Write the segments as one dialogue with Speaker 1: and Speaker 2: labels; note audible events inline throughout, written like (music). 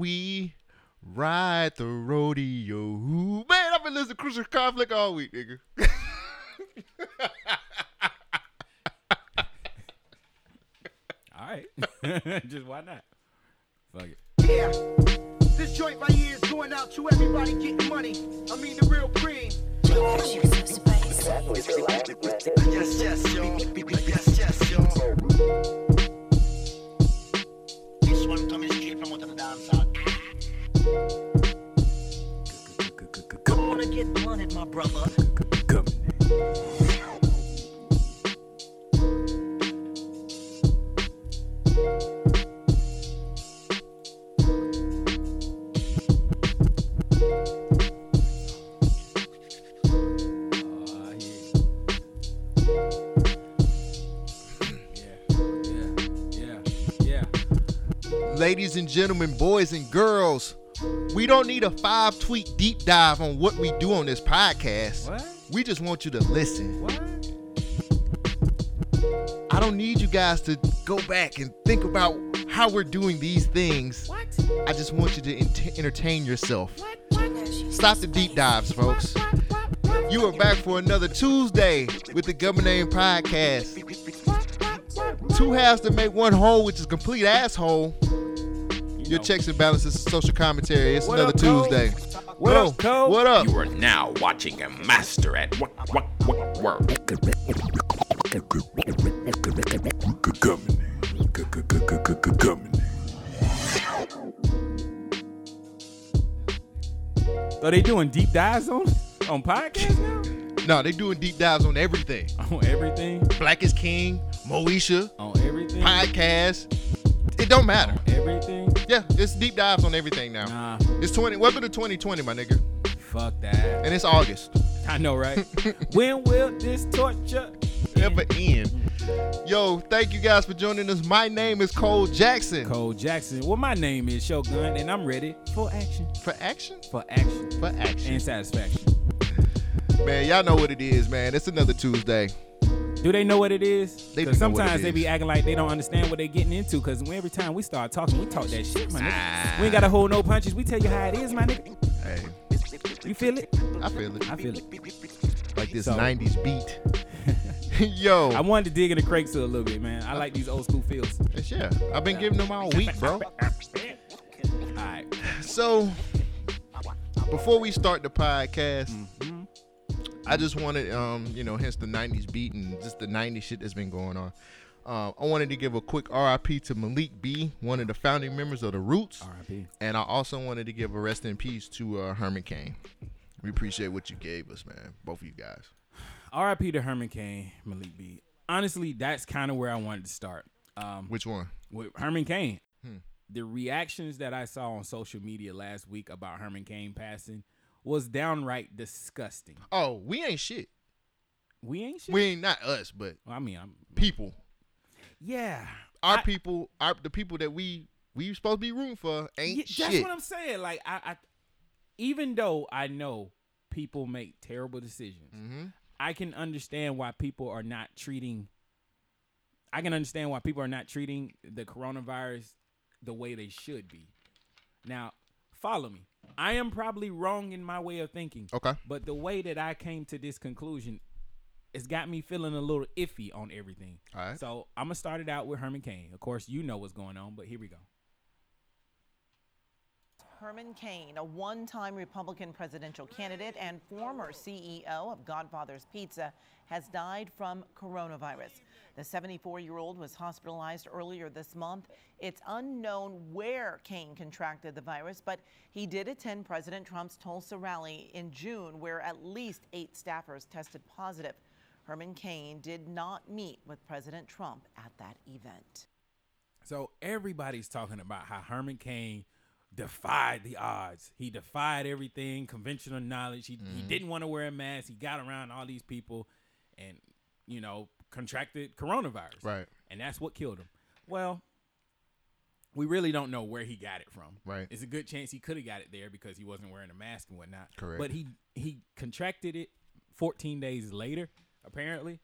Speaker 1: we ride the rodeo. Ooh, Man, I've been listening to Crucial Conflict all week, nigga.
Speaker 2: All right. (laughs) Just why not? Fuck it.
Speaker 3: Yeah. This joint right here is going out to everybody getting money. I mean the real cream. Yes, yes, yo. Yes, yes, yo. This one coming straight from the dance hall. Come on and get blunted, my brother.
Speaker 2: Uh, yeah. Yeah. Yeah. Yeah. Yeah.
Speaker 1: Ladies and gentlemen, boys and girls, we don't need a five tweet deep dive on what we do on this podcast.
Speaker 2: What?
Speaker 1: We just want you to listen.
Speaker 2: What?
Speaker 1: I don't need you guys to go back and think about how we're doing these things.
Speaker 2: What?
Speaker 1: I just want you to ent- entertain yourself.
Speaker 2: What? What?
Speaker 1: Stop the deep dives, folks. You are back for another Tuesday with the Governor Name Podcast. Two halves to make one whole, which is complete asshole. Your checks and balances, social commentary. It's
Speaker 2: What
Speaker 1: another
Speaker 2: up, Cole?
Speaker 1: Tuesday.
Speaker 2: What
Speaker 1: Bro,
Speaker 2: up, Cole?
Speaker 1: What up?
Speaker 4: You are now watching a master at what what what work.
Speaker 2: Are they doing deep dives on on podcasts now?
Speaker 1: No, they doing deep dives on everything.
Speaker 2: (laughs) on everything?
Speaker 1: Black is King, Moesha,
Speaker 2: On everything?
Speaker 1: podcast. It don't matter.
Speaker 2: Everything?
Speaker 1: Yeah, it's deep dives on everything now.
Speaker 2: Nah.
Speaker 1: It's 20. Welcome to 2020, my nigga.
Speaker 2: Fuck
Speaker 1: (laughs)
Speaker 2: that.
Speaker 1: And it's August.
Speaker 2: I know, right? when will this torture?
Speaker 1: Ever end. Yo, thank you guys for joining us. My name is Cole Jackson.
Speaker 2: Cole Jackson. Well, my name is Shogun, and I'm ready for action.
Speaker 1: For action?
Speaker 2: For action.
Speaker 1: For action.
Speaker 2: And satisfaction.
Speaker 1: Man, y'all know what it is, man. It's another Tuesday.
Speaker 2: Do they know what it is?
Speaker 1: They
Speaker 2: 'Cause
Speaker 1: do know what it
Speaker 2: sometimes they
Speaker 1: is.
Speaker 2: be acting like they don't understand what they getting into. Cause we- every time we start talking, we talk that shit, my
Speaker 1: Ah.
Speaker 2: nigga. We ain't gotta hold no punches. We tell you how it is, my nigga.
Speaker 1: Hey,
Speaker 2: You feel it?
Speaker 1: I feel it.
Speaker 2: I feel it.
Speaker 1: Like this
Speaker 2: So-
Speaker 1: 90s
Speaker 2: (laughs)
Speaker 1: beat. Yo.
Speaker 2: I wanted to dig in the crates a little bit, man. I like these old school feels. All
Speaker 1: it's- yeah, I've been giving them
Speaker 2: (laughs)
Speaker 1: all week, bro.
Speaker 2: right.
Speaker 1: So, before we start the podcast,
Speaker 2: Mm-hmm.
Speaker 1: I just wanted, um, you know, hence the '90s beat and just the '90s shit that's been going on. Um, I wanted to give a quick RIP to Malik B, one of the founding members of the Roots,
Speaker 2: R.I.P.
Speaker 1: and I also wanted to give a rest in peace to uh, Herman Cain. We appreciate what you gave us, man. Both of you guys.
Speaker 2: R.I.P. to Herman Cain, Malik B. Honestly, that's kind of where I wanted to start. Um,
Speaker 1: Which one?
Speaker 2: with Herman Cain.
Speaker 1: Hmm.
Speaker 2: The reactions that I saw on social media last week about Herman Cain passing was downright disgusting.
Speaker 1: Oh, we ain't shit.
Speaker 2: We ain't shit.
Speaker 1: We ain't not us, but
Speaker 2: Well, I mean, I'm,
Speaker 1: people.
Speaker 2: yeah.
Speaker 1: Our
Speaker 2: I-
Speaker 1: people, our the people that we we supposed to be rooting for ain't
Speaker 2: Yeah,
Speaker 1: shit.
Speaker 2: that's what I'm saying. Like I, I, even though I know people make terrible decisions,
Speaker 1: Mhm.
Speaker 2: I can understand why people are not treating. I can understand why people are not treating the coronavirus the way they should be. Now, follow me. I am probably wrong in my way of thinking,
Speaker 1: okay.
Speaker 2: but the way that I came to this conclusion, it's got me feeling a little iffy on everything.
Speaker 1: All right.
Speaker 2: So I'm gonna start it out with Herman Cain. Of course, you know what's going on, but here we go.
Speaker 5: Herman Cain, a one time Republican presidential candidate and former CEO of Godfather's Pizza, has died from coronavirus. The 74 year old was hospitalized earlier this month. It's unknown where Cain contracted the virus, but he did attend President Trump's Tulsa rally in June, where at least eight staffers tested positive. Herman Cain did not meet with President Trump at that event.
Speaker 2: So everybody's talking about how Herman Cain defied the odds. He defied everything, conventional knowledge. He,
Speaker 1: Mm-hmm.
Speaker 2: he didn't want to wear a mask. He got around all these people and, you know, contracted coronavirus.
Speaker 1: Right.
Speaker 2: And that's what killed him. Well, we really don't know where he got it from.
Speaker 1: Right.
Speaker 2: It's a good chance he could have got it there because he wasn't wearing a mask and whatnot.
Speaker 1: Correct.
Speaker 2: But he he contracted it 14 days later, apparently.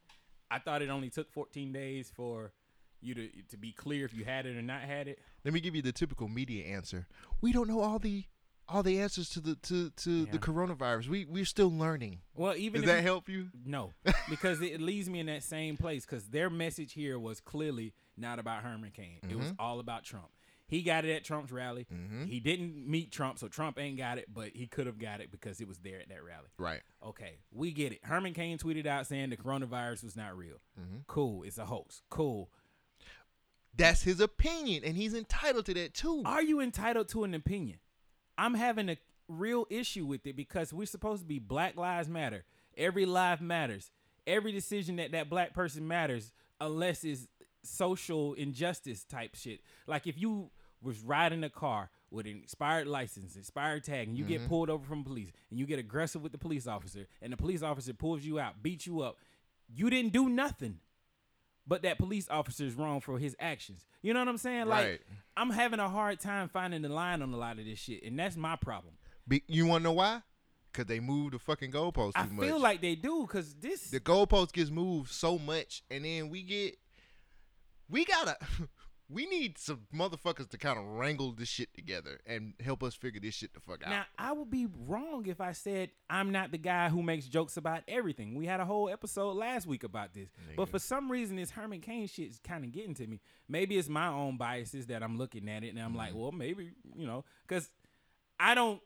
Speaker 2: I thought it only took 14 days for you to to be clear if you had it or not had it.
Speaker 1: Let me give you the typical media answer. We don't know all the all the answers to the to, to the coronavirus. We we're still learning.
Speaker 2: Well, even
Speaker 1: Does
Speaker 2: if
Speaker 1: that
Speaker 2: you-
Speaker 1: help you? (laughs)
Speaker 2: No, because it leaves me in that same place. Because their message here was clearly not about Herman Cain. It
Speaker 1: Mm-hmm.
Speaker 2: was all about Trump. He got it at Trump's rally. He didn't meet Trump, so Trump ain't got it. But he could have got it because it was there at that rally.
Speaker 1: Right.
Speaker 2: Okay, we get it. Herman Cain tweeted out saying the coronavirus was not real.
Speaker 1: Mm-hmm.
Speaker 2: Cool, it's a hoax. Cool.
Speaker 1: That's his opinion, and he's entitled to that too.
Speaker 2: Are you entitled to an opinion? I'm having a real issue with it because we're supposed to be Black Lives Matter. Every life matters. Every decision that that black person matters, unless it's social injustice type shit. Like if you was riding a car with an expired license, expired tag, and you get pulled over from police, and you get aggressive with the police officer, and the police officer pulls you out, beats you up, you didn't do nothing but that police officer is wrong for his actions. You know what I'm saying? Like
Speaker 1: Right.
Speaker 2: I'm having a hard time finding the line on a lot of this shit, and that's my problem.
Speaker 1: Be- you want to know why? Because they moved the fucking goalpost too
Speaker 2: I
Speaker 1: much.
Speaker 2: feel like they do because this
Speaker 1: the goalpost gets moved so much, and then we get we gotta (laughs) we need some motherfuckers to kind of wrangle this shit together and help us figure this shit the fuck out.
Speaker 2: now I would be wrong if I said I'm not the guy who makes jokes about everything. We had a whole episode last week about this, but for some reason this Herman Cain shit is kind of getting to me. Maybe it's my own biases that I'm looking at it, and I'm
Speaker 1: Mm-hmm.
Speaker 2: like, well, maybe you know, because I don't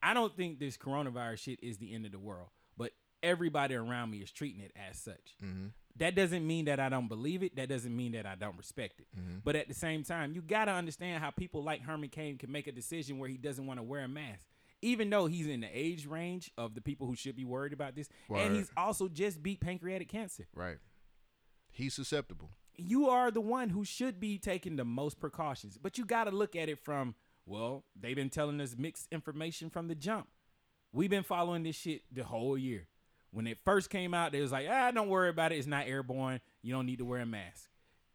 Speaker 2: I don't think this coronavirus shit is the end of the world, but everybody around me is treating it as such. That doesn't mean that I don't believe it. That doesn't mean that I don't respect it. But at the same time, you got to understand how people like Herman Cain can make a decision where he doesn't want to wear a mask. Even though he's in the age range of the people who should be worried about this,
Speaker 1: Word.
Speaker 2: and he's also just beat pancreatic cancer.
Speaker 1: right. He's susceptible.
Speaker 2: You are the one who should be taking the most precautions, but you got to look at it from, well, they've been telling us mixed information from the jump. We've been following this shit the whole year. When it first came out, they was like, ah, don't worry about it. It's not airborne. You don't need to wear a mask.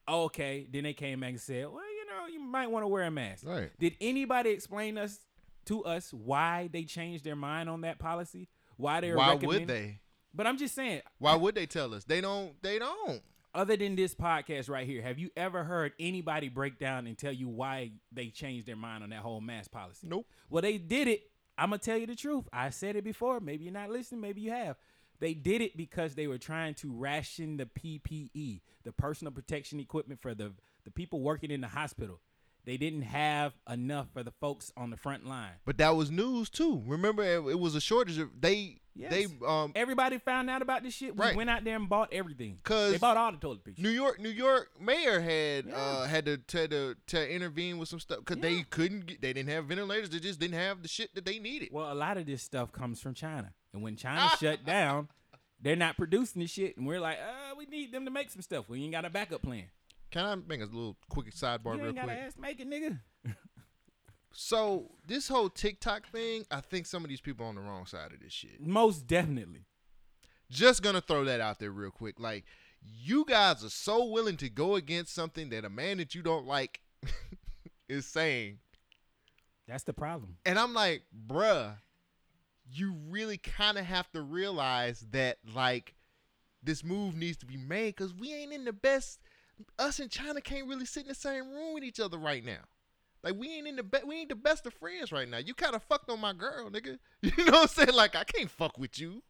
Speaker 2: Okay. Then they came back and said, well, you know, you might want to wear a mask.
Speaker 1: Right.
Speaker 2: Did anybody explain us to us why they changed their mind on that policy? Why they're
Speaker 1: Why would
Speaker 2: recommending-
Speaker 1: they?
Speaker 2: But I'm just saying,
Speaker 1: Why would they tell us? They don't. They don't.
Speaker 2: other than this podcast right here, have you ever heard anybody break down and tell you why they changed their mind on that whole mask policy?
Speaker 1: Nope.
Speaker 2: Well, they did it. I'm gonna tell you the truth. I said it before. Maybe you're not listening. Maybe you have. They did it because they were trying to ration the PPE, the personal protection equipment for the the people working in the hospital. They didn't have enough for the folks on the front line.
Speaker 1: But that was news too. Remember, it, it was a shortage of they. They um
Speaker 2: everybody found out about this shit. We
Speaker 1: Right.
Speaker 2: went out there and bought everything.
Speaker 1: 'Cause
Speaker 2: they bought all the toilet paper.
Speaker 1: New York, New York mayor had
Speaker 2: Yeah.
Speaker 1: uh, had to, to to to intervene with some stuff because they couldn't, get, they didn't have ventilators. They just didn't have the shit that they needed.
Speaker 2: Well, a lot of this stuff comes from China, and when China (laughs) shut down, they're not producing this shit, and we're like, uh, we need them to make some stuff. We ain't got a backup plan.
Speaker 1: Can I make a little quick sidebar
Speaker 2: You
Speaker 1: real
Speaker 2: ain't got
Speaker 1: quick?
Speaker 2: to ass make it, nigga.
Speaker 1: So this whole TikTok thing, I think some of these people on the wrong side of this shit.
Speaker 2: Most definitely.
Speaker 1: Just gonna throw that out there real quick. Like, you guys are so willing to go against something that a man that you don't like (laughs) is saying,
Speaker 2: That's the problem.
Speaker 1: and I'm like, bruh, you really kind of have to realize that like this move needs to be made because we ain't in the best. Us and China can't really sit in the same room with each other right now. Like we ain't in the best. We ain't the best of friends right now. You kind of fucked on my girl, nigga. (laughs) You know what I'm saying? Like I can't fuck with you.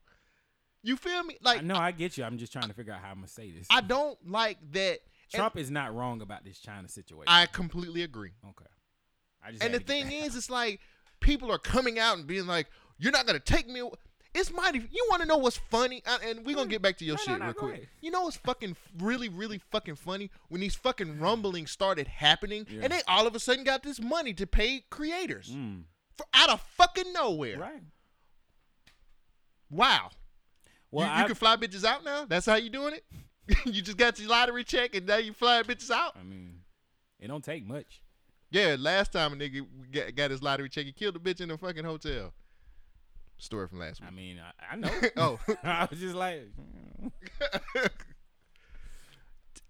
Speaker 1: You feel me?
Speaker 2: I
Speaker 1: Like
Speaker 2: know I get you. I'm just trying to figure out how I'm gonna say this.
Speaker 1: I don't like that. and
Speaker 2: Trump is not wrong about this China situation.
Speaker 1: I completely agree.
Speaker 2: okay. I just
Speaker 1: And the
Speaker 2: had to get
Speaker 1: thing
Speaker 2: that.
Speaker 1: is, it's like people are coming out and being like, "You're not gonna take me." aw-" It's mighty. You want to know what's funny? I, and we're gonna get back to your
Speaker 2: No, no,
Speaker 1: shit
Speaker 2: no,
Speaker 1: real
Speaker 2: go
Speaker 1: quick.
Speaker 2: ahead.
Speaker 1: You know what's fucking really, really fucking funny when these fucking rumblings started happening, and they all of a sudden got this money to pay creators for out of fucking nowhere.
Speaker 2: Mm. right.
Speaker 1: Wow.
Speaker 2: Well,
Speaker 1: you,
Speaker 2: I,
Speaker 1: you can fly bitches out now. That's how you doing it. (laughs) you just got your lottery check, and now you flying bitches out.
Speaker 2: I mean, it don't take much.
Speaker 1: Yeah, last time a nigga got, got his lottery check, he killed a bitch in a fucking hotel. Story from last week.
Speaker 2: I mean, I, I know.
Speaker 1: (laughs) Oh.
Speaker 2: (laughs) I was just like,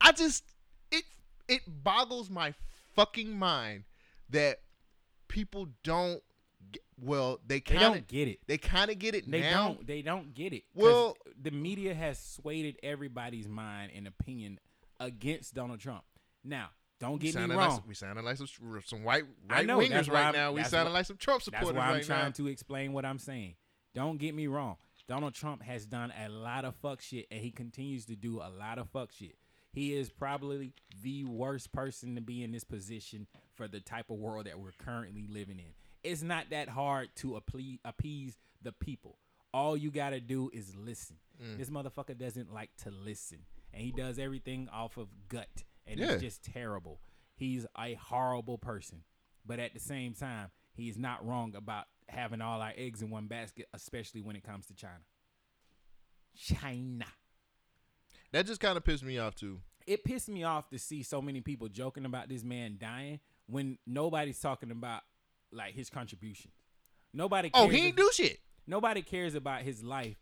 Speaker 1: I just it it boggles my fucking mind that people don't get, well they
Speaker 2: they
Speaker 1: kind
Speaker 2: don't
Speaker 1: of
Speaker 2: get it.
Speaker 1: they kind of get it
Speaker 2: They
Speaker 1: now.
Speaker 2: don't. They don't get it. 'Cause
Speaker 1: Well-
Speaker 2: the media has swayed everybody's mind and opinion against Donald Trump. Now, don't
Speaker 1: We
Speaker 2: get me
Speaker 1: sounded
Speaker 2: wrong.
Speaker 1: like some, we sounded like some, some white
Speaker 2: I
Speaker 1: right
Speaker 2: know, that's
Speaker 1: wingers
Speaker 2: why
Speaker 1: right
Speaker 2: I'm-
Speaker 1: now. We
Speaker 2: that's
Speaker 1: sounded
Speaker 2: why-
Speaker 1: like some Trump
Speaker 2: That's
Speaker 1: supporters
Speaker 2: why I'm
Speaker 1: right
Speaker 2: trying
Speaker 1: now.
Speaker 2: to explain what I'm saying. Don't get me wrong. Donald Trump has done a lot of fuck shit, and he continues to do a lot of fuck shit. He is probably the worst person to be in this position for the type of world that we're currently living in. It's not that hard to appease, appease the people. All you gotta do is listen.
Speaker 1: Mm.
Speaker 2: This motherfucker doesn't like to listen, and he does everything off of gut, and
Speaker 1: Yeah.
Speaker 2: it's just terrible. He's a horrible person. But at the same time, he's not wrong about having all our eggs in one basket, especially when it comes to China. China.
Speaker 1: That just kind of pissed me off too.
Speaker 2: It pissed me off to see so many people joking about this man dying when nobody's talking about like his contributions. Nobody cares
Speaker 1: Oh, he ain't do shit.
Speaker 2: nobody cares about his life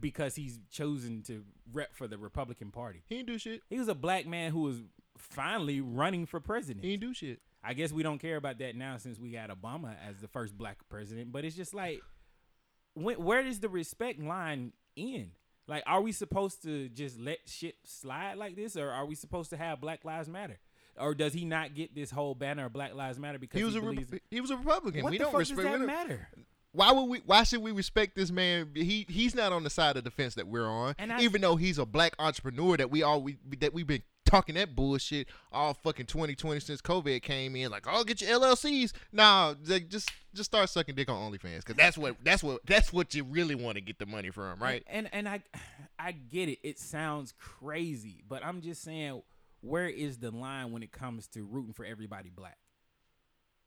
Speaker 2: because he's chosen to rep for the Republican Party.
Speaker 1: He ain't do shit.
Speaker 2: He was a black man who was finally running for president.
Speaker 1: He ain't do shit.
Speaker 2: I guess we don't care about that now since we got Obama as the first black president. But it's just like, when, where does the respect line end? Like, are we supposed to just let shit slide like this, or are we supposed to have Black Lives Matter? Or does he not get this whole banner of Black Lives Matter because
Speaker 1: He was
Speaker 2: he
Speaker 1: a Re-
Speaker 2: believes?
Speaker 1: he was a Republican.
Speaker 2: what
Speaker 1: we
Speaker 2: the
Speaker 1: don't
Speaker 2: fuck
Speaker 1: respect.
Speaker 2: does
Speaker 1: we
Speaker 2: that
Speaker 1: don't-
Speaker 2: matter?
Speaker 1: Why would we? Why should we respect this man? He he's not on the side of the fence that we're on.
Speaker 2: And I-
Speaker 1: even though he's a black entrepreneur that we all we, that we've been talking that bullshit all fucking 2020 since COVID came in. Like, oh, get your LLCs. Nah, like, just just start sucking dick on OnlyFans because that's what that's what that's what you really want to get the money from, right?
Speaker 2: And and I I get it. It sounds crazy, but I'm just saying where is the line when it comes to rooting for everybody black?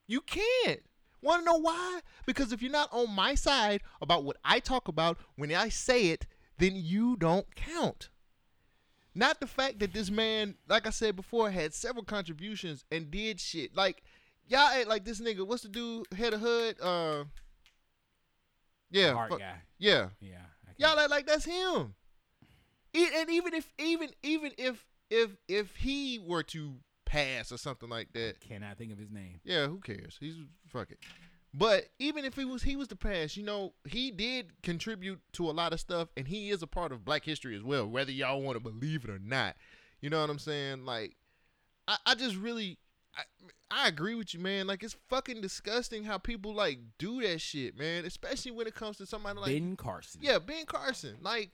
Speaker 1: You can't. Want to know why? Because if you're not on my side about what I talk about when I say it, then you don't count. Not the fact that this man, like I said before, had several contributions and did shit. Like, y'all act like this nigga, what's the dude, head of hood? Uh, yeah.
Speaker 2: Art
Speaker 1: fuck-
Speaker 2: guy.
Speaker 1: Yeah.
Speaker 2: Yeah. I can't-
Speaker 1: Y'all act like that's him. E- and even if, even, even if, if, if he were to pass or something like that,
Speaker 2: cannot think of his name.
Speaker 1: yeah, who cares? He's fuck it. But even if he was he was the past, you know, he did contribute to a lot of stuff and he is a part of black history as well, whether y'all want to believe it or not. You know what I'm saying? Like I, I just really I, I agree with you, man. Like it's fucking disgusting how people like do that shit, man. Especially when it comes to somebody like
Speaker 2: ben Carson.
Speaker 1: Yeah, Ben Carson. Like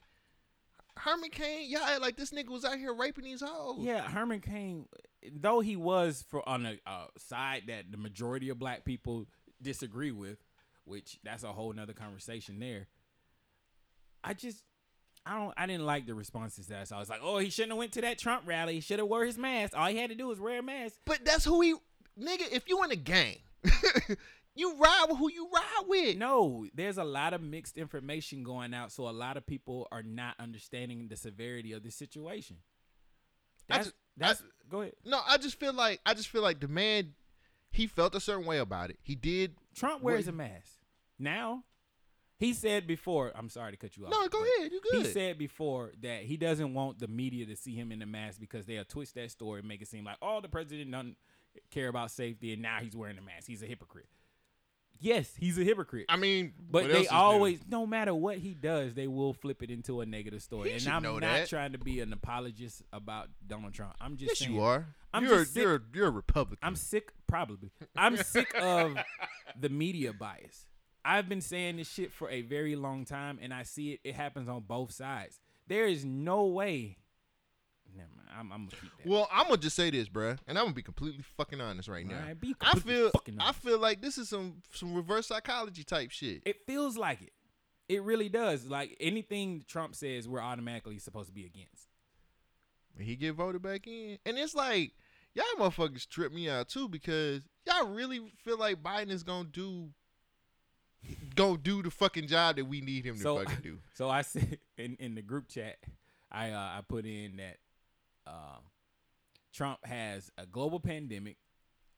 Speaker 1: Herman Cain, y'all act like this nigga was out here raping these hoes.
Speaker 2: Yeah, Herman Cain, though he was for on a uh, side that the majority of black people disagree with, which that's a whole nother conversation there. I just, I don't, I didn't like the responses that I saw. It's like, oh, he shouldn't have went to that Trump rally. He should have wore his mask. All he had to do was wear a mask.
Speaker 1: But that's who he nigga, if you in a
Speaker 2: (laughs)
Speaker 1: gang, you ride with who you ride with.
Speaker 2: No, there's a lot of mixed information going out, so a lot of people are not understanding the severity of the situation.
Speaker 1: I
Speaker 2: That's,
Speaker 1: just-
Speaker 2: that's
Speaker 1: I-
Speaker 2: go ahead.
Speaker 1: No, I just feel like I just feel like the man he felt a certain way about it. He did
Speaker 2: Trump
Speaker 1: What-
Speaker 2: wears a mask now. He said before, I'm sorry to cut you off.
Speaker 1: No, go
Speaker 2: but
Speaker 1: ahead, you good.
Speaker 2: He said before that he doesn't want the media to see him in the mask because they'll twist that story and make it seem like, oh, the president doesn't care about safety and now he's wearing a mask. He's a hypocrite. Yes, he's a hypocrite.
Speaker 1: I mean,
Speaker 2: but
Speaker 1: what else
Speaker 2: they
Speaker 1: is new?
Speaker 2: always, no matter what he does, they will flip it into a negative story.
Speaker 1: He
Speaker 2: and
Speaker 1: should
Speaker 2: I'm
Speaker 1: know
Speaker 2: not
Speaker 1: that.
Speaker 2: trying to be an apologist about Donald Trump. I'm just
Speaker 1: Yes,
Speaker 2: saying,
Speaker 1: you are.
Speaker 2: I'm
Speaker 1: you're
Speaker 2: just
Speaker 1: a,
Speaker 2: sick-
Speaker 1: you're a, you're a Republican.
Speaker 2: I'm sick, probably. I'm sick of the media bias. I've been saying this shit for a very long time, and I see it. It happens on both sides. There is no way. Never mind. I'm, I'm gonna keep that.
Speaker 1: well, I'm gonna just say this, bruh, and I'm gonna be completely fucking honest right now.
Speaker 2: Alright, be
Speaker 1: I
Speaker 2: completely
Speaker 1: feel
Speaker 2: fucking
Speaker 1: I
Speaker 2: honest.
Speaker 1: feel like this is some some reverse psychology type shit.
Speaker 2: it feels like it. It really does. Like anything Trump says, we're automatically supposed to be against.
Speaker 1: he get voted back in. And it's like y'all motherfuckers trip me out too because y'all really feel like Biden is gonna do gonna do the fucking job that we need him to
Speaker 2: So,
Speaker 1: fucking do.
Speaker 2: (laughs) so I said in in the group chat, I uh, I put in that uh, Trump has a global pandemic.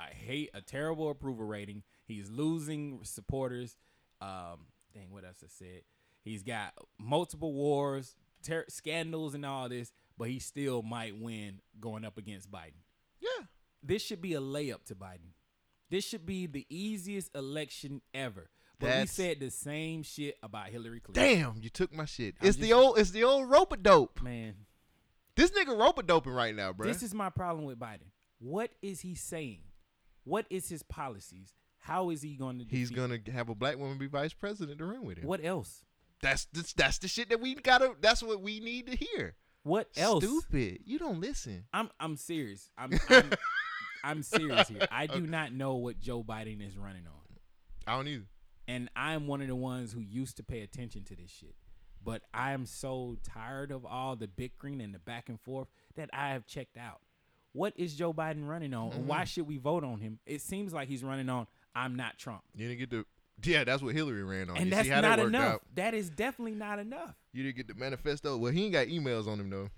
Speaker 2: I hate a terrible approval rating. He's losing supporters. Um, dang, what else I said? He's got multiple wars, ter- scandals, and all this, but he still might win going up against Biden.
Speaker 1: Yeah.
Speaker 2: This should be a layup to Biden. This should be the easiest election ever. But
Speaker 1: That's-
Speaker 2: we said the same shit about Hillary Clinton.
Speaker 1: Damn, you took my shit. it's
Speaker 2: just-
Speaker 1: the old it's the old rope dope.
Speaker 2: Man,
Speaker 1: This nigga rope doping right now, bro.
Speaker 2: This is my problem with Biden. What is he saying? What is his policies? How is he going to?
Speaker 1: He's gonna have a black woman be vice president to run with him.
Speaker 2: What else?
Speaker 1: That's this, that's the shit that we gotta. That's what we need to hear.
Speaker 2: What else?
Speaker 1: Stupid. You don't listen.
Speaker 2: I'm I'm serious.
Speaker 1: (laughs)
Speaker 2: I'm I'm, I'm serious here. I do not know what Joe Biden is running on.
Speaker 1: I don't either.
Speaker 2: and I'm one of the ones who used to pay attention to this shit. But I am so tired of all the bickering and the back and forth that I have checked out. What is Joe Biden running on, and
Speaker 1: Mm-hmm.
Speaker 2: why should we vote on him? It seems like he's running on "I'm not Trump,"
Speaker 1: You didn't get the. Yeah, that's what Hillary ran on.
Speaker 2: and
Speaker 1: you
Speaker 2: that's
Speaker 1: see how
Speaker 2: not
Speaker 1: that worked
Speaker 2: enough.
Speaker 1: out.
Speaker 2: That is definitely not enough.
Speaker 1: You didn't get the manifesto. Well, he ain't got emails on him though.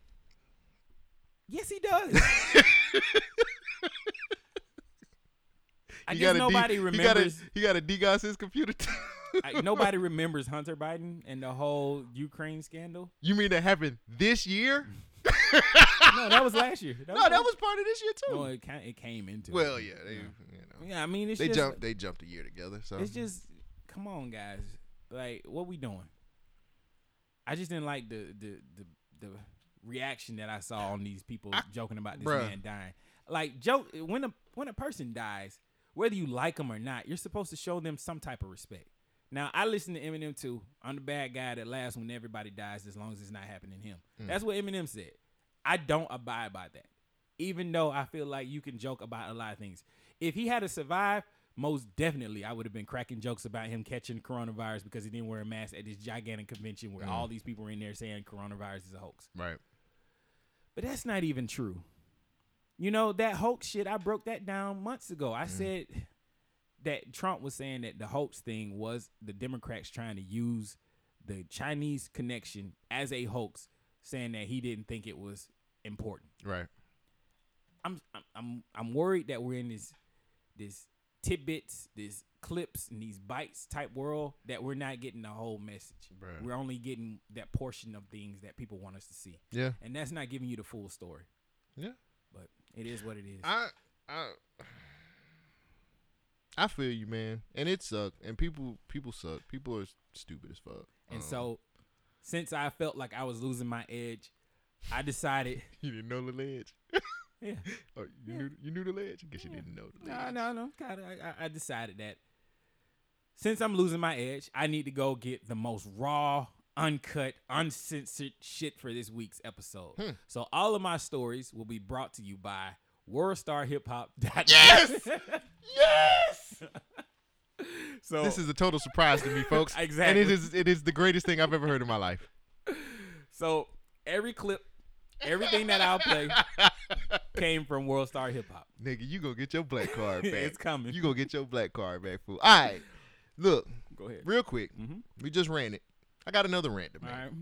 Speaker 2: Yes, he does.
Speaker 1: (laughs)
Speaker 2: I
Speaker 1: He got
Speaker 2: guess
Speaker 1: a D-
Speaker 2: nobody remembers.
Speaker 1: He got a degas his computer. too. (laughs)
Speaker 2: I- nobody remembers Hunter Biden and the whole Ukraine scandal.
Speaker 1: you mean that happened this
Speaker 2: (laughs)
Speaker 1: year?
Speaker 2: No, that was last year.
Speaker 1: (laughs) No, that was part of this year too.
Speaker 2: No, it, ca- it came into. it.
Speaker 1: well, yeah, they, you know,
Speaker 2: Yeah, I mean, it's
Speaker 1: they
Speaker 2: just,
Speaker 1: jumped. They jumped a year together. So
Speaker 2: It's just, come on, guys. Like, what we doing? I just didn't like the the the, the reaction that I saw on these people joking about this
Speaker 1: Bruh.
Speaker 2: man dying. Like, joke when a when a person dies, whether you like them or not, you're supposed to show them some type of respect. Now, I listen to Eminem too. I'm the bad guy that laughs when everybody dies, as long as it's not happening to him. That's what Eminem said. I don't abide by that even though I feel like you can joke about a lot of things. If he had to survive, most definitely I would have been cracking jokes about him catching coronavirus because he didn't wear a mask at this gigantic convention where all these people were in there saying coronavirus is a hoax.
Speaker 1: right.
Speaker 2: But that's not even true. You know, that hoax shit, I broke that down months ago.
Speaker 1: Mm.
Speaker 2: I said that Trump was saying that the hoax thing was the Democrats trying to use the Chinese connection as a hoax, saying that he didn't think it was important.
Speaker 1: Right.
Speaker 2: I'm I'm- I'm I'm worried that we're in this this tidbits, this clips, and these bites type world that we're not getting the whole message.
Speaker 1: Bruh.
Speaker 2: We're only getting that portion of things that people want us to see,
Speaker 1: Yeah.
Speaker 2: and that's not giving you the full story.
Speaker 1: Yeah.
Speaker 2: But it is what it is.
Speaker 1: I I I feel you, man. And it sucked. And people people suck. People are stupid as fuck. (laughs)
Speaker 2: and so, since I felt like I was losing my edge, I decided.
Speaker 1: You didn't know the ledge.
Speaker 2: Yeah.
Speaker 1: (laughs) Oh, you knew you knew the ledge. I guess you didn't know the ledge.
Speaker 2: (laughs) No, no, no. God, I, I- I decided that since I'm losing my edge, I need to go get the most raw, uncut, uncensored shit for this week's episode.
Speaker 1: Hmm.
Speaker 2: So all of my stories will be brought to you by WorldStarHipHop.
Speaker 1: Yes!
Speaker 2: yes. (laughs) so
Speaker 1: This is a total surprise to me,
Speaker 2: (laughs)
Speaker 1: folks. And it
Speaker 2: Exactly.
Speaker 1: is it is the greatest thing I've ever heard in my life.
Speaker 2: so every clip, everything that
Speaker 1: (laughs)
Speaker 2: I'll play came from World Star Hip Hop.
Speaker 1: Nigga, you gonna get your black
Speaker 2: (laughs)
Speaker 1: card back.
Speaker 2: It's coming.
Speaker 1: You gonna get your black card back, fool. All right. Look,
Speaker 2: Go ahead.
Speaker 1: real quick. We just ran it. I got another rant to
Speaker 2: Mm-hmm. All
Speaker 1: make.
Speaker 2: right.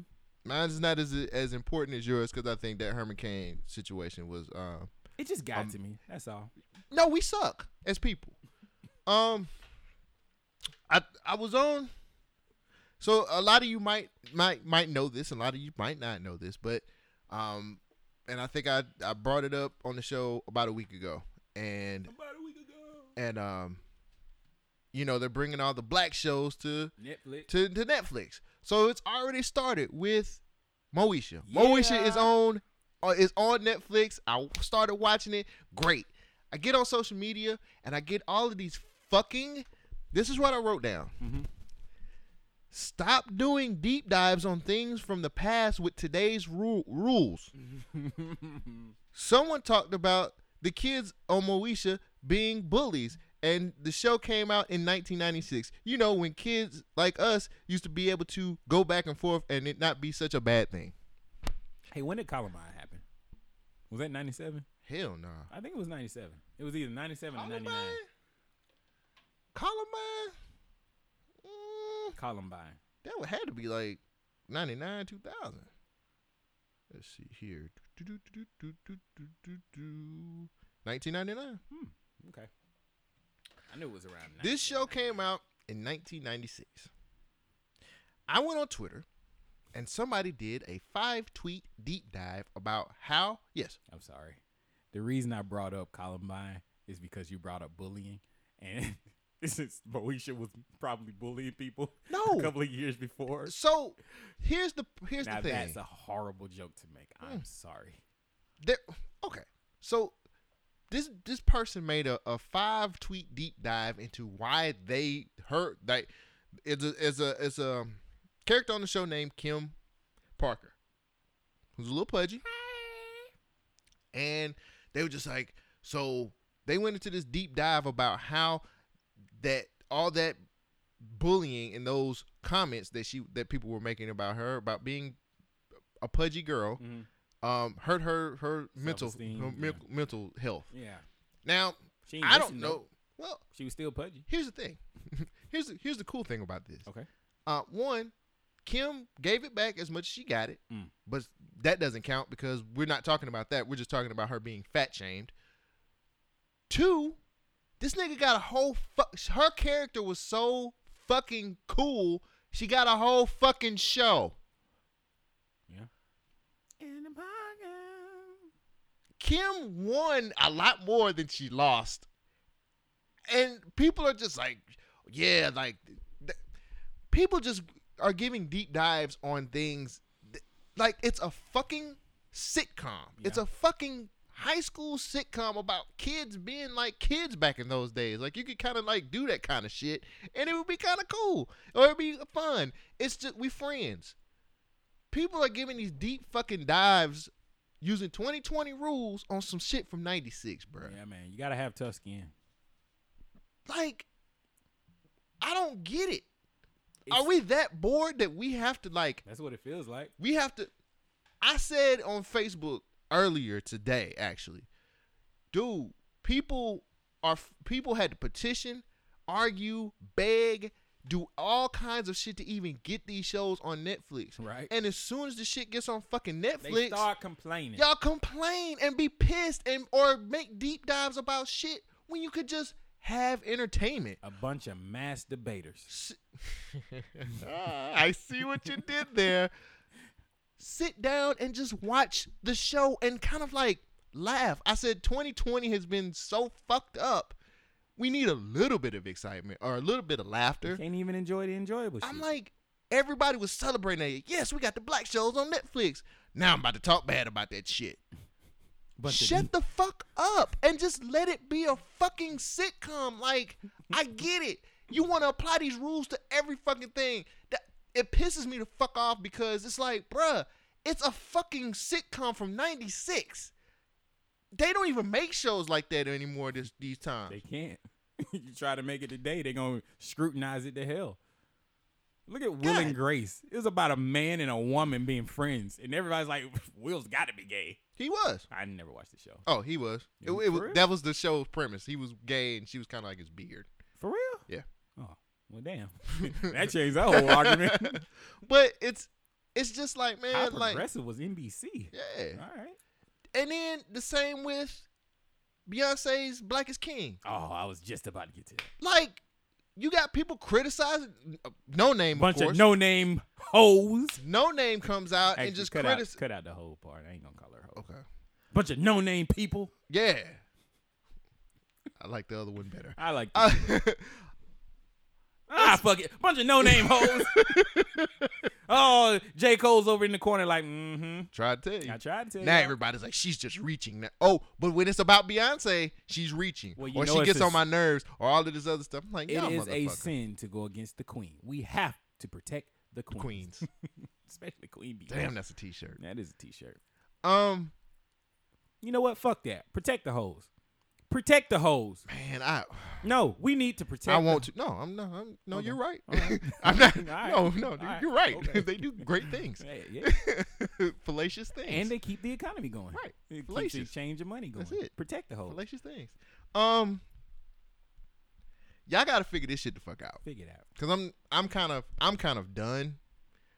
Speaker 1: Mine's not as as important as yours because I think that Herman Cain situation was um,
Speaker 2: It just got to me. That's all.
Speaker 1: no, we suck as people. Um, I I was on. So a lot of you might might might know this, and a lot of you might not know this, but um, and I think I I brought it up on the show about a week ago, and
Speaker 2: About a week ago.
Speaker 1: and um, you know they're bringing all the black shows to
Speaker 2: Netflix.
Speaker 1: to, to Netflix. So it's already started with Moesha. Moesha is on uh, is on Netflix. I started watching it. Great. I get on social media and I get all of these fucking. This is what I wrote down. Stop doing deep dives on things from the past with today's rule, rules. Someone talked about the kids on Moesha being bullies, and the show came out in 1996. You know, when kids like us used to be able to go back and forth and it not be such a bad thing.
Speaker 2: Hey, when did Columbine happen? Was that 97?
Speaker 1: Hell nah.
Speaker 2: I think it was 97. It was either 97 or 99.
Speaker 1: Columbine? Columbine? Mm,
Speaker 2: Columbine.
Speaker 1: that would had to be like 99, 2000. Let's see here. 1999.
Speaker 2: Okay. I knew it was around 90.
Speaker 1: This show came out in 1996. I went on Twitter and somebody did a five tweet deep dive about how, yes,
Speaker 2: I'm sorry. The reason I brought up Columbine is because you brought up bullying. And (laughs) since Moesha was probably bullying people
Speaker 1: No.
Speaker 2: a couple of years before.
Speaker 1: so here's the here's
Speaker 2: Now,
Speaker 1: the thing. Hmm.
Speaker 2: that's a horrible joke to make. I'm sorry.
Speaker 1: There, okay, so this this person made a, a five tweet deep dive into why they hurt. Like, it's a it's a it's a character on the show named Kim Parker, who's a little pudgy, and they were just like, so they went into this deep dive about how that all that bullying in those comments that she that people were making about her about being a pudgy girl um hurt her her mental her
Speaker 2: Self-esteem,
Speaker 1: men- mental health
Speaker 2: Yeah.
Speaker 1: now
Speaker 2: She ain't
Speaker 1: i don't
Speaker 2: missing
Speaker 1: know
Speaker 2: nothing.
Speaker 1: well
Speaker 2: She was still pudgy.
Speaker 1: here's the thing (laughs) here's the, here's the cool thing about this
Speaker 2: Okay.
Speaker 1: uh one kim gave it back as much as she got it
Speaker 2: Mm.
Speaker 1: but that doesn't count because we're not talking about that we're just talking about her being fat shamed two this nigga got a whole fu- her character was so fucking cool she got a whole fucking show
Speaker 2: Yeah. In the pocket.
Speaker 1: Kim won a lot more than she lost. And people are just like, yeah, like th- people just are giving deep dives on things th- like it's a fucking sitcom. It's
Speaker 2: Yeah.
Speaker 1: a fucking high school sitcom about kids being like kids back in those days. Like you could kind of like do that kind of shit and it would be kind of cool or it'd be fun. It's just we friends. People are giving these deep fucking dives using 2020 rules on some shit from 96, bro.
Speaker 2: Yeah, man. You gotta have tough skin.
Speaker 1: Like I don't get it.
Speaker 2: It's-
Speaker 1: are we that bored that we have to like
Speaker 2: That's what it feels like.
Speaker 1: we have to i said on facebook earlier today actually dude people are people had to petition argue beg do all kinds of shit to even get these shows on netflix
Speaker 2: Right.
Speaker 1: and as soon as the shit gets on fucking
Speaker 2: They
Speaker 1: netflix
Speaker 2: start complaining.
Speaker 1: y'all complain and be pissed and or make deep dives about shit when you could just have entertainment
Speaker 2: A bunch of mass debaters.
Speaker 1: Ah, I see what you did there. Sit down and just watch the show and kind of like laugh. I said 2020 has been so fucked up. We need a little bit of excitement or a little bit of laughter.
Speaker 2: Can't even enjoy the enjoyable shit.
Speaker 1: I'm like, everybody was celebrating that. Yes, we got the black shows on Netflix. Now I'm about to talk bad about that shit.
Speaker 2: bunch of
Speaker 1: Shut the fuck up and just let it be a fucking sitcom. Like, I get it. You want to apply these rules to every fucking thing. That it pisses me the fuck off because it's like, bruh, it's a fucking sitcom from '96. They don't even make shows like that anymore this these times.
Speaker 2: They can't. (laughs) you try to make it today, they're gonna scrutinize it to hell. Look at Will and
Speaker 1: God.
Speaker 2: Grace. It was about a man and a woman being friends, and everybody's like, (laughs) "Will's got to be gay."
Speaker 1: he was.
Speaker 2: I never watched the show.
Speaker 1: Oh, he was. It,
Speaker 2: You
Speaker 1: it was
Speaker 2: for real?
Speaker 1: that was the show's premise. He was gay and she was kind of like his beard.
Speaker 2: For real?
Speaker 1: Yeah.
Speaker 2: Oh, well, damn. (laughs) that changed that
Speaker 1: (laughs)
Speaker 2: whole argument.
Speaker 1: But it's it's just like man,
Speaker 2: How
Speaker 1: like
Speaker 2: progressive was NBC?
Speaker 1: yeah.
Speaker 2: All right.
Speaker 1: And then the same with Beyonce's Black is King.
Speaker 2: Oh, I was just about to get to that.
Speaker 1: Like, you got people criticizing No Name,
Speaker 2: Bunch
Speaker 1: of course.
Speaker 2: of no-name hoes.
Speaker 1: no Name comes out
Speaker 2: Actually,
Speaker 1: and just
Speaker 2: cut
Speaker 1: critic.
Speaker 2: out, cut out the whole part. I ain't gonna call her a hoe.
Speaker 1: Okay.
Speaker 2: Bunch of no-name people.
Speaker 1: Yeah. I like the other one better.
Speaker 2: I like.
Speaker 1: Uh, (laughs)
Speaker 2: Ah, fuck it. Bunch of no
Speaker 1: (laughs)
Speaker 2: name hoes. oh, J. Cole's over in the corner, like, mm
Speaker 1: tried to tell
Speaker 2: hmm.
Speaker 1: you.
Speaker 2: I tried to. tell
Speaker 1: now
Speaker 2: y'all.
Speaker 1: everybody's like, she's just reaching. Now. Oh, but when it's about Beyonce, she's reaching,
Speaker 2: Well, you
Speaker 1: or
Speaker 2: know
Speaker 1: she
Speaker 2: it's
Speaker 1: gets
Speaker 2: a-
Speaker 1: on my nerves, or all of this other stuff. I'm like,
Speaker 2: It
Speaker 1: y'all
Speaker 2: is a
Speaker 1: motherfucker.
Speaker 2: sin to go against the queen. We have to protect the queen.
Speaker 1: Queens.
Speaker 2: (laughs) Especially Queen Bee.
Speaker 1: Damn, that's a T-shirt.
Speaker 2: That is a t shirt.
Speaker 1: Um,
Speaker 2: You know what? Fuck that. Protect the hoes. Protect the hoes.
Speaker 1: man, I.
Speaker 2: No, we need to protect.
Speaker 1: I want to. No, I'm not. I'm, no, you're right.
Speaker 2: Alright.
Speaker 1: (laughs) I'm
Speaker 2: (laughs)
Speaker 1: not.
Speaker 2: Alright.
Speaker 1: No, no, dude,
Speaker 2: Alright.
Speaker 1: you're right. (laughs)
Speaker 2: Okay.
Speaker 1: they do great things,
Speaker 2: The, Hey, yeah.
Speaker 1: (laughs) fallacious things,
Speaker 2: And they keep the economy going.
Speaker 1: Right.
Speaker 2: It keeps the
Speaker 1: Fallacious.
Speaker 2: exchange of money going.
Speaker 1: That's it.
Speaker 2: Protect the hoes.
Speaker 1: fallacious things. Um, y'all gotta figure this shit the fuck out.
Speaker 2: Figure it out.
Speaker 1: Cause I'm, I'm kind of, I'm kind of done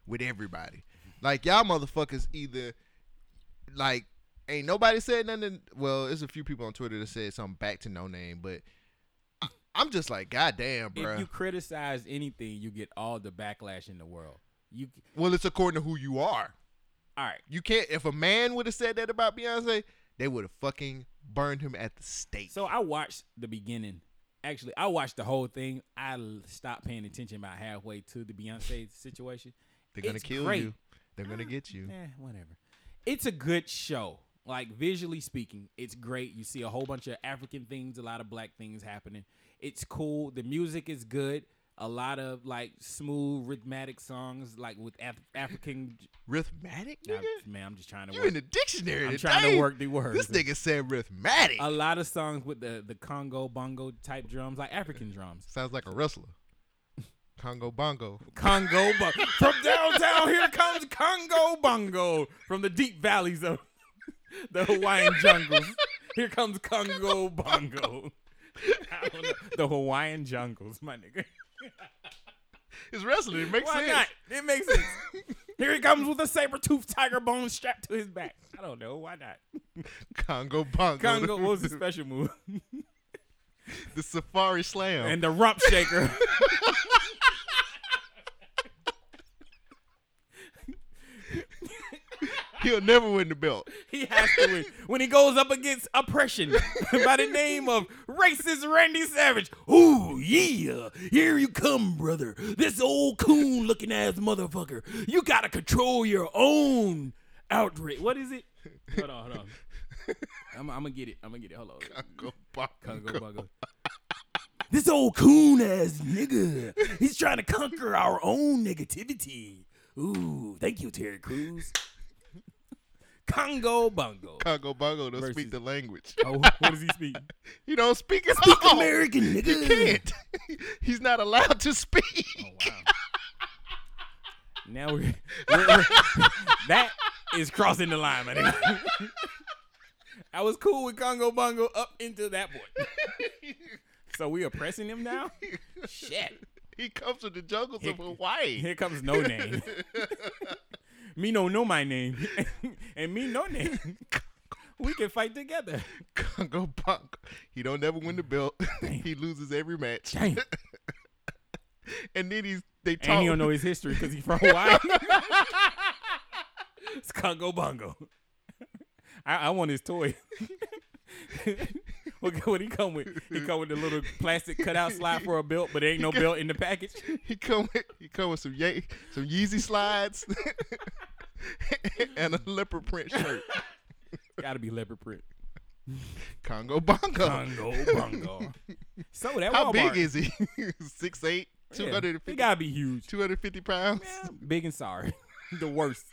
Speaker 1: with everybody.
Speaker 2: Mm-hmm.
Speaker 1: Like y'all motherfuckers either, like, ain't nobody said nothing. Well, there's a few people on Twitter that said something back to no name, but I, I'm just like, goddamn, bruh.
Speaker 2: If you criticize anything, you get all the backlash in the world. You
Speaker 1: well, it's according to who you are.
Speaker 2: all right.
Speaker 1: You can't. If a man would have said that about Beyonce, they would have fucking burned him at the stake.
Speaker 2: So I watched the beginning. Actually, I watched the whole thing. I l- stopped paying attention about halfway to the Beyonce situation.
Speaker 1: they're gonna
Speaker 2: it's
Speaker 1: kill
Speaker 2: great.
Speaker 1: you. They're gonna get you.
Speaker 2: Eh, whatever. It's a good show. Like visually speaking, it's great. You see a whole bunch of African things, a lot of black things happening. It's cool. The music is good. A lot of like smooth rhythmic songs, like with Af-
Speaker 1: (laughs)
Speaker 2: African.
Speaker 1: Rhythmatic,
Speaker 2: Nah,
Speaker 1: nigga.
Speaker 2: man, I'm just trying to.
Speaker 1: You
Speaker 2: work-
Speaker 1: in the dictionary?
Speaker 2: I'm
Speaker 1: today.
Speaker 2: trying to work the words.
Speaker 1: This nigga said rhythmatic.
Speaker 2: a lot of songs with the the Congo bongo type drums, like African drums.
Speaker 1: Sounds like a wrestler. Congo bongo.
Speaker 2: Congo bongo from downtown. Here comes Congo bongo from the deep valleys of the Hawaiian jungles. Here comes Congo bongo. I don't know. The Hawaiian jungles, my nigga.
Speaker 1: It's wrestling. It makes
Speaker 2: Why
Speaker 1: sense.
Speaker 2: not? It makes sense. Here he comes with a saber tooth tiger bone strapped to his back. I don't know. Why not?
Speaker 1: Congo bongo.
Speaker 2: Congo, what was the special move?
Speaker 1: (laughs) The safari slam.
Speaker 2: and the rump shaker.
Speaker 1: He'll never win the belt.
Speaker 2: (laughs) He has to win. When he goes up against oppression (laughs) by the name of racist Randy Savage. Ooh, yeah. Here you come, brother. This old coon looking ass motherfucker. You gotta control your own outrage. What is it? Hold on, hold on. I'm, I'm gonna get it. I'm gonna get it. Hold on.
Speaker 1: Congo bongo.
Speaker 2: Congo Bongo. (laughs) This old coon ass nigga. He's trying to conquer our own negativity. Ooh, thank you, Terry Crews. Congo Bongo.
Speaker 1: Congo bongo don't
Speaker 2: Versus-
Speaker 1: speak the language.
Speaker 2: Oh, what does he speak?
Speaker 1: He don't speak at
Speaker 2: Speak
Speaker 1: all.
Speaker 2: American, nigga.
Speaker 1: He can't. (laughs) He's not allowed to speak.
Speaker 2: Now we're, we're- (laughs) we're- that is crossing the line, my nigga. I was cool with Congo Bongo up into that point. So we oppressing him now? Shit.
Speaker 1: He comes from the jungles of
Speaker 2: Here-
Speaker 1: Hawaii. (laughs)
Speaker 2: Here comes no name. me no know my name, (laughs) and me no name. (laughs) We can fight together.
Speaker 1: Congo bongo. He don't never win the belt. (laughs) he loses every match.
Speaker 2: Damn,
Speaker 1: And then he's they talk.
Speaker 2: and he don't know his history because he's from Hawaii. (laughs) it's Congo Bongo. I, I want his toy. (laughs) what, what he come with? He come with a little plastic cutout slide for a belt, but there ain't no belt in the package.
Speaker 1: (laughs) He come with he come with some Ye- some Yeezy slides (laughs) and a leopard print
Speaker 2: (laughs)
Speaker 1: shirt.
Speaker 2: Gotta be leopard print.
Speaker 1: Congo bongo.
Speaker 2: Congo Bongo. So that
Speaker 1: Oh. How
Speaker 2: Walmart,
Speaker 1: big is he? (laughs) Six eight,
Speaker 2: Yeah,
Speaker 1: two hundred and
Speaker 2: He
Speaker 1: fifty.
Speaker 2: gotta be huge.
Speaker 1: 250 pounds.
Speaker 2: Big and sorry. (laughs) the worst.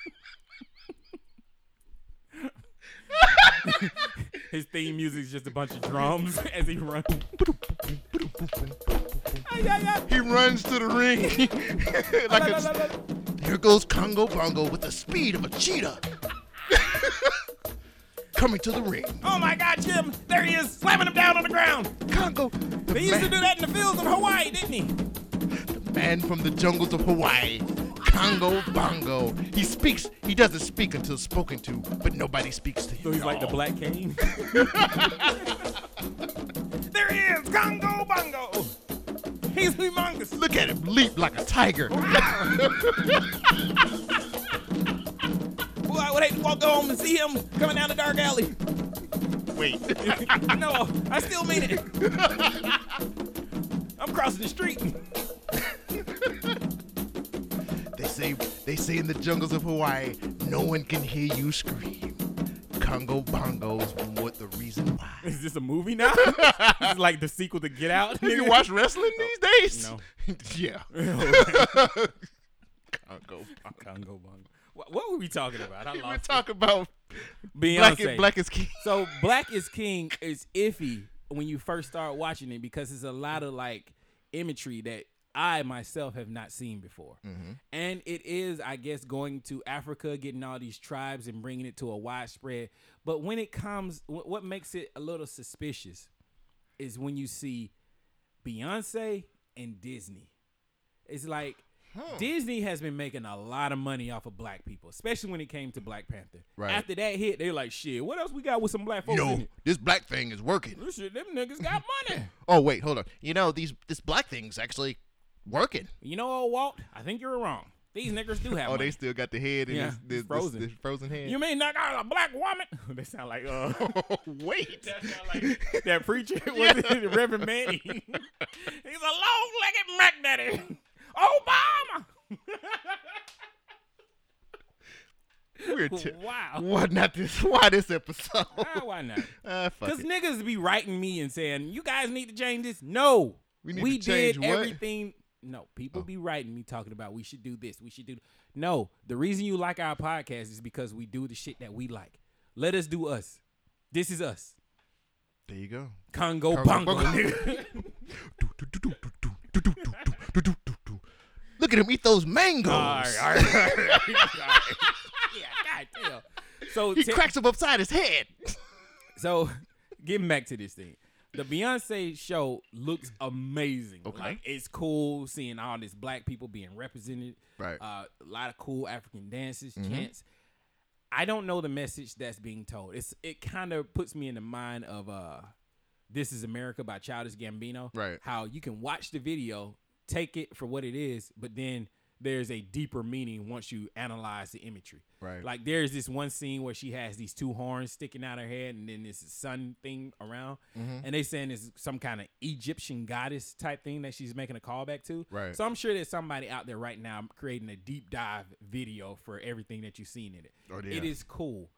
Speaker 2: His theme music is just a bunch of drums (laughs) as he runs. Ay, ay, ay.
Speaker 1: (laughs) He runs to the ring (laughs)
Speaker 2: La,
Speaker 1: like
Speaker 2: la, la,
Speaker 1: a,
Speaker 2: la.
Speaker 1: here goes Congo Bongo with the speed of a cheetah. (laughs) Coming to the ring,
Speaker 2: Oh my God, Jim! There he is, slamming him down on the ground.
Speaker 1: Congo, the,
Speaker 2: They used to
Speaker 1: man,
Speaker 2: do that in the fields of Hawaii, didn't he?
Speaker 1: man from the jungles of Hawaii, Congo Bongo. He speaks. He doesn't speak until spoken to, but nobody speaks to him.
Speaker 2: So he's
Speaker 1: at
Speaker 2: like the
Speaker 1: all.
Speaker 2: Black (laughs) Cane. there he is, Congo Bongo. He's humongous.
Speaker 1: Look at him leap like a tiger.
Speaker 2: Boy, I would hate to walk home and see him coming down the dark alley.
Speaker 1: Wait,
Speaker 2: (laughs) no, I still mean it. I'm crossing the street.
Speaker 1: they say they say in the jungles of Hawaii, no one can hear you scream. Congo Bongo is what the reason why.
Speaker 2: Is this a movie
Speaker 1: (laughs)
Speaker 2: now? this is like the sequel to Get Out.
Speaker 1: Have you
Speaker 2: nigga?
Speaker 1: watch wrestling these days?
Speaker 2: No.
Speaker 1: yeah. (laughs) Congo.
Speaker 2: (laughs) Oh, Congo Bongo. What, what were we talking about? I
Speaker 1: We were
Speaker 2: lost.
Speaker 1: talking about
Speaker 2: Beyonce.
Speaker 1: black is, black is king.
Speaker 2: So Black is King is iffy when you first start watching it because it's a lot of like imagery that I myself have not seen before. And it is, I guess, going to Africa, getting all these tribes and bringing it to a widespread. But when it comes, wh- what makes it a little suspicious is when you see Beyonce and Disney. It's like Disney has been making a lot of money off of black people, especially when it came to Black Panther.
Speaker 1: Right.
Speaker 2: After that hit, they like, shit, what else we got with some black
Speaker 1: You
Speaker 2: folks in
Speaker 1: know,
Speaker 2: it?
Speaker 1: this black thing is working.
Speaker 2: This shit, them niggas
Speaker 1: (laughs)
Speaker 2: got money.
Speaker 1: Oh wait, hold on. You know, these this black thing's actually working.
Speaker 2: you know, old Walt, I think you're wrong. These niggas do have
Speaker 1: Oh,
Speaker 2: money.
Speaker 1: they still got the head and
Speaker 2: Yeah,
Speaker 1: this,
Speaker 2: it's
Speaker 1: this, this,
Speaker 2: frozen.
Speaker 1: frozen. this frozen hand.
Speaker 2: you mean I got a black woman? (laughs) they sound like uh (laughs)
Speaker 1: wait. (laughs)
Speaker 2: that preacher was it (laughs) Reverend Manny. He's a long-legged Mac Daddy.
Speaker 1: (laughs)
Speaker 2: Obama.
Speaker 1: We're t- (laughs)
Speaker 2: Wow.
Speaker 1: Why not this? Why this episode?
Speaker 2: Ah, why not?
Speaker 1: Ah, fuck
Speaker 2: Because
Speaker 1: it.
Speaker 2: niggas be writing me and saying, you guys need to change this. No.
Speaker 1: We need to
Speaker 2: did
Speaker 1: change what? Oh.
Speaker 2: everything. No, people be writing me talking about we should do this, we should do. No, the reason you like our podcast is because we do the shit that we like. Let us do us. This is us.
Speaker 1: There you go.
Speaker 2: Congo,
Speaker 1: Congo
Speaker 2: Bongo,
Speaker 1: bongo.
Speaker 2: nigga.
Speaker 1: Look at him eat those mangoes.
Speaker 2: all right, all right, all right, all right. (laughs) Yeah, goddamn. So
Speaker 1: He
Speaker 2: te-
Speaker 1: cracks them upside his head.
Speaker 2: So, (laughs) getting back to this thing, the Beyonce show looks amazing.
Speaker 1: Okay.
Speaker 2: Like it's cool seeing all this black people being represented.
Speaker 1: Right. Mm-hmm.
Speaker 2: Uh, a lot of cool African dances, chants. I don't know the message that's being told. It's it kind of puts me in the mind of uh, "This Is America" by Childish Gambino.
Speaker 1: Right.
Speaker 2: How you can watch the video, take it for what it is, but then there's a deeper meaning once you analyze the imagery.
Speaker 1: Right.
Speaker 2: Like there's this one scene where she has these two horns sticking out her head, and then this sun thing around,
Speaker 1: Mm-hmm.
Speaker 2: and they saying it's some kind of Egyptian goddess type thing that she's making a callback to.
Speaker 1: Right.
Speaker 2: So I'm sure there's somebody out there right now creating a deep dive video for everything that you've seen in it.
Speaker 1: Oh, yeah.
Speaker 2: It is cool.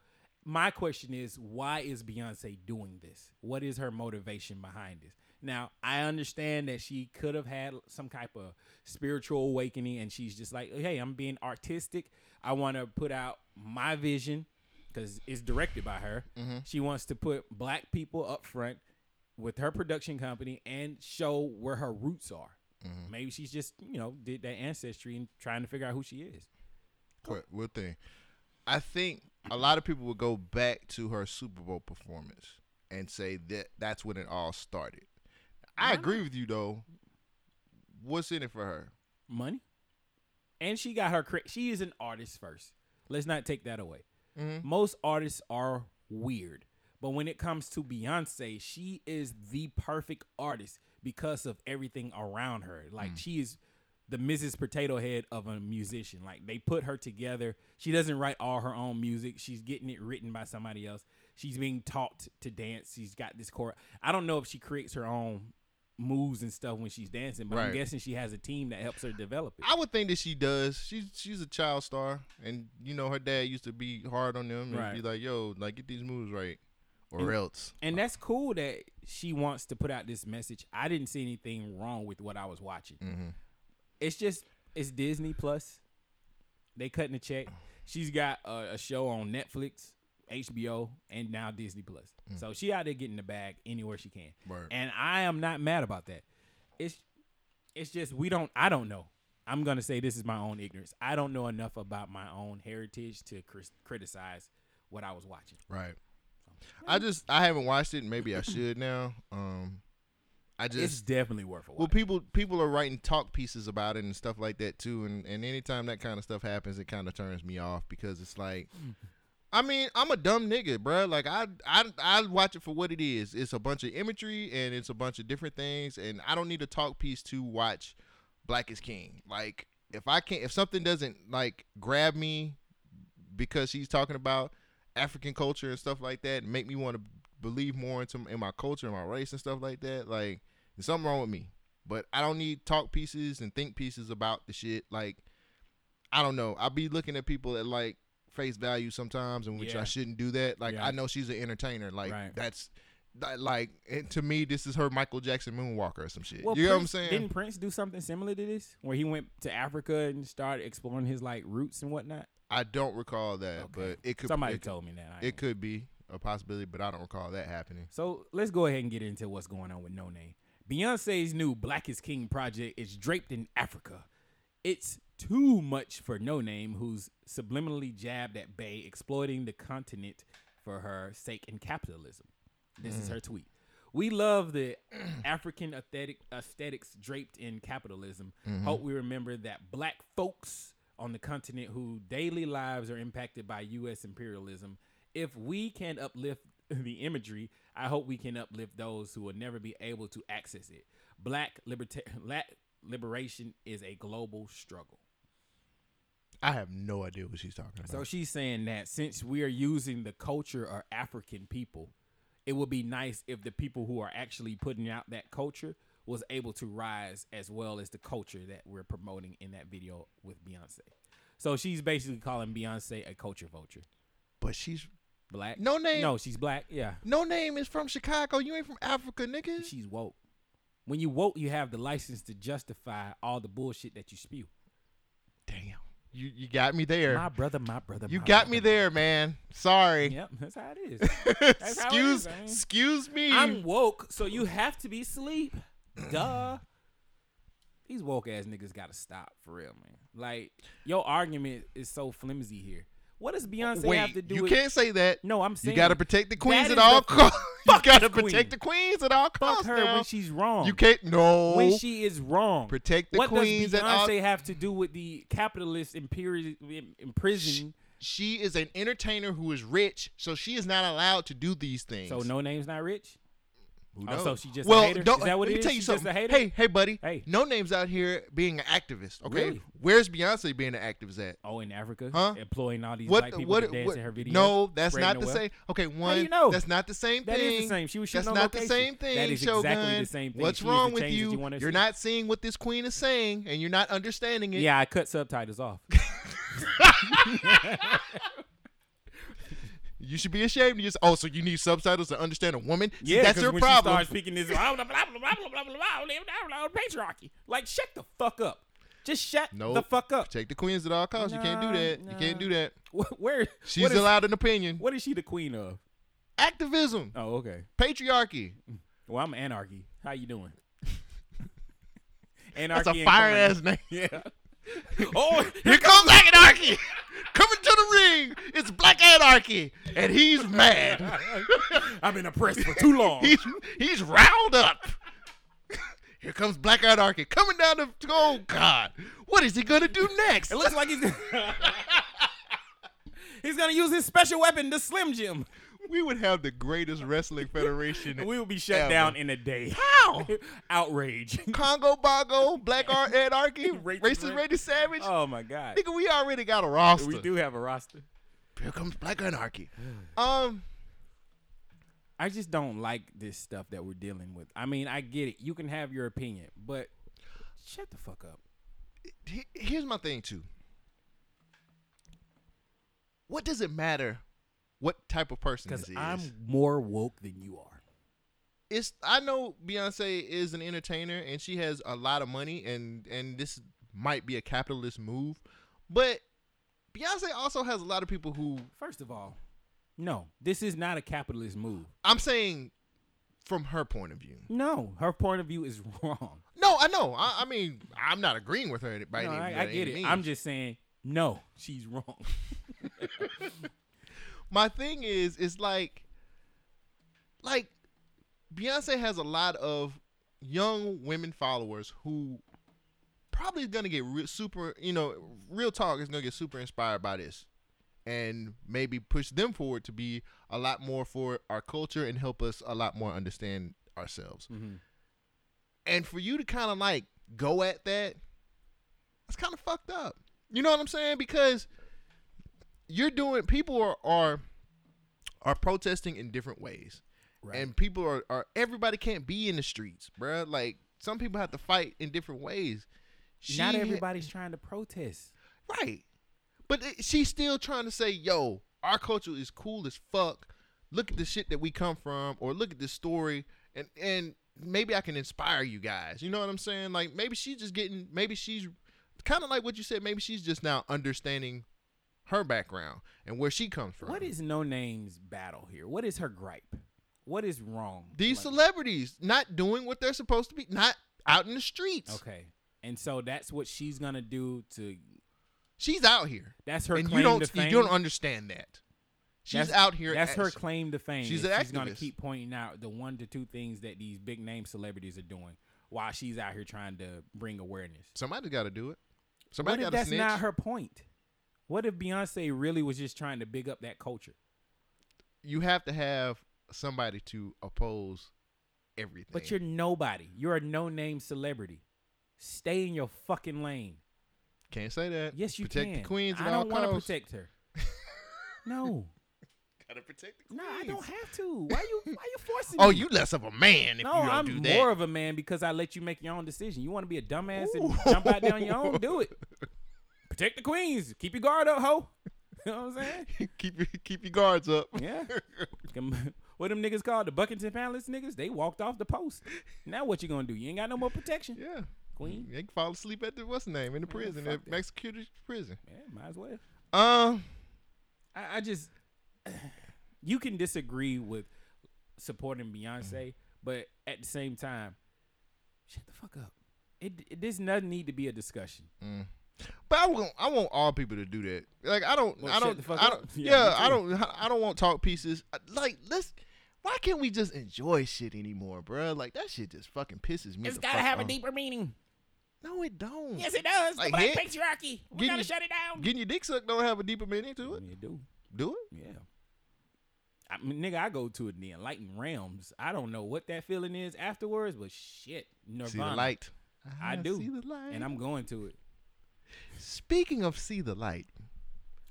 Speaker 2: My question is, why is Beyonce doing this? What is her motivation behind this? Now, I understand that she could have had some type of spiritual awakening and she's just like, hey, I'm being artistic. I want to put out my vision because it's directed by her.
Speaker 1: Mm-hmm.
Speaker 2: She wants to put black people up front with her production company and show where her roots are.
Speaker 1: Mm-hmm.
Speaker 2: Maybe she's just, you know, did that ancestry and trying to figure out who she is.
Speaker 1: What, what thing? I think a lot of people would go back to her Super Bowl performance and say that that's when it all started. I agree with you though. What's in it for her?
Speaker 2: money, and she got her. Cre- she is an artist first. Let's not take that away. Most artists are weird, but when it comes to Beyonce, she is the perfect artist because of everything around her. Like she is the Mrs. Potato Head of a musician. Like they put her together. She doesn't write all her own music. She's getting it written by somebody else. She's being taught to dance. She's got this core. I don't know if she creates her own moves and stuff when she's dancing, but I'm
Speaker 1: Right.
Speaker 2: guessing (laughs) she has a team that helps her develop it.
Speaker 1: I would think that she does. She's she's a child star, and you know her dad used to be hard on them and
Speaker 2: Right.
Speaker 1: be like, "Yo, like get these moves right, or else."
Speaker 2: And that's cool that she wants to put out this message. I didn't see anything wrong with what I was watching. It's just it's Disney Plus. They cutting the check. She's got a, a show on Netflix, HBO, and now Disney Plus. So she out there getting the bag anywhere she can.
Speaker 1: Word.
Speaker 2: And I am not mad about that. It's it's just we don't I don't know. I'm gonna say this is my own ignorance. I don't know enough about my own heritage to cris- criticize what I was watching.
Speaker 1: Right. I just I haven't watched it. Maybe I should now. Um, I just
Speaker 2: it's definitely worth a watch.
Speaker 1: Well, people people are writing talk pieces about it and stuff like that too. And and anytime that kind of stuff happens, it kind of turns me off because it's like, I mean, I'm a dumb nigga, bruh. Like I I I watch it for what it is. It's a bunch of imagery and it's a bunch of different things, and I don't need a talk piece to watch Black is King. Like if I can't if something doesn't like grab me because she's talking about African culture and stuff like that, and make me want to believe more into in my culture and my race and stuff like that. Like there's something wrong with me, but I don't need talk pieces and think pieces about the shit. Like I don't know. I'll be looking at people at like face value sometimes, in which
Speaker 2: Yeah.
Speaker 1: I shouldn't do that. Like
Speaker 2: Yeah.
Speaker 1: I know she's an entertainer. Like
Speaker 2: Right.
Speaker 1: that's. that- Like and to me, this is her Michael Jackson moonwalker or some shit.
Speaker 2: Well,
Speaker 1: you know what I'm
Speaker 2: Prince-
Speaker 1: saying?
Speaker 2: Didn't Prince do something similar to this, where he went to Africa and started exploring his like roots and whatnot?
Speaker 1: I don't recall that, but it could
Speaker 2: Somebody
Speaker 1: it,
Speaker 2: told me that. I
Speaker 1: it
Speaker 2: ain't-
Speaker 1: could be a possibility, but I don't recall that happening.
Speaker 2: So let's go ahead and get into what's going on with No Name. Beyonce's new Black is King project is draped in Africa. It's too much for No Name, who's subliminally jabbed at Bay, exploiting the continent for her sake in capitalism. This
Speaker 1: Mm.
Speaker 2: is her tweet. We love the (clears throat) African aesthetic, aesthetics draped in capitalism. Hope we remember that black folks on the continent whose daily lives are impacted by U.S. imperialism. If we can uplift (laughs) the imagery, I hope we can uplift those who will never be able to access it. Black, liberta- (laughs) black liberation is a global struggle.
Speaker 1: I have no idea what she's talking about.
Speaker 2: So she's saying that since we are using the culture of African people, it would be nice if the people who are actually putting out that culture was able to rise as well as the culture that we're promoting in that video with Beyonce. So she's basically calling Beyonce a culture vulture.
Speaker 1: But she's
Speaker 2: Black.
Speaker 1: No name.
Speaker 2: No, she's black. Yeah.
Speaker 1: no name is from Chicago. You ain't from Africa, nigga.
Speaker 2: She's woke. When you woke, you have the license to justify all the bullshit that you spew.
Speaker 1: Damn. You you got me there.
Speaker 2: My brother, my brother.
Speaker 1: you
Speaker 2: my
Speaker 1: got
Speaker 2: brother.
Speaker 1: me there, man. Sorry.
Speaker 2: Yep, that's how
Speaker 1: (laughs)
Speaker 2: it is. That's how it
Speaker 1: excuse
Speaker 2: is, man.
Speaker 1: excuse me.
Speaker 2: I'm woke, so you have to be asleep. Duh. These woke ass niggas gotta stop for real, man. Like your argument is so flimsy here. What does Beyonce have
Speaker 1: Wait,
Speaker 2: to do
Speaker 1: you
Speaker 2: with
Speaker 1: can't say that.
Speaker 2: No, I'm saying
Speaker 1: you gotta protect the
Speaker 2: that
Speaker 1: queens
Speaker 2: is
Speaker 1: at all
Speaker 2: the-
Speaker 1: costs. (laughs) You
Speaker 2: Fuck
Speaker 1: gotta
Speaker 2: this queen.
Speaker 1: protect the queens at all costs.
Speaker 2: Fuck her
Speaker 1: now.
Speaker 2: when she's wrong.
Speaker 1: You can't. No.
Speaker 2: when she is wrong.
Speaker 1: Protect the
Speaker 2: what
Speaker 1: queens
Speaker 2: does
Speaker 1: and all-
Speaker 2: Beyonce have to do with the capitalist imperial imprison?
Speaker 1: she is an entertainer who is rich, so she is not allowed to do these things.
Speaker 2: So no name's not rich.
Speaker 1: Who
Speaker 2: Oh,
Speaker 1: knows?
Speaker 2: so she just a
Speaker 1: well,
Speaker 2: hater?
Speaker 1: Don't,
Speaker 2: Is that what
Speaker 1: let
Speaker 2: it
Speaker 1: me
Speaker 2: is?
Speaker 1: tell you
Speaker 2: She's just
Speaker 1: something.
Speaker 2: a hater?
Speaker 1: Hey, hey, buddy.
Speaker 2: Hey.
Speaker 1: No names out here being an activist. Okay,
Speaker 2: Really?
Speaker 1: where's Beyonce being an activist at?
Speaker 2: Oh, in Africa,
Speaker 1: Huh?
Speaker 2: employing all these white
Speaker 1: What?
Speaker 2: people
Speaker 1: What?
Speaker 2: to dance
Speaker 1: what-
Speaker 2: in her videos.
Speaker 1: no, that's
Speaker 2: spreading
Speaker 1: not the
Speaker 2: wealth.
Speaker 1: same. Okay, one.
Speaker 2: you know?
Speaker 1: That's not the same
Speaker 2: That is the
Speaker 1: thing.
Speaker 2: same. She was shooting
Speaker 1: That's
Speaker 2: on
Speaker 1: not the
Speaker 2: location.
Speaker 1: same thing.
Speaker 2: That is exactly the
Speaker 1: Shogun.
Speaker 2: same thing.
Speaker 1: What's
Speaker 2: She is the
Speaker 1: wrong with
Speaker 2: change that
Speaker 1: you?
Speaker 2: you wanna
Speaker 1: You're
Speaker 2: see.
Speaker 1: not seeing what this queen is saying, and you're not understanding it.
Speaker 2: Yeah, I cut subtitles off.
Speaker 1: You should be ashamed. You just oh, so you need subtitles to understand a woman? See,
Speaker 2: Yeah,
Speaker 1: that's
Speaker 2: 'cause
Speaker 1: your
Speaker 2: when
Speaker 1: problem.
Speaker 2: She started speaking this blah blah blah blah blah blah blah blah, blah, blah, patriarchy. Like, shut the fuck up. Just shut
Speaker 1: no,
Speaker 2: the fuck up.
Speaker 1: Take the queens at all costs. you can't do
Speaker 2: Nah,
Speaker 1: that. You can't
Speaker 2: nah.
Speaker 1: do that.
Speaker 2: Wh- Where
Speaker 1: She's
Speaker 2: what is,
Speaker 1: allowed an opinion.
Speaker 2: What is she the queen of?
Speaker 1: Activism,
Speaker 2: Oh, okay.
Speaker 1: patriarchy.
Speaker 2: Well, I'm anarchy. How you doing?
Speaker 1: (laughs) That's
Speaker 2: anarchy.
Speaker 1: a
Speaker 2: and
Speaker 1: fire
Speaker 2: corn.
Speaker 1: ass name.
Speaker 2: Yeah.
Speaker 1: (laughs)
Speaker 2: oh,
Speaker 1: Here comes anarchy. (laughs) Coming to the ring, it's Black Anarchy, and he's (laughs) mad.
Speaker 2: I've been oppressed for too long.
Speaker 1: He's he's riled up. (laughs) Here comes Black Anarchy coming down the. Oh God, what is he gonna do next?
Speaker 2: It looks like he's (laughs) he's gonna use his special weapon, the Slim Jim.
Speaker 1: we would have the greatest wrestling (laughs) federation.
Speaker 2: We will be shut
Speaker 1: ever.
Speaker 2: down in a day.
Speaker 1: (laughs) How?
Speaker 2: Outrage. (laughs)
Speaker 1: Congo Bongo, Black Ar- Anarchy, (laughs)
Speaker 2: Racist
Speaker 1: racist
Speaker 2: Red-
Speaker 1: Randy Savage.
Speaker 2: Oh my god.
Speaker 1: Nigga, we already got a roster.
Speaker 2: We do have a roster.
Speaker 1: Here comes Black Anarchy. Um,
Speaker 2: I just don't like this stuff that we're dealing with. I mean, I get it. You can have your opinion, but shut the fuck up.
Speaker 1: he- here's my thing too. What does it matter? What type of person
Speaker 2: Because
Speaker 1: this is?
Speaker 2: I'm more woke than you are.
Speaker 1: it's I know Beyonce is an entertainer and she has a lot of money and and this might be a capitalist move, but Beyonce also has a lot of people who
Speaker 2: First of all, no, this is not a capitalist move.
Speaker 1: I'm saying from her point of view.
Speaker 2: No, her point of view is (laughs) wrong.
Speaker 1: No, I know. I, I mean, I'm not agreeing with her by
Speaker 2: No,
Speaker 1: any,
Speaker 2: I,
Speaker 1: by
Speaker 2: I
Speaker 1: any
Speaker 2: get it.
Speaker 1: means.
Speaker 2: I'm just saying, no, she's wrong. (laughs)
Speaker 1: my thing is is like like Beyonce has a lot of young women followers who probably gonna get re- super you know real talk is gonna get super inspired by this and maybe push them forward to be a lot more for our culture and help us a lot more understand ourselves and for you to kind of like go at that that's kind of fucked up you know what i'm saying because you're doing people are are are protesting in different ways and people are, are everybody can't be in the streets bruh like some people have to fight in different ways
Speaker 2: Not
Speaker 1: She ha-
Speaker 2: everybody's trying to protest.
Speaker 1: right but it- she's still trying to say yo our culture is cool as fuck look at the shit that we come from or look at this story and and maybe i can inspire you guys you know what i'm saying like maybe she's just getting maybe she's kind of like what you said maybe she's just now understanding her background and where she comes from
Speaker 2: What is No Name's battle here? What is her gripe? What is wrong?
Speaker 1: these
Speaker 2: Like-
Speaker 1: celebrities not doing what they're supposed to be, not out in the streets.
Speaker 2: Okay. And so that's what she's gonna do to
Speaker 1: She's out here.
Speaker 2: that's her
Speaker 1: and
Speaker 2: claim
Speaker 1: you don't
Speaker 2: to fame.
Speaker 1: you don't understand that. She's
Speaker 2: That's-
Speaker 1: out here.
Speaker 2: That's
Speaker 1: at-
Speaker 2: her claim to fame.
Speaker 1: She's
Speaker 2: She's,
Speaker 1: an
Speaker 2: she's gonna
Speaker 1: activist.
Speaker 2: keep pointing out the one to two things that these big name celebrities are doing while she's out here trying to bring awareness.
Speaker 1: Somebody's got to do it.
Speaker 2: What
Speaker 1: Somebody
Speaker 2: if
Speaker 1: got to
Speaker 2: that's
Speaker 1: snitch.
Speaker 2: not her point? What if Beyonce really was just trying to big up that culture?
Speaker 1: You have to have somebody to oppose everything.
Speaker 2: But you're nobody. You're a no name celebrity. Stay in your fucking lane.
Speaker 1: can't say that.
Speaker 2: Yes, you
Speaker 1: protect
Speaker 2: can.
Speaker 1: the queens at
Speaker 2: I don't
Speaker 1: all
Speaker 2: wanna
Speaker 1: costs. (laughs)
Speaker 2: protect her. no.
Speaker 1: Gotta protect the
Speaker 2: No, I
Speaker 1: queens.
Speaker 2: don't have to. Why you why you forcing
Speaker 1: Oh,
Speaker 2: me?
Speaker 1: you less of a man if
Speaker 2: no,
Speaker 1: you don't
Speaker 2: I'm
Speaker 1: do that.
Speaker 2: more of
Speaker 1: (laughs)
Speaker 2: a man because I let you make your own decision. You want to be a dumbass and jump out there on your own, do it. protect the queens. Keep your guard up, ho. (laughs) You know what I'm saying?
Speaker 1: (laughs) keep your keep your guards up.
Speaker 2: Yeah. Come- what them (laughs) niggas called the Buckingham Palace niggas? They walked off the post. Now what you gonna do? You ain't got no more protection,
Speaker 1: (laughs) Yeah.
Speaker 2: queen.
Speaker 1: They can fall asleep at the what's the name in the prison,
Speaker 2: fuck
Speaker 1: at
Speaker 2: that.
Speaker 1: Mexican prison.
Speaker 2: Yeah, might as well.
Speaker 1: Um,
Speaker 2: I, I just (sighs) you can disagree with supporting Beyonce, but at the same time, shut the fuck up. It, it this doesn't need to be a discussion.
Speaker 1: but I want I want all people to do that. Like I don't
Speaker 2: Well,
Speaker 1: I
Speaker 2: shut
Speaker 1: don't
Speaker 2: the fuck
Speaker 1: I
Speaker 2: up.
Speaker 1: don't
Speaker 2: (laughs) Yeah,
Speaker 1: yeah,
Speaker 2: me
Speaker 1: I
Speaker 2: too.
Speaker 1: don't I don't want talk pieces. Uh, Like let's why can't we just enjoy shit anymore, bruh? Like that shit just fucking pisses me.
Speaker 2: It's
Speaker 1: the
Speaker 2: gotta
Speaker 1: fuck
Speaker 2: have a
Speaker 1: off.
Speaker 2: deeper meaning.
Speaker 1: No, it don't.
Speaker 2: Yes, it does.
Speaker 1: Like,
Speaker 2: the black
Speaker 1: hit-
Speaker 2: patriarchy.
Speaker 1: get
Speaker 2: We gotta
Speaker 1: you-
Speaker 2: shut it down.
Speaker 1: Getting your dick sucked don't have a deeper meaning to it.
Speaker 2: Yeah, do.
Speaker 1: Do it.
Speaker 2: Yeah. I mean, nigga, I go to the enlightened realms. I don't know what that feeling is afterwards, but shit, Nirvana.
Speaker 1: See the light. Ah,
Speaker 2: I do,
Speaker 1: See the light.
Speaker 2: and I'm going to it.
Speaker 1: speaking of see the light.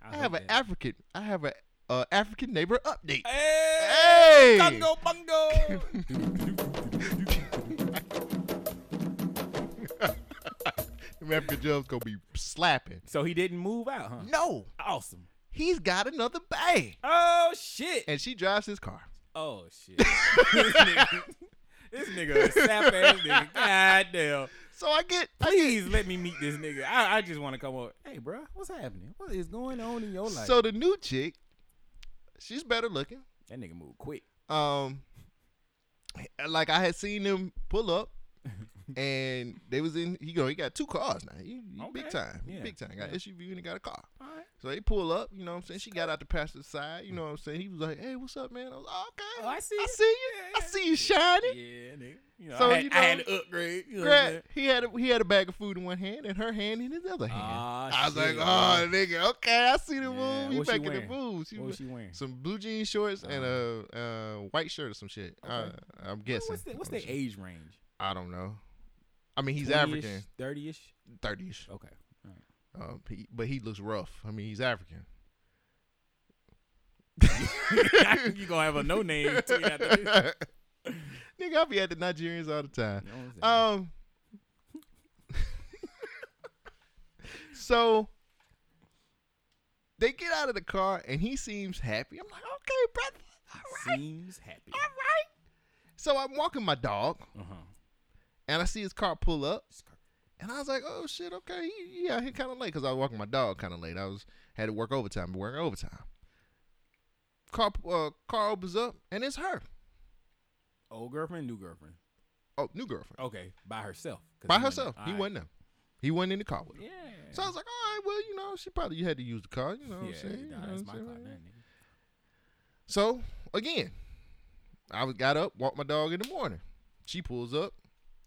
Speaker 1: I
Speaker 2: hope
Speaker 1: have an
Speaker 2: that-
Speaker 1: African. I have a uh, African neighbor update.
Speaker 2: Hey,
Speaker 1: Hey!
Speaker 2: Congo bongo.
Speaker 1: (laughs) Them African Joe's gonna be slapping.
Speaker 2: so he didn't move out, huh?
Speaker 1: No,
Speaker 2: Awesome.
Speaker 1: he's got another bag,
Speaker 2: Oh shit.
Speaker 1: and she drives his car.
Speaker 2: Oh shit. (laughs) this nigga, this nigga a sap ass (laughs) nigga. God damn.
Speaker 1: So I get, I
Speaker 2: Please let me meet this nigga. I, I just want to come over. Hey, bro, what's happening? What is going on in your
Speaker 1: get. (laughs)
Speaker 2: life?
Speaker 1: So the new chick, she's better looking.
Speaker 2: that nigga moved quick.
Speaker 1: Um, like I had seen them pull
Speaker 2: (laughs)
Speaker 1: up, and they was in. You know, he got two cars now. He, he
Speaker 2: Okay.
Speaker 1: big time, He
Speaker 2: Yeah.
Speaker 1: big time. Got
Speaker 2: Yeah.
Speaker 1: SUV and he got a car.
Speaker 2: All right.
Speaker 1: So they pull up, you know what I'm saying? She got out the passenger side, you know what I'm saying? He was like, hey, what's up, man? I was like, "Oh, okay.
Speaker 2: Oh, I see
Speaker 1: I
Speaker 2: you.
Speaker 1: see you.
Speaker 2: Yeah,
Speaker 1: I
Speaker 2: yeah.
Speaker 1: see you shining.
Speaker 2: Yeah, nigga. You know,
Speaker 1: So,
Speaker 2: I, had,
Speaker 1: you
Speaker 2: I had
Speaker 1: know,
Speaker 2: to upgrade. You know what
Speaker 1: Grab,
Speaker 2: I'm saying?
Speaker 1: he had a, he had a bag of food in one hand and her hand in his other hand.
Speaker 2: Ah,
Speaker 1: I was
Speaker 2: shit,
Speaker 1: like, oh nigga, okay, I see the
Speaker 2: Yeah,
Speaker 1: move. You
Speaker 2: what she
Speaker 1: back in the
Speaker 2: wearing?
Speaker 1: move. She
Speaker 2: What was
Speaker 1: was
Speaker 2: she wearing? Uh-huh.
Speaker 1: some blue jean shorts and a uh, white shirt or some shit. Uh, I'm guessing.
Speaker 2: What's the, what's their age range?
Speaker 1: I don't know. I mean, he's
Speaker 2: 20-ish,
Speaker 1: African,
Speaker 2: 30-ish?
Speaker 1: thirties,
Speaker 2: Okay.
Speaker 1: (laughs)
Speaker 2: (laughs) All right.
Speaker 1: um, he, but he looks rough. I mean, he's African.
Speaker 2: you gonna have a no name tweet after this.
Speaker 1: (laughs) Nigga, I be at the Nigerians all the time.
Speaker 2: You know what I'm
Speaker 1: Um. (laughs) so they get out of the car and he seems happy. I'm like, okay, brother, all right,
Speaker 2: Seems happy.
Speaker 1: all right. So I'm walking my dog
Speaker 2: Uh huh.
Speaker 1: and I see his car pull up, and I was like, oh shit, okay, he, yeah, he kind of late because I was walking my dog kind of late. I was had to work overtime, but working overtime. Car uh, car opens up and it's her.
Speaker 2: Old girlfriend, new girlfriend.
Speaker 1: Oh, new girlfriend
Speaker 2: Okay, by herself. 'cause
Speaker 1: by
Speaker 2: he wasn't-
Speaker 1: herself. He
Speaker 2: alright.
Speaker 1: wasn't there. He wasn't in the car with her.
Speaker 2: Yeah.
Speaker 1: So I was like, all right, well, you know, she probably had to use the car, you know what I'm
Speaker 2: yeah,
Speaker 1: saying?
Speaker 2: nah,
Speaker 1: You know
Speaker 2: that's my
Speaker 1: what I'm
Speaker 2: car,
Speaker 1: saying?
Speaker 2: nah, nigga.
Speaker 1: So again, I was got up, walked my dog in the morning. She pulls up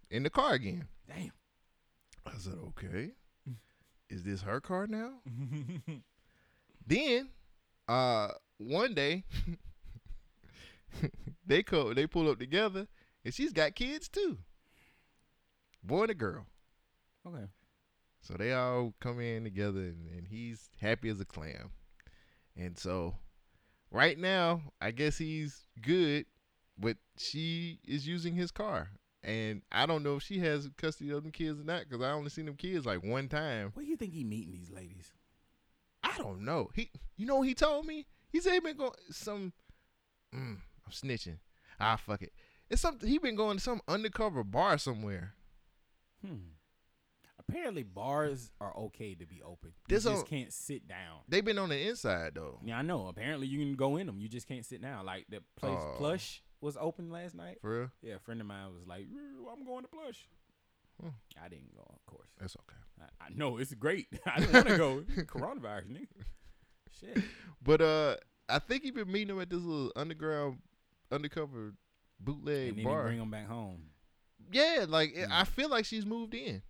Speaker 1: in the car again.
Speaker 2: Damn.
Speaker 1: I said, okay, is this her car now? then, uh, one day, (laughs) they co they pull up together, and she's got kids too, boy and a girl.
Speaker 2: Okay.
Speaker 1: So they all come in together, and, and he's happy as a clam. And so, right now, I guess he's good, but she is using his car, and I don't know if she has custody of them kids or not, because I only seen them kids like one time.
Speaker 2: Where you think he meeting these ladies?
Speaker 1: I don't know. He, you know, what he told me he said he been going some. Mm, I'm snitching. Ah, fuck it. It's something he been going to some undercover bar somewhere.
Speaker 2: Apparently, bars are okay to be open. You
Speaker 1: This
Speaker 2: just
Speaker 1: don't-
Speaker 2: can't sit down.
Speaker 1: They've been on the inside though.
Speaker 2: Yeah, I know. Apparently, you can go in them. You just can't sit down. Like the place
Speaker 1: Oh.
Speaker 2: plush was open last night.
Speaker 1: For real,
Speaker 2: Yeah, a friend of mine was like, "Ooh, "I'm going to plush."
Speaker 1: Hmm.
Speaker 2: I didn't go, of course.
Speaker 1: that's okay.
Speaker 2: I, I know it's great. (laughs) I didn't want to go. Coronavirus, nigga. Shit.
Speaker 1: But uh, I think he been meeting him at this little underground, undercover bootleg
Speaker 2: and then you
Speaker 1: bar.
Speaker 2: bring Mm. them back home.
Speaker 1: yeah, like it- I feel like she's moved in,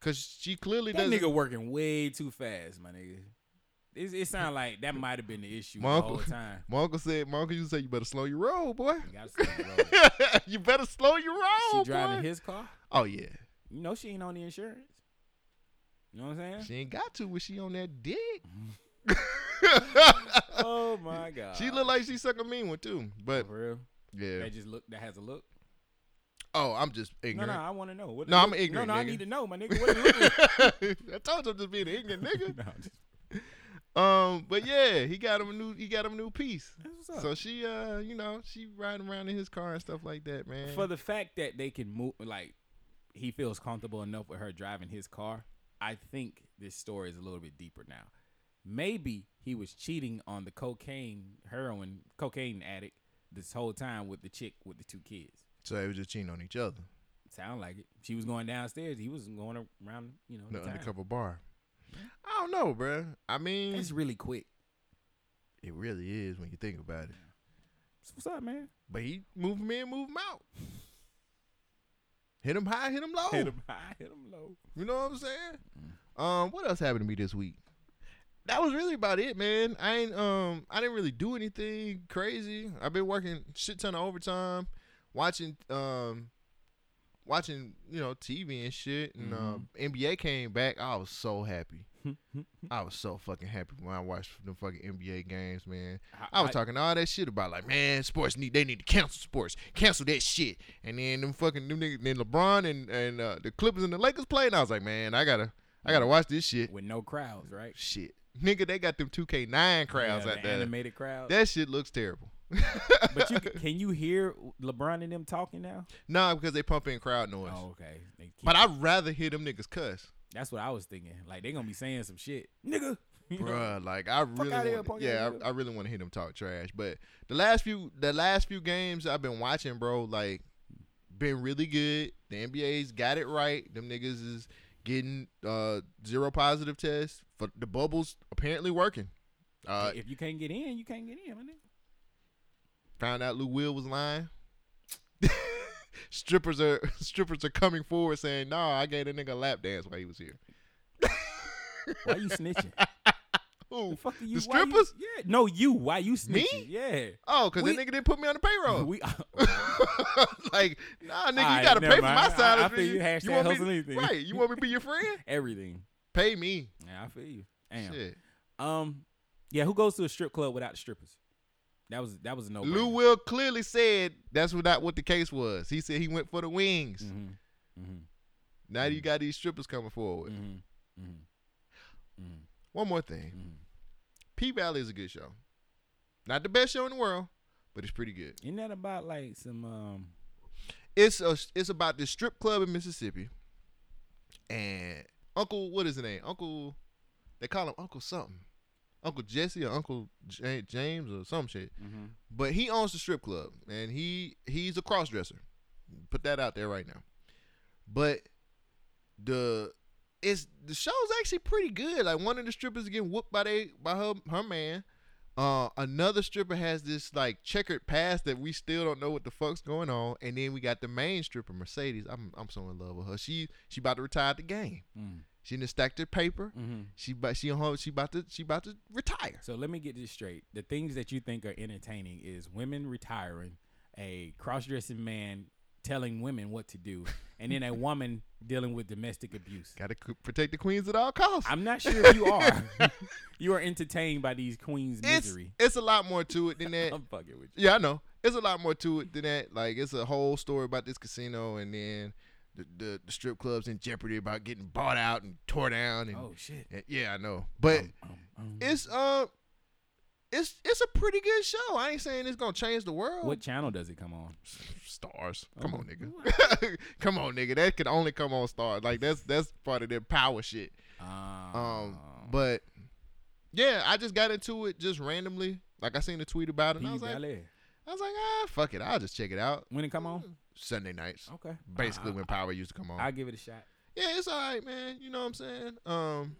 Speaker 1: cause she clearly
Speaker 2: That
Speaker 1: doesn't.
Speaker 2: nigga working way too fast, my nigga. It, it sound like that might have been the issue
Speaker 1: my
Speaker 2: the whole
Speaker 1: uncle, (laughs)
Speaker 2: time.
Speaker 1: my uncle said, my uncle used to say, you better slow your roll, boy.
Speaker 2: You gotta slow the roll.
Speaker 1: (laughs) you better slow your roll,
Speaker 2: Mm. she driving
Speaker 1: boy.
Speaker 2: his car.
Speaker 1: oh yeah,
Speaker 2: You know she ain't on the insurance. You know what I'm saying?
Speaker 1: she ain't got to when she on that dick.
Speaker 2: (laughs) Mm-hmm. oh
Speaker 1: (laughs)
Speaker 2: my god.
Speaker 1: She look like she suck a mean one too, but
Speaker 2: for real.
Speaker 1: yeah.
Speaker 2: That just look. That has a look.
Speaker 1: Oh, I'm just
Speaker 2: No,
Speaker 1: ignorant.
Speaker 2: no, I want to know. What,
Speaker 1: No, I'm
Speaker 2: what-
Speaker 1: ignorant,
Speaker 2: No, no, I
Speaker 1: nigga.
Speaker 2: need to know, my nigga. What are you looking
Speaker 1: (laughs)
Speaker 2: at?
Speaker 1: I told you I'm just being an ignorant (laughs) nigga.
Speaker 2: (laughs) No, I'm just-
Speaker 1: Um, but yeah, he got him a new he got him a new piece.
Speaker 2: That's what's up.
Speaker 1: So she uh, you know, she riding around in his car and stuff like that, man.
Speaker 2: for the fact that they can move like he feels comfortable enough with her driving his car i think this story is a little bit deeper now maybe he was cheating on the cocaine heroin cocaine addict this whole time with the chick with the two kids
Speaker 1: so they was just cheating on each other.
Speaker 2: sound like it she was going downstairs he was going around you know
Speaker 1: The
Speaker 2: the time.
Speaker 1: undercover bar. I don't know, bruh. I mean
Speaker 2: it's really quick
Speaker 1: it really is when you think about it.
Speaker 2: So what's up man
Speaker 1: But he move him in, move him out. Hit him high, (laughs) hit him low.
Speaker 2: hit him high hit him low
Speaker 1: You know what I'm saying? Um, what else happened to me this week? That was really about it, man. I ain't um I didn't really do anything crazy. I've been working shit ton of overtime, watching um watching, you know, TV and shit and um NBA came back. I was so happy. I was so fucking happy when I watched the fucking NBA games, man. I, was
Speaker 2: I-
Speaker 1: talking all that shit about like, man, sports need they need to cancel sports, cancel that shit. And then them fucking new niggas, then LeBron and and uh, the Clippers and the Lakers played. And I was like, man, I gotta I gotta watch this shit.
Speaker 2: with no crowds right
Speaker 1: Shit, nigga, they got them 2K9 crowds
Speaker 2: Yeah,
Speaker 1: out
Speaker 2: the
Speaker 1: there.
Speaker 2: animated crowd
Speaker 1: That shit looks terrible.
Speaker 2: but you can you hear lebron and them
Speaker 1: (laughs)
Speaker 2: talking now
Speaker 1: nah, because they pump in crowd noise.
Speaker 2: oh okay They keep-
Speaker 1: But I'd rather hear them niggas cuss.
Speaker 2: That's what I was thinking. Like they're gonna be saying some shit, nigga. (laughs) You know?
Speaker 1: Bruh, like I really,
Speaker 2: outta here,
Speaker 1: want,
Speaker 2: punk
Speaker 1: yeah,
Speaker 2: ass nigga.
Speaker 1: I, I really want to hear them talk trash. But the last few, the last few games I've been watching, bro, like been really good. The NBA's got it right. Them niggas is getting uh zero positive tests. For the bubbles apparently working. Uh,
Speaker 2: if you can't get in, you can't get in, my nigga.
Speaker 1: found out Lou Will was lying. (laughs) strippers are (laughs) strippers are coming forward saying, "Nah, I gave a nigga a lap dance while he was here."
Speaker 2: Why you
Speaker 1: (laughs)
Speaker 2: snitching?
Speaker 1: Who?
Speaker 2: The fuck are you?
Speaker 1: the
Speaker 2: why you-
Speaker 1: strippers?
Speaker 2: yeah. No, you. Why you snitching?
Speaker 1: Me?
Speaker 2: Yeah.
Speaker 1: Oh, because
Speaker 2: We-
Speaker 1: that nigga didn't put me on the payroll.
Speaker 2: We. (laughs)
Speaker 1: (laughs) like, nah, nigga,
Speaker 2: Alright,
Speaker 1: you gotta
Speaker 2: never
Speaker 1: pay for my
Speaker 2: mind.
Speaker 1: side
Speaker 2: I- I
Speaker 1: of
Speaker 2: feel you.
Speaker 1: it.
Speaker 2: Hashtag
Speaker 1: want me,
Speaker 2: hustle anything.
Speaker 1: right? You want me to be your
Speaker 2: (laughs)
Speaker 1: friend?
Speaker 2: Everything.
Speaker 1: pay me.
Speaker 2: Yeah, I feel you. Damn.
Speaker 1: Shit.
Speaker 2: Um. Yeah. Who goes to a strip club without the strippers? That was that was a no.
Speaker 1: Lou Will clearly said that's what- not what the case was. He said he went for the wings.
Speaker 2: Mm-hmm.
Speaker 1: Now you got these strippers coming forward.
Speaker 2: Mm-hmm.
Speaker 1: One more thing. P Valley is a good show. Not the best show in the world, but it's pretty good.
Speaker 2: Isn't that about like some um?
Speaker 1: It's a, it's about this strip club in Mississippi, and Uncle what is his name? Uncle, they call him Uncle something, Uncle Jesse or Uncle J- James or some shit. But he owns the strip club, and he he's a cross dresser. Put that out there right now. But the it's the show's actually pretty good. Like one of the strippers is getting whooped by they by her her man. Uh, another stripper has this like checkered past that we still don't know what the fuck's going on. And then we got the main stripper, Mercedes. I'm I'm so in love with her. She she about to retire the game. She done stacked her paper. She about she on her, she about to she about to retire.
Speaker 2: So let me get this straight. The things that you think are entertaining is women retiring, a cross dressing man telling women what to do, and
Speaker 1: (laughs)
Speaker 2: then a woman dealing with domestic abuse.
Speaker 1: Got to c- protect the queens at all costs.
Speaker 2: I'm not sure if you are. (laughs) you are entertained by these queens'
Speaker 1: it's
Speaker 2: misery.
Speaker 1: it's a lot more to it than that.
Speaker 2: (laughs) I'm fucking with you.
Speaker 1: Yeah, I know. It's a lot more to it than that. Like it's a whole story about this casino and then the, the, the strip clubs in jeopardy about getting bought out and tore down and,
Speaker 2: Oh Um, shit.
Speaker 1: and- yeah, I know. But it's uh it's it's a pretty good show. I ain't saying it's gonna change the world.
Speaker 2: What Oh, channel does it come on?
Speaker 1: stars? Come on, nigga. (laughs) come on, nigga. That could only come on stars. Like that's that's part of their power shit.
Speaker 2: Uh,
Speaker 1: Um, but yeah, I just got into it just randomly. Like I seen a tweet about it. And I was like,
Speaker 2: P-Valley.
Speaker 1: I was like, ah, fuck it. I'll just check it out.
Speaker 2: When it come on?
Speaker 1: Sunday nights.
Speaker 2: Okay.
Speaker 1: Basically, when Power used to come on.
Speaker 2: I'll give it a shot.
Speaker 1: yeah, it's all right, man. You know what I'm saying? Um.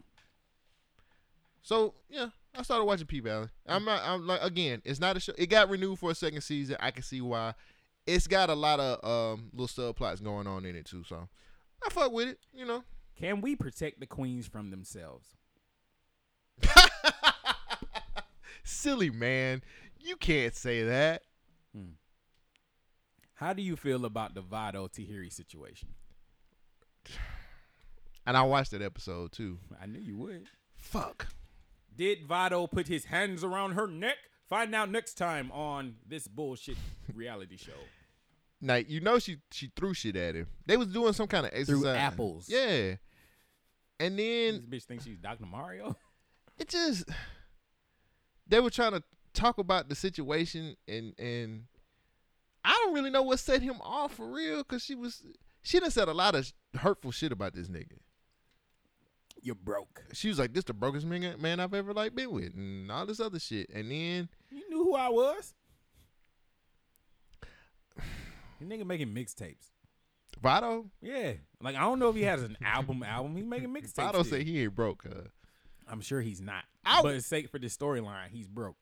Speaker 1: So yeah, I started watching P Valley. I'm not. I'm like again. It's not a show. It got renewed for a second season. I can see why. It's got a lot of um little subplots going on in it too. So I fuck with it. You know.
Speaker 2: Can we protect the queens from themselves?
Speaker 1: Silly man, you can't say that.
Speaker 2: How do you feel about the Vado Tahiri situation?
Speaker 1: And I watched that episode too.
Speaker 2: I knew you would.
Speaker 1: Fuck.
Speaker 2: Did Vado put his hands around her neck? Find out next time on this bullshit reality show.
Speaker 1: Like you know, she she threw shit at him. They was doing some kind of exercise.
Speaker 2: apples. Mm.
Speaker 1: Yeah. And
Speaker 2: This
Speaker 1: then
Speaker 2: bitch thinks she's Dr. Mario.
Speaker 1: it just they were trying to talk about the situation and and I don't really know what set him off for real because she was she done said a lot of hurtful shit about this nigga.
Speaker 2: You're broke.
Speaker 1: She was like, "This the brokest man, man I've ever like been with," and all this other shit. And then
Speaker 2: You knew who I was. The nigga making mixtapes.
Speaker 1: Vado,
Speaker 2: Yeah, like I don't know if he has an album. Album. He's making mixtapes.
Speaker 1: Vado
Speaker 2: still.
Speaker 1: say he ain't broke. Uh,
Speaker 2: I'm sure he's not.
Speaker 1: Ow.
Speaker 2: But it's safe for the storyline,
Speaker 1: (laughs)
Speaker 2: he's broke.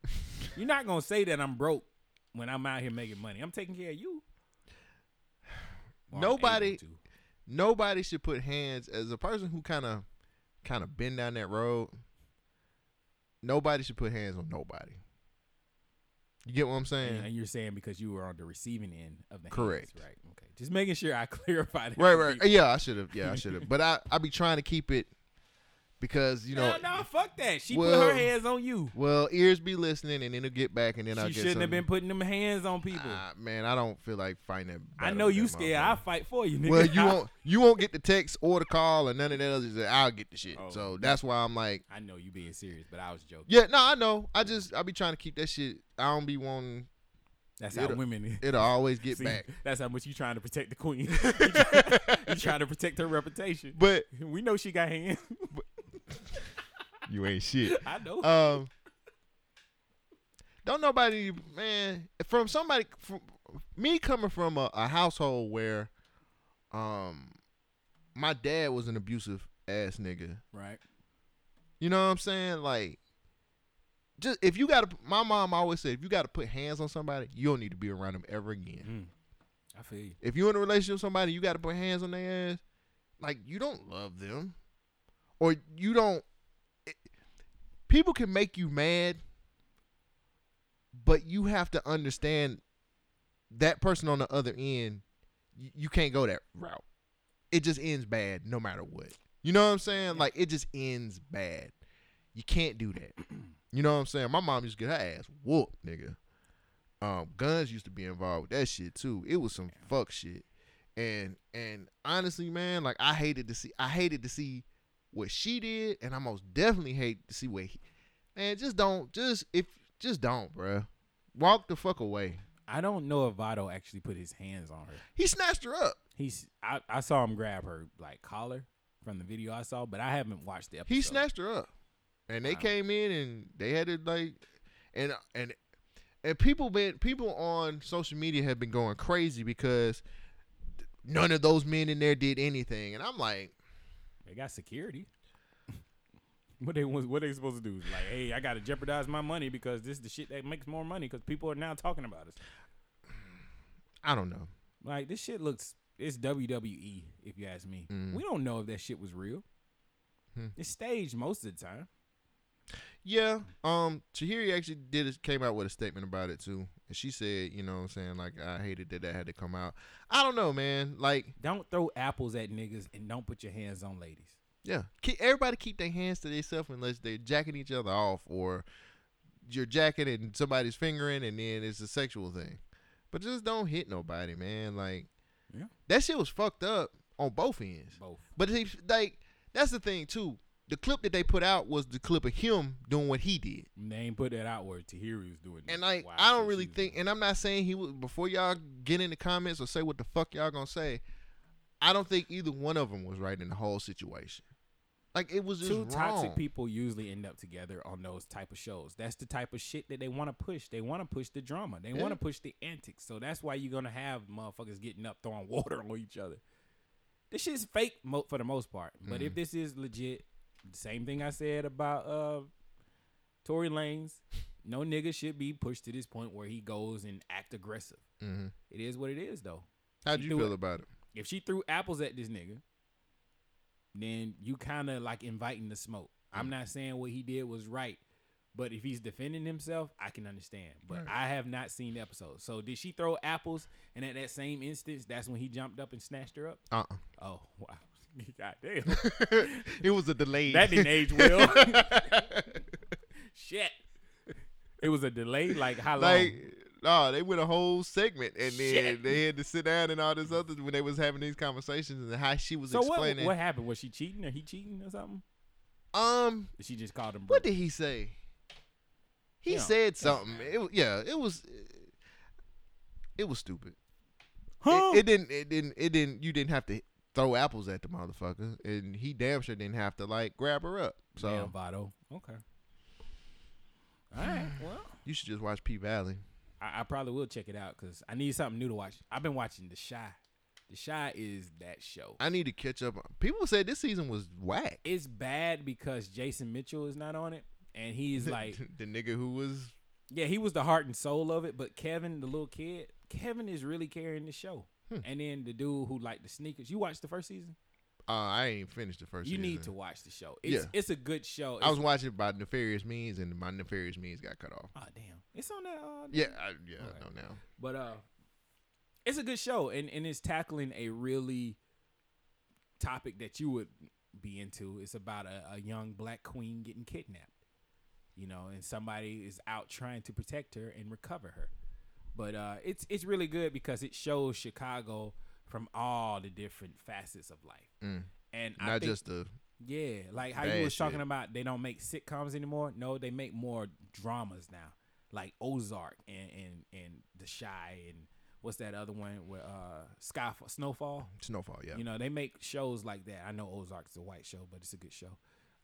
Speaker 2: You're not gonna say that I'm broke when I'm out here making money. I'm taking care of
Speaker 1: (sighs)
Speaker 2: you. Well, I'm able
Speaker 1: Nobody-
Speaker 2: to.
Speaker 1: nobody should put hands as a person who kind of kind of been down that road. Nobody should put hands on nobody. You get what I'm saying?
Speaker 2: And you're saying because you were on the receiving end of the hands,
Speaker 1: Correct.
Speaker 2: right? Okay. Just making sure I (laughs) clarified. that
Speaker 1: Right,
Speaker 2: for
Speaker 1: right.
Speaker 2: people.
Speaker 1: Yeah, I should have. Yeah, I should have. But I, I be trying to keep it because you know,
Speaker 2: No, no, fuck that. She put
Speaker 1: Well,
Speaker 2: her hands on you.
Speaker 1: well, ears be listening and then it'll get back and then I'll
Speaker 2: She
Speaker 1: get.
Speaker 2: shouldn't have
Speaker 1: some-
Speaker 2: been putting them hands on people.
Speaker 1: Ah, man, I don't feel like fighting that.
Speaker 2: I
Speaker 1: battle
Speaker 2: know
Speaker 1: with
Speaker 2: you
Speaker 1: that
Speaker 2: scared.
Speaker 1: motherfucker.
Speaker 2: (laughs) I'll fight for you, nigga.
Speaker 1: Well,
Speaker 2: (laughs)
Speaker 1: you
Speaker 2: I-
Speaker 1: won't. You won't get the text or the call or none of that other shit. I'll get the shit.
Speaker 2: Oh.
Speaker 1: So that's why I'm like,
Speaker 2: I know you being serious, but I was joking.
Speaker 1: yeah, no, I know. I just I be trying to keep that shit. I don't be wanting.
Speaker 2: That's
Speaker 1: It'll-
Speaker 2: how women.
Speaker 1: It'll always get
Speaker 2: See,
Speaker 1: back.
Speaker 2: That's how much you trying to protect the queen. (laughs) you trying to protect her reputation.
Speaker 1: But
Speaker 2: we know she
Speaker 1: (laughs)
Speaker 2: got hands.
Speaker 1: you (laughs) ain't shit.
Speaker 2: I know.
Speaker 1: Um, don't nobody, man, from somebody, from me coming from a, a household where, um, my dad was an abusive ass nigga.
Speaker 2: right.
Speaker 1: You know what I'm saying? Like, just if you gotta, my mom always said, if you gotta put hands on somebody, you don't need to be around them ever again.
Speaker 2: I feel you.
Speaker 1: If you're in a relationship with somebody, you gotta put hands on their ass. Like, you don't love them, or you don't. it- people can make you mad, but you have to understand that person on the other end. You, you can't go that route. It just ends bad, no matter what. You know what I'm saying? Like, it just ends bad. You can't do that. You know what I'm saying? My mom used to get her ass whooped, nigga. Um, guns used to be involved with that shit too. It was some fuck shit. And and honestly, man, like I hated to see I hated to see what she did, and I most definitely hate to see what he man, just don't just if just don't, bruh. Walk the fuck away.
Speaker 2: I don't know if Vado actually put his hands on her.
Speaker 1: He snatched her up.
Speaker 2: He's. I, I saw him grab her like collar from the video I saw, but I haven't watched the episode.
Speaker 1: He snatched her up, and they came in and they had it like, and and and people been people on social media have been going crazy because none of those men in there did anything, and I'm like,
Speaker 2: They got security. (laughs) What they was- what they supposed to do? Like, hey, I gotta jeopardize my money because this is the shit that makes more money because people are now talking about us.
Speaker 1: I don't know.
Speaker 2: Like this shit looks it's WWE if you ask me. We don't know if that shit was real. It's staged most of the time.
Speaker 1: Yeah, um, Tahiri actually did it- came out with a statement about it too, and she said, you know, what I'm saying like I hated that that had to come out. I don't know, man. Like,
Speaker 2: Don't throw apples at niggas and don't put your hands on ladies.
Speaker 1: yeah, keep, everybody keep their hands to themselves unless they're jacking each other off or you're jacking and somebody's fingering, and then it's a sexual thing. But just don't hit nobody, man. Like,
Speaker 2: Yeah.
Speaker 1: that shit was fucked up on both ends.
Speaker 2: Both.
Speaker 1: But they, like, that's the thing too. The clip that they put out was the clip of him doing what he did.
Speaker 2: And They ain't put that out where Tahiri was doing.
Speaker 1: And
Speaker 2: that
Speaker 1: like,
Speaker 2: wild
Speaker 1: I don't
Speaker 2: shit
Speaker 1: really
Speaker 2: she was
Speaker 1: think,
Speaker 2: doing.
Speaker 1: and I'm not saying he was. Before y'all get in the comments or say what the fuck y'all gonna say, I don't think either one of them was right in the whole situation. Like it was just
Speaker 2: two toxic
Speaker 1: wrong.
Speaker 2: people usually end up together on those type of shows. That's the type of shit that they want to push. They want to push the drama. They want
Speaker 1: Yeah.
Speaker 2: to push the antics. So that's why you're gonna have motherfuckers getting up throwing (laughs) water on each other. This shit's fake mo- for the most part. But
Speaker 1: Mm.
Speaker 2: if this is legit, same thing I said about uh Tory Lanez. No nigga should be pushed to this point where he goes and act aggressive.
Speaker 1: Mhm.
Speaker 2: It is what it is, though
Speaker 1: How'd
Speaker 2: she
Speaker 1: you
Speaker 2: threw
Speaker 1: feel
Speaker 2: it.
Speaker 1: about it?
Speaker 2: if she threw apples at this nigga, then you kind of like inviting the smoke. I'm not saying what he did was right, but if he's defending himself, I can understand. But I have not seen the episode. So did she throw apples? And at that same instance, that's when he jumped up and snatched her up.
Speaker 1: Uh.
Speaker 2: Oh (laughs) wow, goddamn,
Speaker 1: uh (laughs) it was a delay.
Speaker 2: that
Speaker 1: (laughs)
Speaker 2: didn't age well. Shit, it was a delay. Like how long?
Speaker 1: like nah, they went a whole segment, and then
Speaker 2: Shit.
Speaker 1: they had to sit down and all this other when they was having these conversations and how she was
Speaker 2: So what?
Speaker 1: explaining.
Speaker 2: What happened? Was she cheating or he cheating or something?
Speaker 1: um,
Speaker 2: Or she just called him.
Speaker 1: what
Speaker 2: broke?
Speaker 1: did he say? He
Speaker 2: Yeah,
Speaker 1: said something. It, wa- yeah, it was. It was stupid.
Speaker 2: Huh?
Speaker 1: It, it didn't. It didn't. It didn't. You didn't have to throw apples at the motherfucker, and he damn sure didn't have to like grab her up. So
Speaker 2: Damn, Votto. Okay. All
Speaker 1: (sighs)
Speaker 2: right. Well,
Speaker 1: you should just watch P Valley.
Speaker 2: I, I probably will check it out because I need something new to watch. I've been watching The Shy. The Shy is that show.
Speaker 1: I need to catch up. People said this season was whack.
Speaker 2: It's bad because Jason Mitchell is not on it,
Speaker 1: (laughs)
Speaker 2: and he's like,
Speaker 1: the nigga who was
Speaker 2: yeah, he was the heart and soul of it. But Kevin, the little kid, Kevin is really carrying the show.
Speaker 1: Hmm.
Speaker 2: And then the dude who liked the sneakers. You watched the first season.
Speaker 1: Uh, I ain't finished the first.
Speaker 2: You need to
Speaker 1: season.
Speaker 2: watch the show. It's
Speaker 1: Yeah.
Speaker 2: it's a good show.
Speaker 1: I was watching by Nefarious Means, and my Nefarious Means got cut off.
Speaker 2: oh damn, it's on that. Uh,
Speaker 1: Yeah, I, yeah,
Speaker 2: Okay.
Speaker 1: I know now.
Speaker 2: But uh it's a good show and, and it's tackling a really topic that you would be into. It's about a, a young black queen getting kidnapped. You know, and somebody is out trying to protect her and recover her. But uh it's it's really good because it shows Chicago from all the different facets of life. And I
Speaker 1: Not
Speaker 2: think-
Speaker 1: just the
Speaker 2: yeah, like how
Speaker 1: Bad
Speaker 2: you was talking
Speaker 1: shit.
Speaker 2: about they don't make sitcoms anymore. No, they make more dramas now, like Ozark and and and The Shy and what's that other one with uh Skyfall, Snowfall.
Speaker 1: Snowfall. Yeah.
Speaker 2: You know, they make shows like that. I know Ozark's a white show, but it's a good show.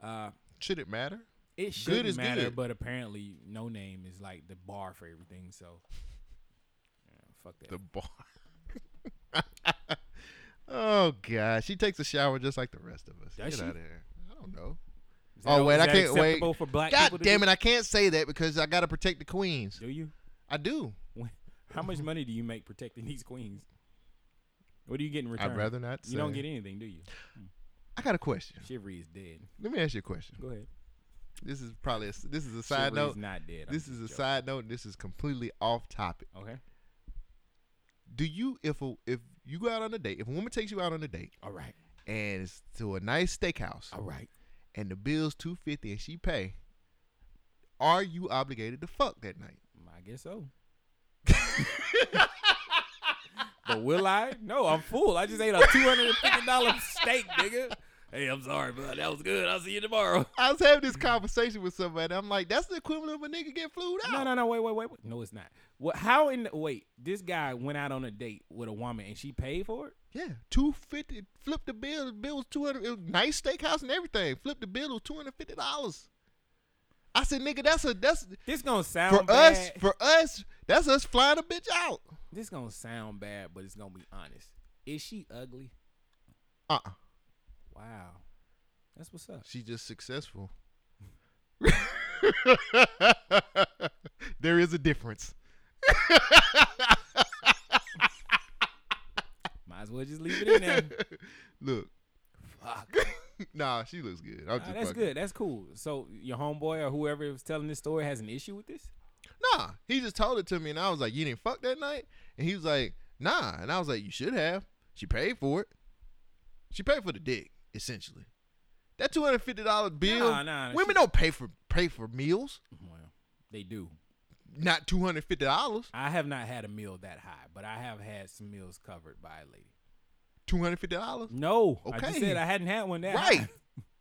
Speaker 2: Uh,
Speaker 1: Should it matter?
Speaker 2: it should
Speaker 1: is
Speaker 2: not matter,
Speaker 1: good.
Speaker 2: but apparently, No Name is like the bar for everything. So, yeah, fuck that.
Speaker 1: The bar. (laughs) oh god, she takes a shower just like the rest of us.
Speaker 2: Does
Speaker 1: Get
Speaker 2: she?
Speaker 1: out of here. I don't know.
Speaker 2: Is that-
Speaker 1: Oh wait,
Speaker 2: is
Speaker 1: I
Speaker 2: that
Speaker 1: can't wait.
Speaker 2: acceptable For black
Speaker 1: God
Speaker 2: people to
Speaker 1: damn
Speaker 2: do?
Speaker 1: it, I can't say that because I gotta protect the queens.
Speaker 2: Do you?
Speaker 1: I do.
Speaker 2: When, how much money do you make protecting these queens? What do you get in return?
Speaker 1: I'd rather not.
Speaker 2: You don't
Speaker 1: say.
Speaker 2: get anything, do you?
Speaker 1: I got a question.
Speaker 2: Chivery is dead.
Speaker 1: Let me ask you a question.
Speaker 2: Go ahead.
Speaker 1: This is probably a, this is a side
Speaker 2: Chivery
Speaker 1: note.
Speaker 2: is not dead. I'm
Speaker 1: This
Speaker 2: just
Speaker 1: is a
Speaker 2: joking.
Speaker 1: side note. This is completely off topic.
Speaker 2: Okay.
Speaker 1: do you if a, if you go out on a date if a woman takes you out on a date
Speaker 2: All right.
Speaker 1: and it's to a nice steakhouse
Speaker 2: All right.
Speaker 1: and the bill's 250 and she pay are you obligated to fuck that night
Speaker 2: Mm, I guess so. (laughs) but will I? No, I'm full. I just ate a two hundred and
Speaker 1: (laughs)
Speaker 2: fifty dollar steak, nigga. Hey, I'm sorry, but that was good. I'll see you tomorrow.
Speaker 1: i was having this conversation with somebody i'm like that's the equivalent of a nigga getting flued out
Speaker 2: No, no, no. Wait, wait, wait. wait. No, it's not. What? How in? The, wait. This guy went out on a date with a woman and she paid for it.
Speaker 1: yeah 250 flip the bill the bill was 200 it was nice steakhouse and everything flip the bill it was 250 dollars i said nigga that's a that's
Speaker 2: This gonna sound
Speaker 1: for
Speaker 2: bad.
Speaker 1: us for us that's us flying a bitch out
Speaker 2: this gonna sound bad, but it's gonna be honest. Is she ugly?
Speaker 1: uh-uh
Speaker 2: Wow. That's what's up.
Speaker 1: She just successful. (laughs) there is a difference.
Speaker 2: Might as well just leave it
Speaker 1: (laughs)
Speaker 2: in there.
Speaker 1: Look,
Speaker 2: Fuck.
Speaker 1: (laughs) nah, she looks good. I'm
Speaker 2: Nah,
Speaker 1: just
Speaker 2: that's
Speaker 1: fucking-
Speaker 2: good. That's cool. So your homeboy or whoever was telling this story has an issue with this?
Speaker 1: Nah, he just told it to me, and I was like, "You didn't fuck that night," and he was like, "Nah," and I was like, "You should have. She paid for it. She paid for the dick, essentially. That two hundred fifty dollar bill.
Speaker 2: Nah, nah, nah,
Speaker 1: women
Speaker 2: she-
Speaker 1: don't pay for pay for meals.
Speaker 2: Well, they do.
Speaker 1: Not two hundred fifty dollars.
Speaker 2: I have not had a meal that high, but I have had some meals covered by a lady.
Speaker 1: Two hundred fifty dollars.
Speaker 2: No. I
Speaker 1: Okay.
Speaker 2: just said I hadn't had one that high. (laughs)
Speaker 1: Right.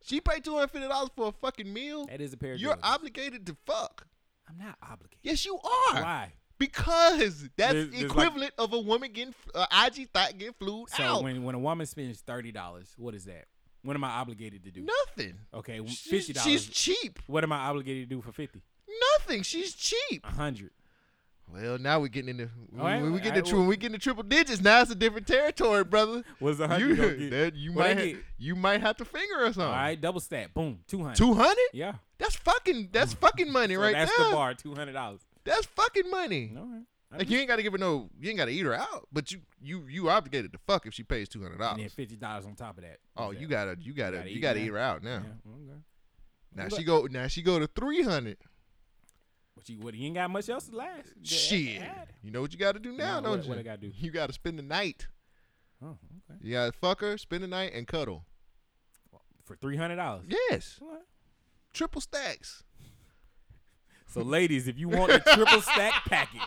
Speaker 1: She paid two hundred fifty dollars for a fucking meal.
Speaker 2: That is a pair of
Speaker 1: You're
Speaker 2: jewelers.
Speaker 1: obligated to fuck.
Speaker 2: I'm not obligated.
Speaker 1: Yes, you are.
Speaker 2: Why?
Speaker 1: Because that's
Speaker 2: There's- there's like-
Speaker 1: equivalent of a woman getting f- uh, IG thought getting flued
Speaker 2: So
Speaker 1: out.
Speaker 2: when, when a woman spends thirty dollars, what is that? What am I obligated to do?
Speaker 1: Nothing.
Speaker 2: Okay, w-
Speaker 1: She- She's
Speaker 2: fifty dollars.
Speaker 1: cheap.
Speaker 2: What am I obligated to do for fifty?
Speaker 1: Nothing. She's cheap.
Speaker 2: A hundred.
Speaker 1: Well, now we're getting into when,
Speaker 2: right,
Speaker 1: when we get
Speaker 2: all right,
Speaker 1: into tri- when we get into triple digits. Now it's a different territory, brother.
Speaker 2: What's a
Speaker 1: You,
Speaker 2: hundred gonna get?
Speaker 1: that- you
Speaker 2: What
Speaker 1: might
Speaker 2: I
Speaker 1: ha-
Speaker 2: get?
Speaker 1: you might have to finger or something.
Speaker 2: All right, double stat. Boom, two hundred.
Speaker 1: Oh. Two hundred?
Speaker 2: Yeah.
Speaker 1: That's fucking that's
Speaker 2: (laughs)
Speaker 1: fucking money
Speaker 2: So
Speaker 1: right
Speaker 2: that's
Speaker 1: there.
Speaker 2: the bar, two hundred dollars.
Speaker 1: That's fucking money.
Speaker 2: All right. I
Speaker 1: Like you ain't gotta give her no, you ain't gotta eat her out, but you you you obligated to fuck if she pays two hundred
Speaker 2: And then
Speaker 1: dollars.
Speaker 2: fifty dollars on top of that.
Speaker 1: Uh, Oh,
Speaker 2: Is
Speaker 1: you
Speaker 2: that-
Speaker 1: gotta you gotta
Speaker 2: gotta
Speaker 1: you
Speaker 2: eat
Speaker 1: gotta
Speaker 2: her
Speaker 1: eat her out now.
Speaker 2: Yeah, okay.
Speaker 1: Now
Speaker 2: But-
Speaker 1: she go now she go to three hundred.
Speaker 2: But you, what, he ain't got much else to last. to
Speaker 1: Shit,
Speaker 2: add.
Speaker 1: you know what you gotta do now,
Speaker 2: Nah,
Speaker 1: don't
Speaker 2: what-
Speaker 1: you?
Speaker 2: what I gotta do?
Speaker 1: You gotta spend the night.
Speaker 2: Oh, okay.
Speaker 1: You gotta fuck her, spend the night, and cuddle.
Speaker 2: For three hundred dollars.
Speaker 1: Yes, triple stacks.
Speaker 2: So, ladies, if you want the triple stack package,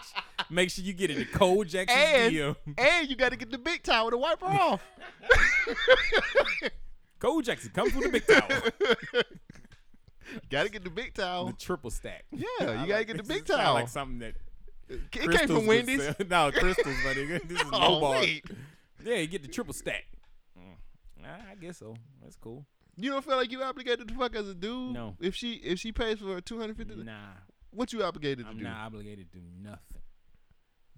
Speaker 2: Make sure you get it at Cold Jackson
Speaker 1: and,
Speaker 2: DM.
Speaker 1: (laughs) and you got to get the big towel to wipe her
Speaker 2: (laughs)
Speaker 1: off.
Speaker 2: Cole Jackson comes with a big towel.
Speaker 1: got to get the big
Speaker 2: the
Speaker 1: towel.
Speaker 2: triple stack.
Speaker 1: Yeah,
Speaker 2: I
Speaker 1: you gotta get the
Speaker 2: this.
Speaker 1: big
Speaker 2: This sound
Speaker 1: towel.
Speaker 2: Like something that
Speaker 1: It came from
Speaker 2: would
Speaker 1: Wendy's.
Speaker 2: sell. (laughs) no, crystals, buddy. This is no
Speaker 1: (laughs) Oh,
Speaker 2: bar.
Speaker 1: wait.
Speaker 2: Yeah, you get the triple stack. Mm. I- I guess so. That's cool.
Speaker 1: You don't feel like you obligated to fuck as a dude?
Speaker 2: No.
Speaker 1: If she if she pays for her two hundred fifty,
Speaker 2: Nah,
Speaker 1: what you obligated to
Speaker 2: I'm
Speaker 1: do?
Speaker 2: not obligated to do nothing.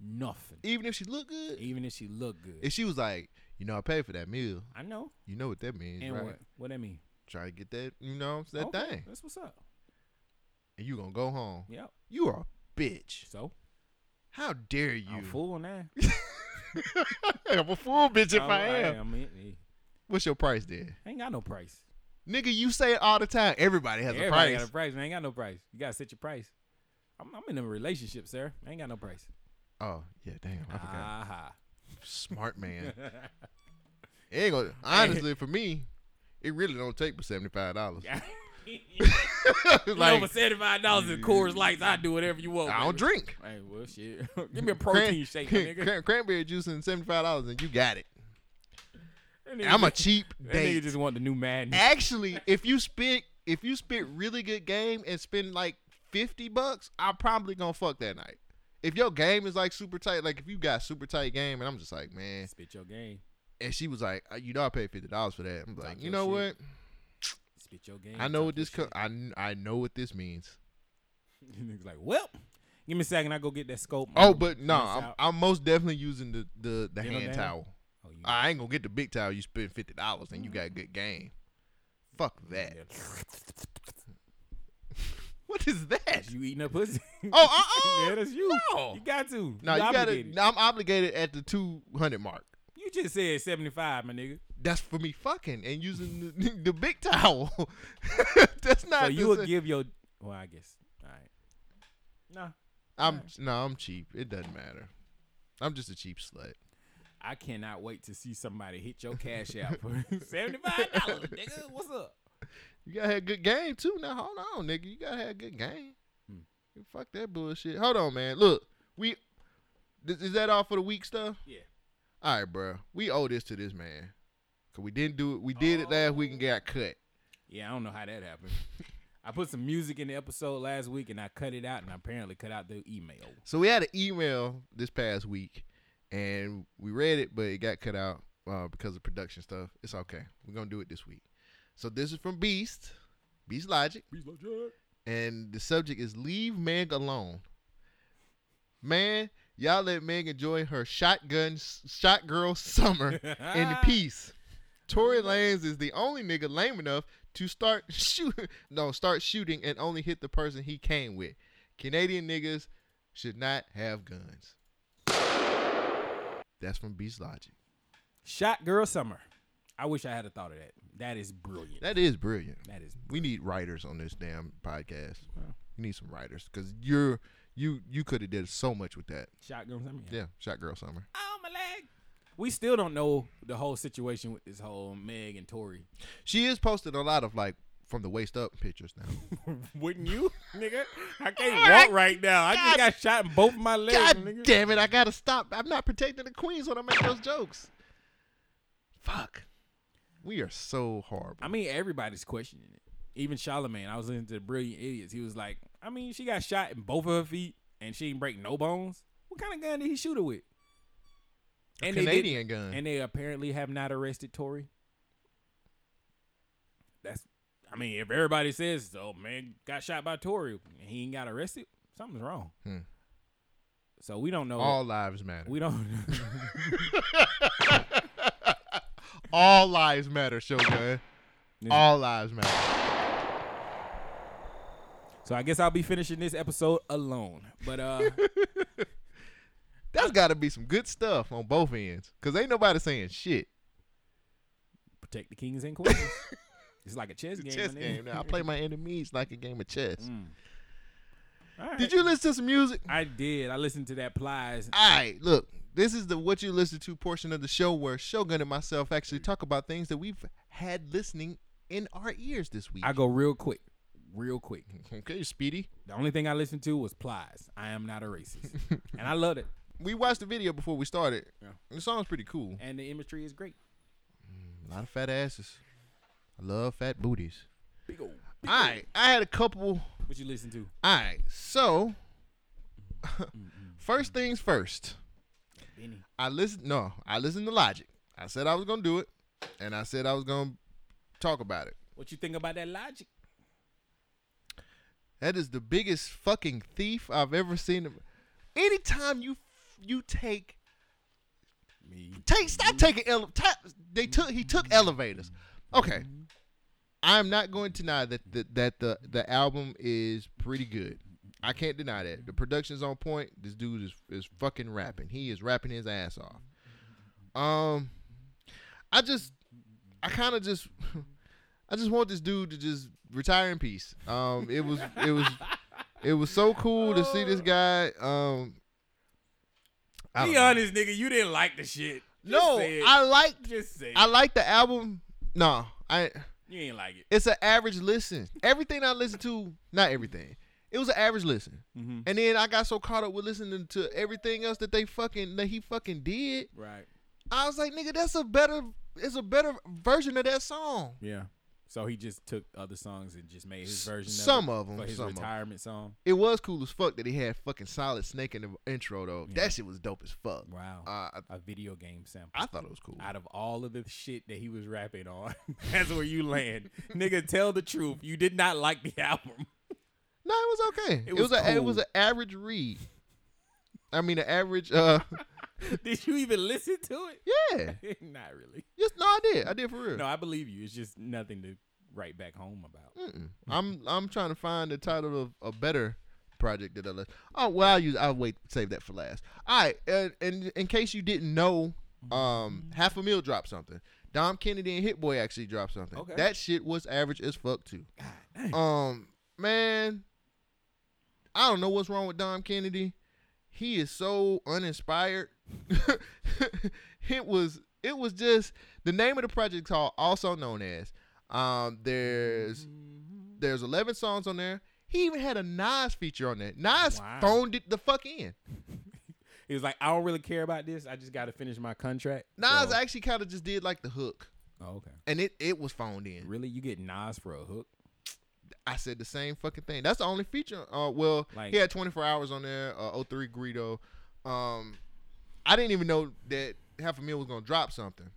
Speaker 2: Nothing.
Speaker 1: Even if she look good,
Speaker 2: Even if she look good.
Speaker 1: if she was like, you know, I paid for that meal,
Speaker 2: I know.
Speaker 1: you know what that means,
Speaker 2: And
Speaker 1: right?
Speaker 2: what? What that mean?
Speaker 1: Try to get that, you know, that
Speaker 2: Okay,
Speaker 1: thing,
Speaker 2: That's what's up.
Speaker 1: and you gonna go home.
Speaker 2: Yep.
Speaker 1: You are a bitch.
Speaker 2: So
Speaker 1: How dare you?
Speaker 2: I'm fooling now.
Speaker 1: (laughs) I'm a fool, bitch. If
Speaker 2: I'm-
Speaker 1: I am.
Speaker 2: I mean, eh,
Speaker 1: What's your price then,
Speaker 2: I ain't got no price.
Speaker 1: nigga? You say it all the time. Everybody has a
Speaker 2: Everybody got
Speaker 1: price.
Speaker 2: a price. Man. I ain't got no price. You gotta set your price. I'm, I'm in a relationship, sir. I ain't got no price.
Speaker 1: oh yeah, damn. I forgot. (laughs)
Speaker 2: Aha.
Speaker 1: smart
Speaker 2: (laughs)
Speaker 1: man. It ain't gonna, honestly, for me, it really don't take but seventy five dollars. (laughs)
Speaker 2: like,
Speaker 1: like
Speaker 2: over seventy five dollars in Coors Lights, I do whatever you want.
Speaker 1: I don't
Speaker 2: baby.
Speaker 1: drink.
Speaker 2: Hey, well, shit. (laughs) Give me a protein shake, my nigga.
Speaker 1: cran- cranberry juice and seventy five dollars, and you got
Speaker 2: (laughs)
Speaker 1: it.
Speaker 2: That nigga
Speaker 1: I'm a
Speaker 2: just-
Speaker 1: cheap
Speaker 2: That nigga
Speaker 1: date.
Speaker 2: just want the new Madden.
Speaker 1: Actually, if you spit, if you spit really good game and spend like fifty bucks, I'm probably gonna fuck that night. If your game is like super tight, like if you got super tight game, and I'm just like, man,
Speaker 2: Spit your game.
Speaker 1: and she was like, uh, you know, I paid fifty dollars for that. I'm like,
Speaker 2: Talk
Speaker 1: you
Speaker 2: your
Speaker 1: know what?
Speaker 2: shit. Spit your game.
Speaker 1: I
Speaker 2: (laughs)
Speaker 1: know
Speaker 2: Talk
Speaker 1: what
Speaker 2: your
Speaker 1: this. Co- I kn- I know what this means.
Speaker 2: shit. Nigga's like, well, give me a second. I go get that scope.
Speaker 1: Oh, but no,
Speaker 2: This
Speaker 1: I'm,
Speaker 2: out.
Speaker 1: I'm most definitely using the the, the
Speaker 2: Yellow
Speaker 1: hand
Speaker 2: down?
Speaker 1: towel.
Speaker 2: Oh, you-
Speaker 1: I ain't gonna get the big towel. You spend fifty dollars and you got
Speaker 2: Mm.
Speaker 1: good game. Fuck that. What is that?
Speaker 2: (laughs) you eating that pussy?
Speaker 1: Oh, uh-uh.
Speaker 2: (laughs) yeah, that's you.
Speaker 1: No.
Speaker 2: You got to.
Speaker 1: No, you
Speaker 2: you
Speaker 1: gotta.
Speaker 2: obligated.
Speaker 1: no, I'm obligated at the two hundred mark.
Speaker 2: You just said seventy five, my nigga.
Speaker 1: That's for me fucking and using the, (laughs) the big towel. That's not.
Speaker 2: So
Speaker 1: the
Speaker 2: you would
Speaker 1: same.
Speaker 2: give your. Well, I guess. All right. Nah,
Speaker 1: I'm no. I'm cheap. It doesn't matter. I'm just a cheap slut.
Speaker 2: I cannot wait to see somebody hit your cash out for (laughs) seventy five dollars, nigga. What's up?
Speaker 1: You gotta have good game too. Now hold on, nigga. You gotta have good game.
Speaker 2: Hmm.
Speaker 1: Fuck that bullshit. Hold on, man. Look, we th- is that all for the week stuff?
Speaker 2: Yeah.
Speaker 1: All right, bro. We owe this to this man. Cause we didn't do it. We did it last week and got cut.
Speaker 2: Yeah, I don't know how that happened. I put some music in the episode last week and I cut it out and I apparently cut out the email.
Speaker 1: So we had an email this past week, and we read it, but it got cut out uh, because of production stuff. It's okay. We're gonna do it this week. So this is from Beast, Beast Logic. and the subject is leave Meg alone. Man, y'all let Meg enjoy her shotgun shot girl
Speaker 2: (laughs)
Speaker 1: summer in peace. Tory Lanez is the only nigga lame enough to start (laughs) shoot no start shooting and only hit the person he came with. Canadian niggas should not have guns. That's from Beast Logic.
Speaker 2: Shot Girl Summer. I wish I had a thought of that. That is brilliant.
Speaker 1: That is brilliant.
Speaker 2: that is
Speaker 1: We need writers on this damn podcast. We need some writers because you're you you could have did so much with that.
Speaker 2: Shot Girl Summer.
Speaker 1: Yeah, shot girl summer.
Speaker 2: Oh my leg. We still don't know the whole situation with this whole Meg and Tory.
Speaker 1: She is posted a lot of like from the waist up pictures
Speaker 2: (laughs)
Speaker 1: now.
Speaker 2: Wouldn't you, (laughs) nigga? I can't walk right now. I just got shot in both my legs,
Speaker 1: God
Speaker 2: nigga.
Speaker 1: damn it! I gotta stop. I'm not protecting the queens when I make those jokes. Fuck. We are so horrible.
Speaker 2: I mean, everybody's questioning it. Even Charlemagne. I was listening to the Brilliant Idiots. He was like, I mean, she got shot in both of her feet and she didn't break no bones. What kind of gun did he shoot her with? And they didn't-
Speaker 1: Canadian gun.
Speaker 2: And they apparently have not arrested Tory. That's, I mean, if everybody says, "Oh man, got shot by Tory," and he ain't got arrested, something's wrong.
Speaker 1: Hmm.
Speaker 2: So we don't know.
Speaker 1: All lives matter.
Speaker 2: Oh. we don't. (laughs)
Speaker 1: All lives matter, Shogun. All lives matter.
Speaker 2: so I guess I'll be finishing this episode alone. But
Speaker 1: (laughs)
Speaker 2: uh,
Speaker 1: That's got to be some good stuff on both ends, cause ain't nobody saying shit.
Speaker 2: protect the kings and queens. it's like a chess game.
Speaker 1: chess
Speaker 2: my nigga.
Speaker 1: game. Now I play my enemies like a game of chess.
Speaker 2: Mm. All right.
Speaker 1: Did you listen to some music?
Speaker 2: I did. I listened to that plies.
Speaker 1: All right, look. This is the what you listen to portion of the show where Shogun and myself actually talk about things that we've had listening in our ears this week.
Speaker 2: I go real quick, real quick.
Speaker 1: Okay, Speedy.
Speaker 2: The only thing I listened to was Plies. I am not
Speaker 1: (laughs)
Speaker 2: a racist, and I loved it.
Speaker 1: We watched the video before we started.
Speaker 2: Yeah.
Speaker 1: The song's pretty cool.
Speaker 2: And the imagery is great.
Speaker 1: A lot of fat asses. I love fat booties.
Speaker 2: Big old.
Speaker 1: All right, I had a couple.
Speaker 2: What you listen to?
Speaker 1: All right, so (laughs) first things first.
Speaker 2: Benny.
Speaker 1: I listen. No, I listened to Logic. I said I was gonna do it, and I said I was gonna talk about it.
Speaker 2: What you think about that logic?
Speaker 1: That is the biggest fucking thief I've ever seen. Anytime you you take
Speaker 2: Me.
Speaker 1: take stop taking ele- ta- they took he took elevators. Okay, I'm not going to deny that the, that the the album is pretty good. I can't deny that the production's on point. This dude is is fucking rapping. He is rapping his ass off. Um, I just I kind of just (laughs) I just want this dude to just retire in peace. Um, it was it was it was so cool to see this guy. Um, I don't
Speaker 2: Be
Speaker 1: know.
Speaker 2: honest, nigga. You didn't like the shit. Just
Speaker 1: No,
Speaker 2: say it.
Speaker 1: I liked
Speaker 2: just say
Speaker 1: I
Speaker 2: it.
Speaker 1: like the album. No, I.
Speaker 2: you ain't like it.
Speaker 1: It's an average listen. Everything I listened to, not everything. It was an average listen.
Speaker 2: Mm-hmm.
Speaker 1: And then I got so caught up with listening to everything else that they fucking that he fucking did.
Speaker 2: Right.
Speaker 1: I was like, nigga, that's a better. It's a better version of that song.
Speaker 2: Yeah. So he just took other songs and just made his version.
Speaker 1: some of
Speaker 2: of, it
Speaker 1: 'em,
Speaker 2: for his
Speaker 1: some of 'em.
Speaker 2: retirement song.
Speaker 1: It was cool as fuck that he had fucking solid snake in the intro though. That shit was dope as fuck.
Speaker 2: Wow.
Speaker 1: Uh, I,
Speaker 2: a video game sample.
Speaker 1: I thought it was cool.
Speaker 2: out of all of the shit that he was rapping on, (laughs) that's where you land. Nigga, tell the truth. You did not like the album. (laughs)
Speaker 1: No, it was okay. It, was,
Speaker 2: was
Speaker 1: a it was
Speaker 2: cool.
Speaker 1: an average read. I mean, an average. uh (laughs)
Speaker 2: Did you even listen to
Speaker 1: Yeah.
Speaker 2: it? (laughs) not really.
Speaker 1: Yes, no, I did. I did for real.
Speaker 2: No, I believe you. It's just nothing to write back home
Speaker 1: Mm.
Speaker 2: about.
Speaker 1: I'm I'm trying to find the title of a better project that I left. Oh well, I'll use I'll wait save that for last. All right, and, and in case you didn't know,
Speaker 2: Mm-hmm.
Speaker 1: um, half a meal dropped something. Dom Kennedy and Hit Boy actually dropped something.
Speaker 2: Okay.
Speaker 1: That shit was average as fuck too. Um, man, I don't know what's wrong with Dom Kennedy. He is so uninspired. (laughs) it was it was just the name of the project called also known as. Um, there's there's 11 songs on there. He even had a Nas feature on that. Nas
Speaker 2: Wow.
Speaker 1: phoned it the fuck in.
Speaker 2: He was like, I don't really care about this. I just got to finish my contract.
Speaker 1: Nas
Speaker 2: So-
Speaker 1: actually kind of just did like the hook,
Speaker 2: Oh, okay.
Speaker 1: and it it was phoned in.
Speaker 2: Really? You get Nas for a hook?
Speaker 1: I said the same fucking thing. That's the only feature. Uh, well,
Speaker 2: Like-
Speaker 1: he had 24 hours on there. Uh, 03 Greedo. Um, I didn't even know that Half a Meal was gonna drop something.